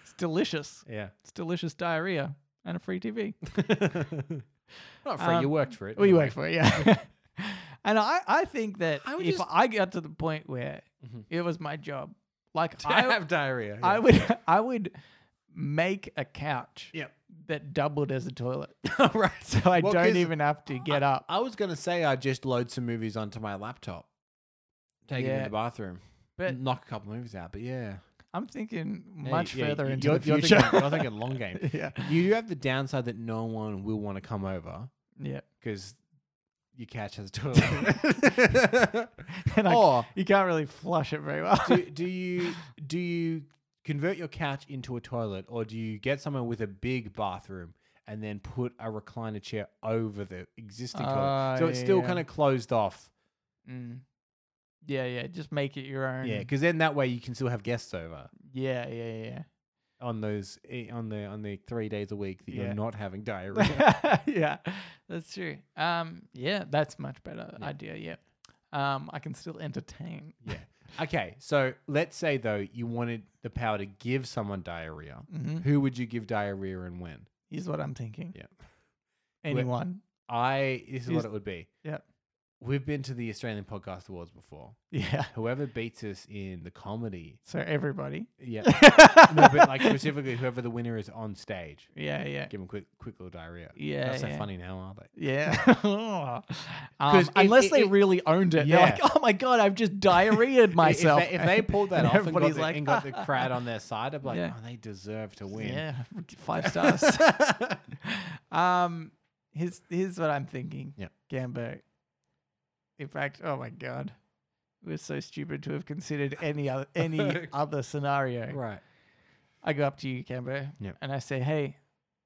Speaker 1: it's delicious
Speaker 2: yeah,
Speaker 1: it's delicious diarrhea and a free tv
Speaker 2: not free. you
Speaker 1: Um,
Speaker 2: worked for it.
Speaker 1: We
Speaker 2: in a
Speaker 1: work
Speaker 2: way.
Speaker 1: for it, yeah. and I, I think that
Speaker 2: I would
Speaker 1: if
Speaker 2: just-
Speaker 1: I got to the point where it was my job, like
Speaker 2: I
Speaker 1: I,
Speaker 2: Mm-hmm. have diarrhea.
Speaker 1: I
Speaker 2: yeah.
Speaker 1: would, I would make a couch
Speaker 2: Yep.
Speaker 1: that doubled as a toilet,
Speaker 2: right.
Speaker 1: so I
Speaker 2: Well,
Speaker 1: don't
Speaker 2: 'cause
Speaker 1: even have to get up.
Speaker 2: I was gonna say I just load some movies onto my laptop, take it in
Speaker 1: Yeah.
Speaker 2: the bathroom,
Speaker 1: But-
Speaker 2: knock a couple movies out. But yeah,
Speaker 1: I'm thinking
Speaker 2: Yeah,
Speaker 1: much
Speaker 2: yeah,
Speaker 1: further
Speaker 2: y-
Speaker 1: into
Speaker 2: you're-
Speaker 1: the
Speaker 2: you're
Speaker 1: future.
Speaker 2: Thinking, you're thinking long game.
Speaker 1: yeah,
Speaker 2: You do have the downside that no one will want to come over
Speaker 1: yeah.
Speaker 2: because your couch has a toilet.
Speaker 1: And I,
Speaker 2: or
Speaker 1: you can't really flush it very well.
Speaker 2: Oh. do, do you do you convert your couch into a toilet, or do you get someone with a big bathroom and then put a recliner chair over the existing toilet,
Speaker 1: Ah,
Speaker 2: so it's
Speaker 1: yeah,
Speaker 2: still
Speaker 1: yeah.
Speaker 2: kind of closed off?
Speaker 1: Mm. Yeah, yeah. Just make it your own.
Speaker 2: Yeah, because then that way you can still have guests over
Speaker 1: yeah, yeah,
Speaker 2: on those eh, on the on the three days a week that
Speaker 1: Yeah.
Speaker 2: you're not having diarrhea.
Speaker 1: yeah. yeah, that's true. Um, yeah, that's much better
Speaker 2: Yeah.
Speaker 1: idea. Yeah. Um, I can still entertain.
Speaker 2: yeah. Okay, so let's say though you wanted the power to give someone diarrhea.
Speaker 1: Mm-hmm.
Speaker 2: Who would you give diarrhea and when?
Speaker 1: Is what I'm thinking.
Speaker 2: Yeah.
Speaker 1: Anyone.
Speaker 2: I this is
Speaker 1: Who's-
Speaker 2: what it would be.
Speaker 1: yeah.
Speaker 2: We've been to the Australian Podcast Awards before.
Speaker 1: Yeah.
Speaker 2: Whoever beats us in the comedy,
Speaker 1: So everybody.
Speaker 2: yeah, no,
Speaker 1: yeah,
Speaker 2: but like specifically whoever the winner is on stage,
Speaker 1: yeah.
Speaker 2: give them quick, quick little diarrhea.
Speaker 1: Yeah,
Speaker 2: not so
Speaker 1: yeah.
Speaker 2: funny now, are they?
Speaker 1: Yeah. um,
Speaker 2: 'Cause if-
Speaker 1: unless
Speaker 2: if-
Speaker 1: they
Speaker 2: if-
Speaker 1: really owned it. They're
Speaker 2: Yeah.
Speaker 1: like, oh my God, I've just diarrheaed
Speaker 2: If- if they-
Speaker 1: myself.
Speaker 2: If they, pulled that
Speaker 1: And
Speaker 2: off and got,
Speaker 1: everybody's
Speaker 2: the,
Speaker 1: like,
Speaker 2: and got the crowd on their side, I'd be like,
Speaker 1: Yeah.
Speaker 2: oh, they deserve to win.
Speaker 1: Yeah. Five stars. um, here's, here's what I'm thinking.
Speaker 2: Yeah.
Speaker 1: Gambo. In fact, oh my God. We're so stupid to have considered any other any other scenario.
Speaker 2: right.
Speaker 1: I go up to you, Cambo,
Speaker 2: Yep.
Speaker 1: and I say, "Hey,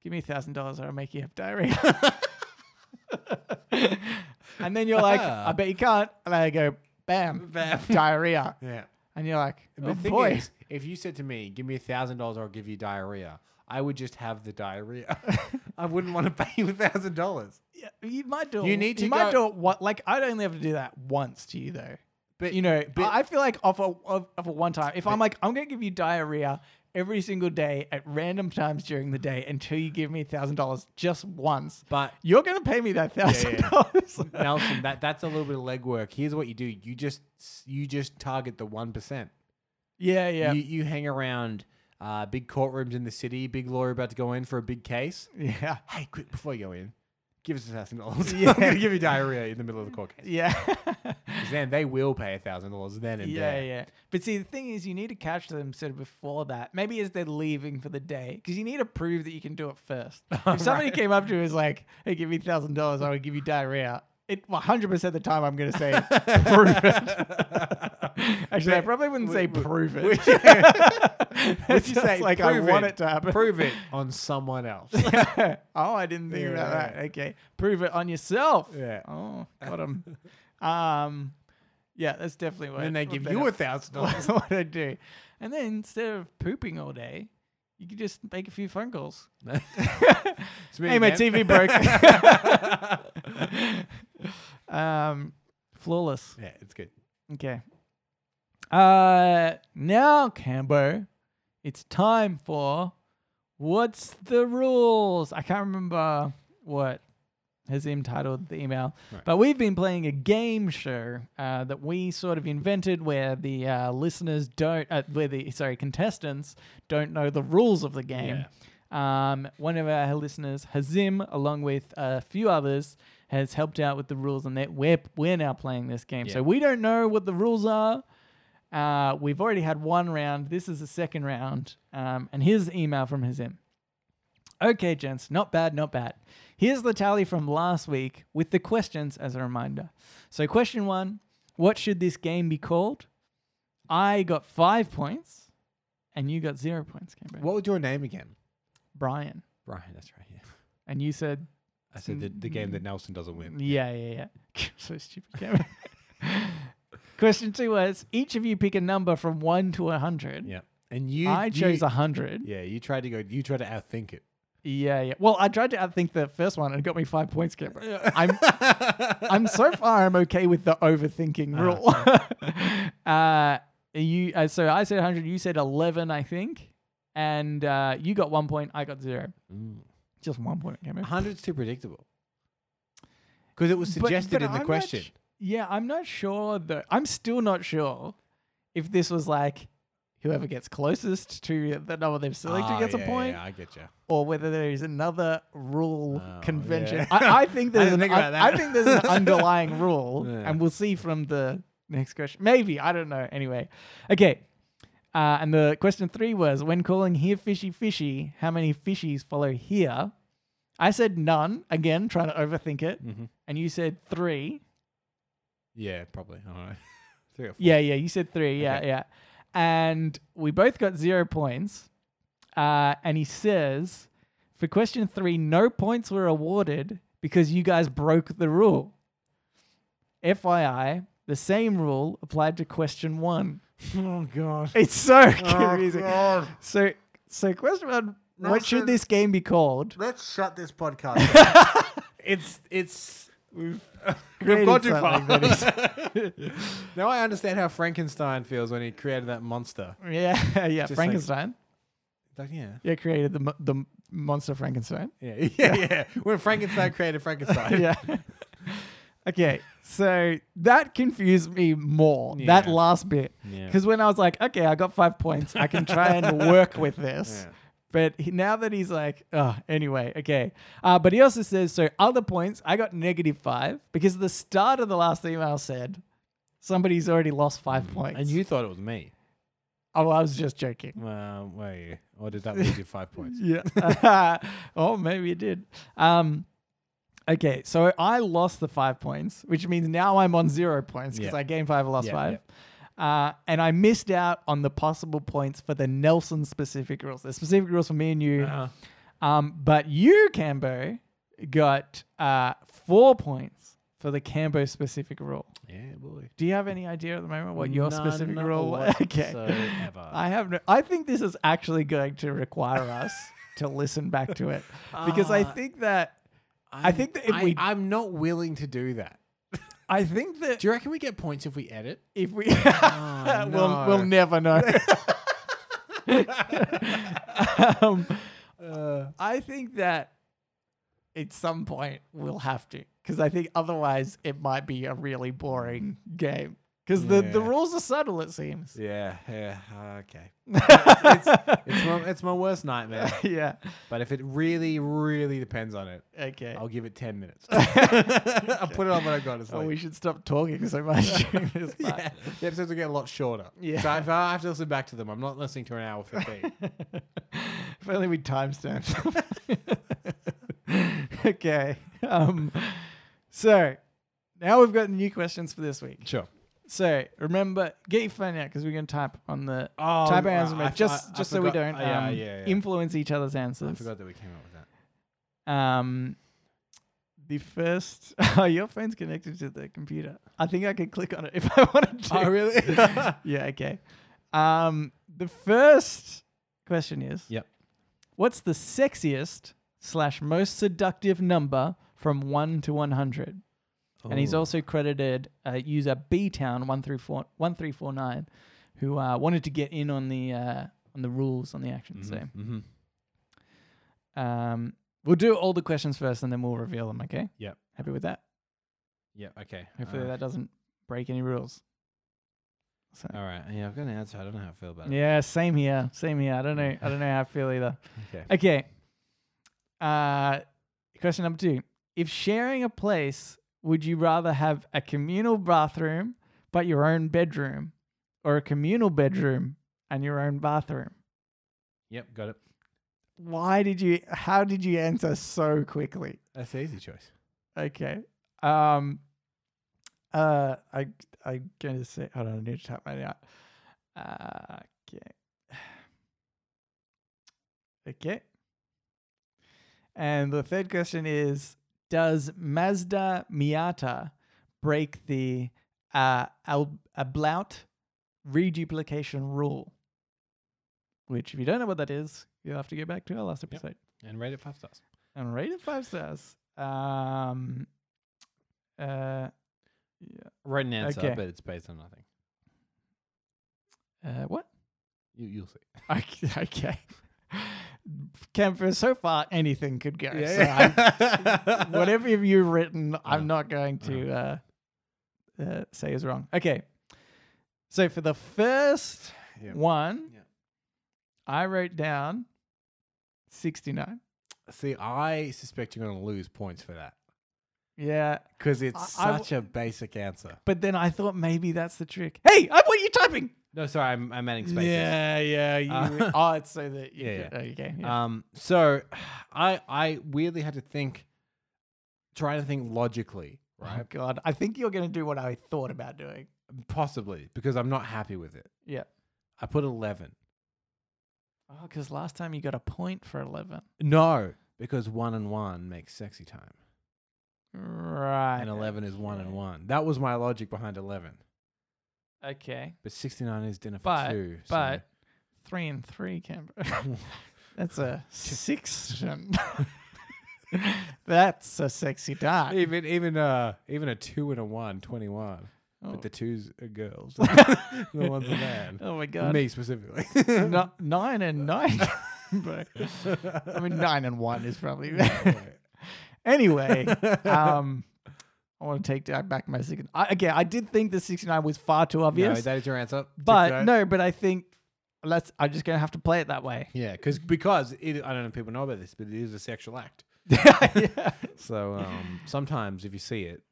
Speaker 1: give me a thousand dollars, or I'll make you have diarrhea." and then you're like, "I bet you can't," and I go, "Bam,
Speaker 2: Bam.
Speaker 1: diarrhea,"
Speaker 2: Yeah.
Speaker 1: and you're like,
Speaker 2: The
Speaker 1: "Oh
Speaker 2: thing
Speaker 1: boy,
Speaker 2: is, if you said to me, give me a thousand dollars or I'll give you diarrhea, I would just have the diarrhea. I wouldn't want to pay you a thousand dollars.
Speaker 1: Yeah, you might do it. w-
Speaker 2: You need
Speaker 1: you
Speaker 2: to
Speaker 1: might do
Speaker 2: go-
Speaker 1: it. What? Like, I'd only have to do that once to you, though.
Speaker 2: But
Speaker 1: You know,
Speaker 2: but-
Speaker 1: I I feel like off a of, of a one time. If I'm like, I'm gonna give you diarrhea every single day at random times during the day until you give me a thousand dollars just once,
Speaker 2: but
Speaker 1: you're gonna pay me that
Speaker 2: yeah,
Speaker 1: thousand
Speaker 2: yeah.
Speaker 1: dollars.
Speaker 2: Nelson, that that's a little bit of legwork. Here's what you do: you just you just target the one percent.
Speaker 1: Yeah, yeah.
Speaker 2: You you hang around uh, big courtrooms in the city, big lawyer about to go in for a big case.
Speaker 1: yeah.
Speaker 2: Hey, quick before you go in, give us a thousand dollars.
Speaker 1: Yeah.
Speaker 2: I'm gonna give you diarrhea in the middle of the court case.
Speaker 1: Yeah.
Speaker 2: 'Cause then they will pay a thousand dollars then and
Speaker 1: yeah,
Speaker 2: there.
Speaker 1: yeah. But see, the thing is, you need to catch them sort of before that. Maybe as they're leaving for the day, because you need to prove that you can do it first. If somebody
Speaker 2: Right.
Speaker 1: came up to you and was like, hey, give me $1,000, I would give you diarrhea. it 100% of the time I'm going to say prove it. Actually, I probably wouldn't say prove it. It's
Speaker 2: Would you
Speaker 1: just
Speaker 2: say,
Speaker 1: like I
Speaker 2: "Prove
Speaker 1: want it to happen.
Speaker 2: Prove it on someone else.
Speaker 1: oh, I didn't think about
Speaker 2: Yeah.
Speaker 1: that. Okay, prove it on yourself.
Speaker 2: Yeah.
Speaker 1: Oh, got him. um, yeah, that's definitely what.
Speaker 2: and they
Speaker 1: what
Speaker 2: give
Speaker 1: they
Speaker 2: you
Speaker 1: do.
Speaker 2: a thousand dollars.
Speaker 1: That's what I do. And then instead of pooping all day, you could just make a few phone calls. hey, my TV broke. um, flawless.
Speaker 2: Yeah, it's good.
Speaker 1: Okay. Uh, now, Cambo, it's time for what's the rules? I can't remember what has entitled the email,
Speaker 2: Right.
Speaker 1: but we've been playing a game show uh, that we sort of invented, where the uh, listeners don't, uh, where the sorry contestants don't know the rules of the game. Um, one of our listeners, Hazim, along with a few others, has helped out with the rules, and that we're we're now playing this game. So
Speaker 2: Yeah.
Speaker 1: we don't know what the rules are. Uh, we've already had one round. This is the second round. Um, and here's the email from Hazim. Okay, gents, not bad, not bad. Here's the tally from last week with the questions as a reminder. So, question one What should this game be called? I got five points, and you got zero points, Cameron.
Speaker 2: What was your name again?
Speaker 1: Brian.
Speaker 2: Brian, that's right. Yeah.
Speaker 1: And you said,
Speaker 2: I said the, the game that Nelson doesn't win.
Speaker 1: yeah, yeah, yeah. so stupid, Cameron. Question two was each of you pick a number from one to 100.
Speaker 2: Yeah. And you
Speaker 1: I chose
Speaker 2: you,
Speaker 1: 100.
Speaker 2: Yeah, you tried to go you tried to outthink it.
Speaker 1: Yeah, yeah. Well, I tried to outthink the first one and it got me five points, Cameron. I'm, I'm so far, I'm okay with the overthinking rule.
Speaker 2: Ah.
Speaker 1: uh, you, uh, so I said 100, you said 11, I think, and uh, you got one point, I got zero. Just one point, Cameron.
Speaker 2: Mm. Hundred's too predictable. Because it was
Speaker 1: But-
Speaker 2: suggested
Speaker 1: but
Speaker 2: in the
Speaker 1: I'm not
Speaker 2: question.
Speaker 1: sh- yeah, I'm not sure though. I'm still not sure if this was like whoever gets closest to the number they've selected
Speaker 2: Ah,
Speaker 1: gets
Speaker 2: yeah,
Speaker 1: a point,
Speaker 2: Yeah, I get you.
Speaker 1: or whether there is another rule
Speaker 2: Oh,
Speaker 1: convention.
Speaker 2: yeah.
Speaker 1: I, I think
Speaker 2: I
Speaker 1: there's an,
Speaker 2: didn't think
Speaker 1: I-
Speaker 2: about
Speaker 1: I,
Speaker 2: that.
Speaker 1: think there's an underlying rule,
Speaker 2: Yeah.
Speaker 1: and we'll see from the next question. Maybe I don't know. Anyway, okay. Uh, and the question three was when calling here fishy fishy, how many fishies follow here? I said none again, trying to overthink it,
Speaker 2: Mhm.
Speaker 1: and you said three.
Speaker 2: Yeah, probably. All right. Three or four.
Speaker 1: Yeah, yeah. You said three. Yeah,
Speaker 2: Okay.
Speaker 1: yeah. And we both got zero points. Uh, and he says, for question three, no points were awarded because you guys broke the rule. FYI, the same rule applied to question one.
Speaker 2: Oh god.
Speaker 1: It's so
Speaker 2: Oh,
Speaker 1: confusing. so, so question one. what should
Speaker 2: Nelson.
Speaker 1: this game be called?
Speaker 2: Let's shut this podcast. it's it's we've,
Speaker 1: created
Speaker 2: gone too far.
Speaker 1: something
Speaker 2: now I understand how Frankenstein feels when he created that monster.
Speaker 1: Yeah, yeah.
Speaker 2: like-
Speaker 1: Frankenstein.
Speaker 2: Like, yeah.
Speaker 1: yeah, created the mo- the m- monster Frankenstein.
Speaker 2: Yeah, yeah, yeah. When Frankenstein created Frankenstein.
Speaker 1: yeah. okay, so that confused me more. That
Speaker 2: Yeah.
Speaker 1: last bit,
Speaker 2: Yeah.
Speaker 1: because when I was like, okay, I got five points, I can try and work with this.
Speaker 2: Yeah.
Speaker 1: But he, now that he's like, oh, anyway, okay. Uh, but he also says, so other points, I got negative five because the start of the last email said somebody's already lost five points.
Speaker 2: Mm. And you thought it was me.
Speaker 1: oh, well, I was just joking.
Speaker 2: Well, wait. Or did that lose you five points?
Speaker 1: Yeah. oh, maybe it did. Um, okay, so I lost the five points, which means now I'm on zero points because
Speaker 2: Yeah.
Speaker 1: I gained five, I lost
Speaker 2: Yeah,
Speaker 1: five. Uh, and I missed out on the possible points for the Nelson specific rules. The specific rules for me and you.
Speaker 2: Uh-huh.
Speaker 1: Um, but you, Cambo, got uh, four points for the Cambo specific rule.
Speaker 2: Yeah, boy.
Speaker 1: Do you have any idea at the moment what your specific
Speaker 2: None
Speaker 1: rule was? Okay.
Speaker 2: whatsoever.
Speaker 1: I have no I think this is actually going to require us to listen back to it. Because I
Speaker 2: Uh,
Speaker 1: think that
Speaker 2: I'm-
Speaker 1: think that if
Speaker 2: I,
Speaker 1: we-
Speaker 2: I'm not willing to do that.
Speaker 1: I think that
Speaker 2: Do you reckon we get points if we edit?
Speaker 1: if we
Speaker 2: no.
Speaker 1: we'll we'll never know. um,
Speaker 2: Uh.
Speaker 1: I think that at some point we'll have to because I think otherwise it might be a really boring game. Because the, the
Speaker 2: Yeah.
Speaker 1: rules are subtle, it seems.
Speaker 2: Yeah, yeah, Ah, okay. it's, it's, it's my, it's my worst nightmare.
Speaker 1: yeah.
Speaker 2: But if it really, really depends on it,
Speaker 1: Okay.
Speaker 2: I'll give it 10 minutes. I'll put it on when I got to
Speaker 1: oh, we
Speaker 2: sleep.
Speaker 1: should stop talking so much during this part.
Speaker 2: yeah, the episodes will get a lot shorter.
Speaker 1: Yeah.
Speaker 2: So if I have to listen back to them, I'm not listening to an hour 15.
Speaker 1: if only we timestamped. okay. Um, so Now we've got new questions for this week.
Speaker 2: Sure.
Speaker 1: So remember, get your phone out because we're going to type on the
Speaker 2: Oh,
Speaker 1: type our
Speaker 2: uh,
Speaker 1: answer
Speaker 2: I
Speaker 1: mode
Speaker 2: f-
Speaker 1: just
Speaker 2: I- I
Speaker 1: just so we don't
Speaker 2: forgot-
Speaker 1: um,
Speaker 2: uh, yeah, yeah, yeah.
Speaker 1: influence each other's
Speaker 2: I
Speaker 1: answers.
Speaker 2: forgot that we came up with that.
Speaker 1: Um, the first, oh, your phone's connected to the computer. I think I could click on it if I
Speaker 2: Oh,
Speaker 1: wanted to.
Speaker 2: really?
Speaker 1: yeah. Okay. Um, the first question is,
Speaker 2: yep.
Speaker 1: what's the sexiest slash most seductive number from one to one hundred? And he's
Speaker 2: Ooh.
Speaker 1: also credited uh, user B Town one three four one three four nine, who uh, wanted to get in on the uh, on the rules on the action.
Speaker 2: Mhm. Mm-hmm.
Speaker 1: So um, we'll do all the questions first, and then we'll reveal them. Okay.
Speaker 2: Yep.
Speaker 1: Happy with that.
Speaker 2: Yep. Okay. Uh,
Speaker 1: Hopefully
Speaker 2: Alright.
Speaker 1: that doesn't break any rules. So
Speaker 2: All right. Yeah, I've got an answer. I don't know how I feel about it.
Speaker 1: yeah, same here. Same here. I don't know. I don't know how I feel either.
Speaker 2: Okay.
Speaker 1: Okay. Uh, question number two. If sharing a place, would you rather have a communal bathroom but your own bedroom or a communal bedroom and your own bathroom?
Speaker 2: Yep. Got it.
Speaker 1: Why did you, how did you answer so quickly?
Speaker 2: That's the easy choice.
Speaker 1: Okay. Um, uh, I, I'm going to say, hold on, I need to type mine out. Uh, okay. Okay. And the third question is Does Mazda Miata break the uh, Al- Ablaut reduplication rule? Which, if you don't know what that is, you'll have to go back to our last episode
Speaker 2: And rate it five stars.
Speaker 1: and rate it five stars. Um, uh,
Speaker 2: Write an answer,
Speaker 1: Okay.
Speaker 2: but it's based on nothing.
Speaker 1: uh, what?
Speaker 2: You, you'll see.
Speaker 1: Okay. okay. Camper, so far anything could go. so I'm- whatever you've written, I'm not going to uh, uh, say is wrong. Okay. So for the first
Speaker 2: Yeah.
Speaker 1: one,
Speaker 2: Yeah.
Speaker 1: I wrote down 69.
Speaker 2: See, I suspect you're going to lose points for that
Speaker 1: Yeah.
Speaker 2: because it's
Speaker 1: I- I
Speaker 2: such a basic answer.
Speaker 1: But then I thought maybe that's the trick. Hey, I what are you typing?
Speaker 2: No, sorry, I'm, I'm adding spaces.
Speaker 1: Yeah, yeah. You,
Speaker 2: Uh,
Speaker 1: oh, it's so that you
Speaker 2: Yeah,
Speaker 1: could- okay. yeah.
Speaker 2: Um, so I I weirdly had to think, try to think logically,
Speaker 1: Oh
Speaker 2: right?
Speaker 1: God, I think you're gonna do what I thought about doing.
Speaker 2: Possibly because I'm not happy with it.
Speaker 1: Yeah.
Speaker 2: I put eleven.
Speaker 1: Oh, because last time you got a point for eleven.
Speaker 2: No, because one and one makes sexy time,
Speaker 1: Right.
Speaker 2: and eleven is one and one. That was my logic behind eleven.
Speaker 1: Okay.
Speaker 2: But sixty nine is dinner for
Speaker 1: But
Speaker 2: two. so-
Speaker 1: but three and three, Canberra. That's a six. That's a sexy dog.
Speaker 2: even even uh even a two and a one, 21.
Speaker 1: Oh.
Speaker 2: But the twos are girls. the one's a man.
Speaker 1: Oh my God.
Speaker 2: Me specifically.
Speaker 1: No, nine and nine. Bro. I mean, nine and one is probably. anyway, um, I want to take that back my second. I, again, I did think the 69 was far too
Speaker 2: no,
Speaker 1: obvious.
Speaker 2: that is your answer.
Speaker 1: but
Speaker 2: 69?
Speaker 1: no, but I think let's. I'm just gonna have to play it that way.
Speaker 2: Yeah, cause,
Speaker 1: Mm-hmm.
Speaker 2: because it, I don't know if people know about this, but it is a sexual act.
Speaker 1: yeah.
Speaker 2: So um, sometimes if you see it,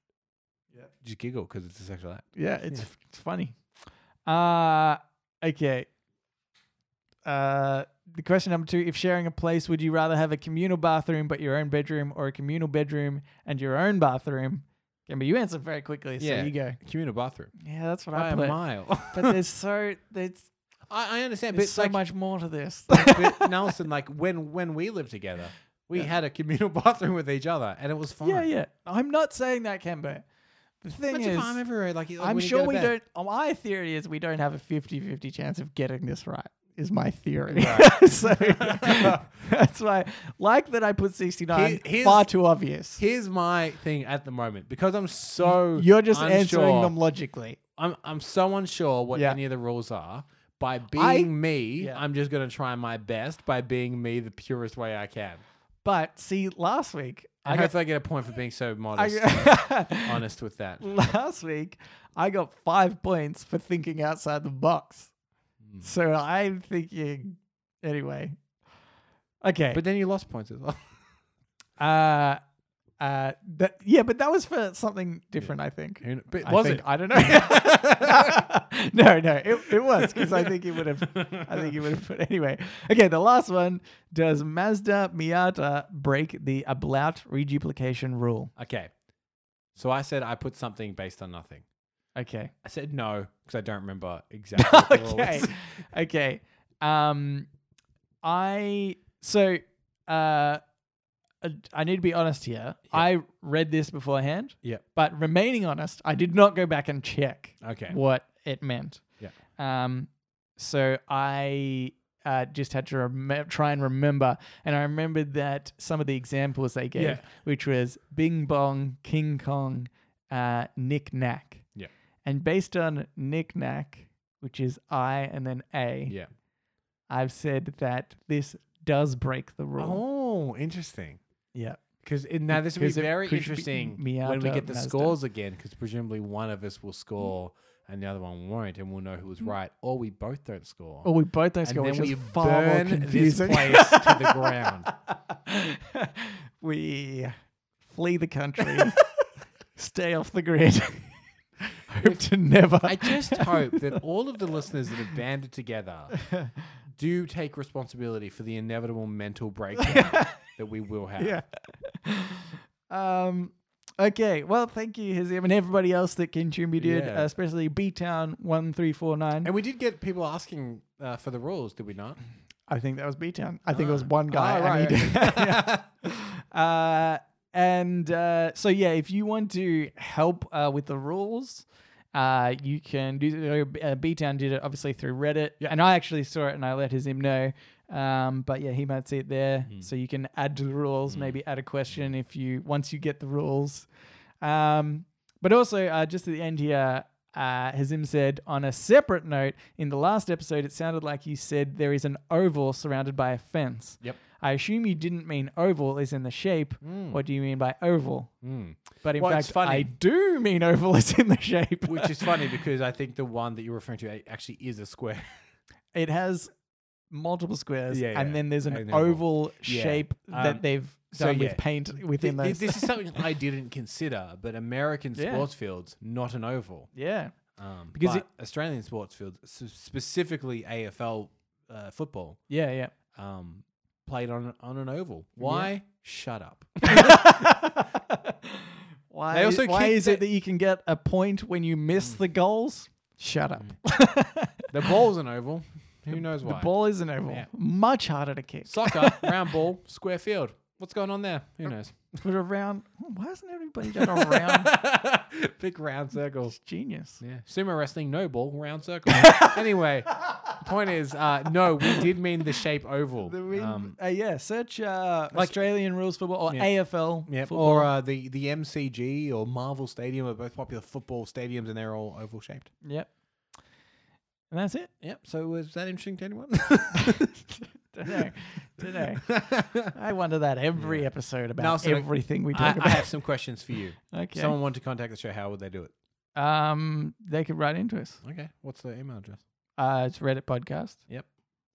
Speaker 2: just giggle because it's a sexual act.
Speaker 1: yeah, it's it's funny. Uh okay. Uh, the question number two: If sharing a place, would you rather have a communal bathroom but your own bedroom, or a communal bedroom and your own bathroom? Can be you answered very quickly, so
Speaker 2: Yeah.
Speaker 1: you go.
Speaker 2: Communal bathroom.
Speaker 1: Yeah, that's what
Speaker 2: By
Speaker 1: I
Speaker 2: a
Speaker 1: put.
Speaker 2: mile.
Speaker 1: But there's so there's,
Speaker 2: I, I understand, but
Speaker 1: there's so
Speaker 2: like,
Speaker 1: much more to this.
Speaker 2: but Nelson, like when when we lived together, we had a communal bathroom with each other, and it was fine.
Speaker 1: yeah, yeah. I'm not saying that, Cambo. The thing
Speaker 2: Imagine
Speaker 1: is,
Speaker 2: if I'm everywhere, like, like
Speaker 1: I'm
Speaker 2: when you go
Speaker 1: sure
Speaker 2: to
Speaker 1: we
Speaker 2: bed.
Speaker 1: don't. oh, My theory is we don't have a 50 50 chance of getting this right, is my theory. so that's why, like that, I put 69
Speaker 2: Here- here's-
Speaker 1: far too obvious.
Speaker 2: Here's my thing at the moment because I'm so
Speaker 1: You're just answering
Speaker 2: unsure-
Speaker 1: them logically.
Speaker 2: I'm I'm so unsure what
Speaker 1: Yeah.
Speaker 2: any of the rules are. By being
Speaker 1: I-
Speaker 2: me,
Speaker 1: Yeah.
Speaker 2: I'm just gonna try my best by being me the purest way I can.
Speaker 1: But see, last week,
Speaker 2: I
Speaker 1: I got.
Speaker 2: hopefully I get a point for being so
Speaker 1: I
Speaker 2: modest,
Speaker 1: got
Speaker 2: honest with that.
Speaker 1: last week, I got five points for thinking outside the box. So I'm thinking, anyway. Okay.
Speaker 2: But then you lost points as well.
Speaker 1: Uh, uh, that, yeah, but that was for something different, I think.
Speaker 2: Who kn- But
Speaker 1: I
Speaker 2: was
Speaker 1: think-
Speaker 2: it?
Speaker 1: I don't know. no, no, it, it was because I think it would have. I think it would have. But anyway, okay. The last one does Mazda Miata break the Ablaut reduplication rule?
Speaker 2: Okay. So I said I put something based on nothing.
Speaker 1: Okay.
Speaker 2: I said no because I don't remember exactly. what the rule
Speaker 1: okay.
Speaker 2: is.
Speaker 1: okay. Um, I so uh, I- I need to be honest here. I read this beforehand,
Speaker 2: Yep.
Speaker 1: but remaining honest, I did not go back and check
Speaker 2: Okay.
Speaker 1: what it meant.
Speaker 2: Yeah.
Speaker 1: Um, so I uh, just had to remem- try and remember, and I remembered that some of the examples they gave,
Speaker 2: Yeah.
Speaker 1: which was Bing Bong, King Kong, uh, Knick Knack.
Speaker 2: Yeah.
Speaker 1: And based on Knick Knack, which is I and then A,
Speaker 2: Yeah.
Speaker 1: have said that this does break the rule.
Speaker 2: Oh, interesting.
Speaker 1: Yeah.
Speaker 2: Because now this will be
Speaker 1: 'Cause it
Speaker 2: very
Speaker 1: could be
Speaker 2: interesting
Speaker 1: Miata
Speaker 2: when we get the
Speaker 1: Mazda.
Speaker 2: scores again, because presumably one of us will score and the other one won't, and we'll know who was right, or Oh, we both don't score.
Speaker 1: Mm. Or we both don't
Speaker 2: and
Speaker 1: score,
Speaker 2: then
Speaker 1: which is
Speaker 2: we
Speaker 1: far more
Speaker 2: burn this
Speaker 1: confusing.
Speaker 2: place to the ground.
Speaker 1: we flee the country, stay off the grid, hope to never.
Speaker 2: I just hope that all of the listeners that have banded together do take responsibility for the inevitable mental breakdown that we will have.
Speaker 1: yeah. Um. Okay. Well, thank you, Hizim, and everybody else that contributed,
Speaker 2: Yeah.
Speaker 1: especially B Town one three four nine.
Speaker 2: And we did get people asking uh, for the rules, did we not?
Speaker 1: I think that was B Town. I think it was one guy.
Speaker 2: Ah,
Speaker 1: and he
Speaker 2: right,
Speaker 1: did- uh, and uh, so yeah, if you want to help uh, with the rules, uh, you can do. Uh, B Town did it obviously through Reddit, and I actually saw it and I let Hizim know. Um, but yeah, he might see it there, so you can add to the rules. Maybe add a question if you once you get the rules. Um, but also, uh, just at the end here, uh, Hazim said, on a separate note, in the last episode, it sounded like you said there is an oval surrounded by a fence.
Speaker 2: Yep.
Speaker 1: I assume you didn't mean oval is in the shape. What do you mean by oval?
Speaker 2: Mm.
Speaker 1: But in
Speaker 2: Hmm. Well, it's
Speaker 1: fact,
Speaker 2: funny.
Speaker 1: I do mean oval is in the shape.
Speaker 2: Which is funny because I think the one that you're referring to a- actually is a square.
Speaker 1: it has multiple squares,
Speaker 2: Yeah, yeah.
Speaker 1: and then there's an
Speaker 2: And an
Speaker 1: oval,
Speaker 2: oval. Yeah.
Speaker 1: shape
Speaker 2: Um,
Speaker 1: that they've
Speaker 2: so
Speaker 1: done
Speaker 2: yeah.
Speaker 1: with paint within
Speaker 2: Th-
Speaker 1: those.
Speaker 2: th- This is something I didn't consider, but American
Speaker 1: Yeah.
Speaker 2: sports fields, not an oval.
Speaker 1: yeah.
Speaker 2: Um, because
Speaker 1: Because
Speaker 2: Australian sports fields, s- specifically AFL uh, football,
Speaker 1: Yeah, yeah.
Speaker 2: um, played on on an oval. Why? Shut up.
Speaker 1: Why,
Speaker 2: They also
Speaker 1: why
Speaker 2: kick
Speaker 1: is
Speaker 2: the- Hmm.
Speaker 1: it that you can get a point when you miss the goals? Shut up.
Speaker 2: The ball's an oval. Who knows
Speaker 1: the
Speaker 2: Hmm. why?
Speaker 1: ball is an oval.
Speaker 2: Yeah.
Speaker 1: Much harder to kick.
Speaker 2: Soccer, round ball, square field. What's going on there? Who knows?
Speaker 1: Put around. Why isn't everybody done around?
Speaker 2: Big round circles.
Speaker 1: Genius.
Speaker 2: Yeah. Sumo wrestling, no ball, round circle. anyway, point is, uh, no, we did mean the shape oval.
Speaker 1: The win-
Speaker 2: Um,
Speaker 1: uh, yeah, search uh, Australian rules football or
Speaker 2: Yeah.
Speaker 1: AFL
Speaker 2: yeah,
Speaker 1: football.
Speaker 2: or uh, the the MCG or Marvel Stadium are both popular football stadiums, and they're all oval shaped.
Speaker 1: yep. And that's it.
Speaker 2: Yep. So was that interesting to anyone?
Speaker 1: Don't know. Don't know. I wonder that every episode about
Speaker 2: Now, so, like,
Speaker 1: everything we
Speaker 2: I,
Speaker 1: talk
Speaker 2: I have some questions for you.
Speaker 1: about. Okay.
Speaker 2: If someone wanted to contact the show, how would they do it?
Speaker 1: um, they could write into us.
Speaker 2: Okay. What's their email address?
Speaker 1: Uh, it's Reddit podcast
Speaker 2: Yep.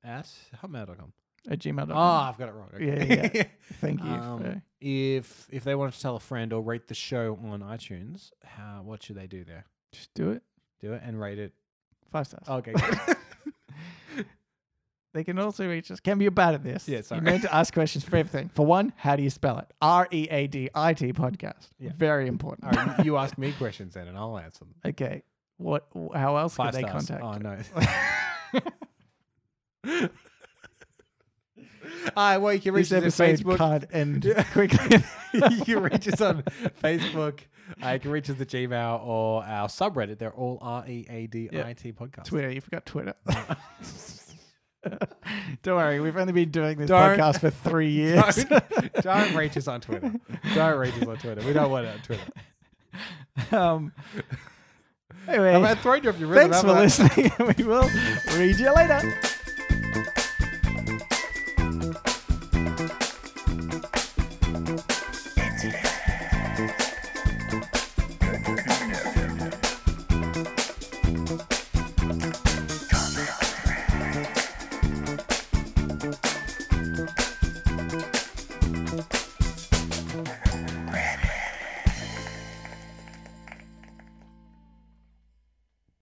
Speaker 2: At hotmail.com.
Speaker 1: at gmail.com.
Speaker 2: Ah, I've got it wrong.
Speaker 1: Yeah, yeah, Thank you.
Speaker 2: Um,
Speaker 1: for-
Speaker 2: if if they wanted to tell a friend or rate the show on iTunes, how what should they do there?
Speaker 1: just do it.
Speaker 2: Do it and rate it.
Speaker 1: Five stars.
Speaker 2: Okay. good.
Speaker 1: They can also reach us. Can be bad at this.
Speaker 2: Yeah, sorry.
Speaker 1: You meant to ask questions for everything. For one, how do you spell it? R E A D I T podcast.
Speaker 2: Yeah.
Speaker 1: Very important.
Speaker 2: All right, you- you ask me questions then, and I'll answer them.
Speaker 1: Okay. What? wh- How else
Speaker 2: Five
Speaker 1: could they
Speaker 2: stars.
Speaker 1: contact?
Speaker 2: Oh
Speaker 1: us?
Speaker 2: no. Ah, well, you can reach
Speaker 1: This
Speaker 2: us at
Speaker 1: episode
Speaker 2: Facebook.
Speaker 1: can't end quickly.
Speaker 2: you can reach us on Facebook. Uh, you can reach us at Gmail or our subreddit. They're all R E A D I T podcast.
Speaker 1: Twitter. You forgot Twitter. Don't worry. We've only been doing this
Speaker 2: Don't-
Speaker 1: podcast for three years.
Speaker 2: Don't, don't reach us on Twitter. Don't reach us on Twitter. We don't want it on Twitter.
Speaker 1: um,
Speaker 2: I've
Speaker 1: anyway,
Speaker 2: thrown you off your rhythm.
Speaker 1: thanks for
Speaker 2: haven't I?
Speaker 1: listening. we will read you later.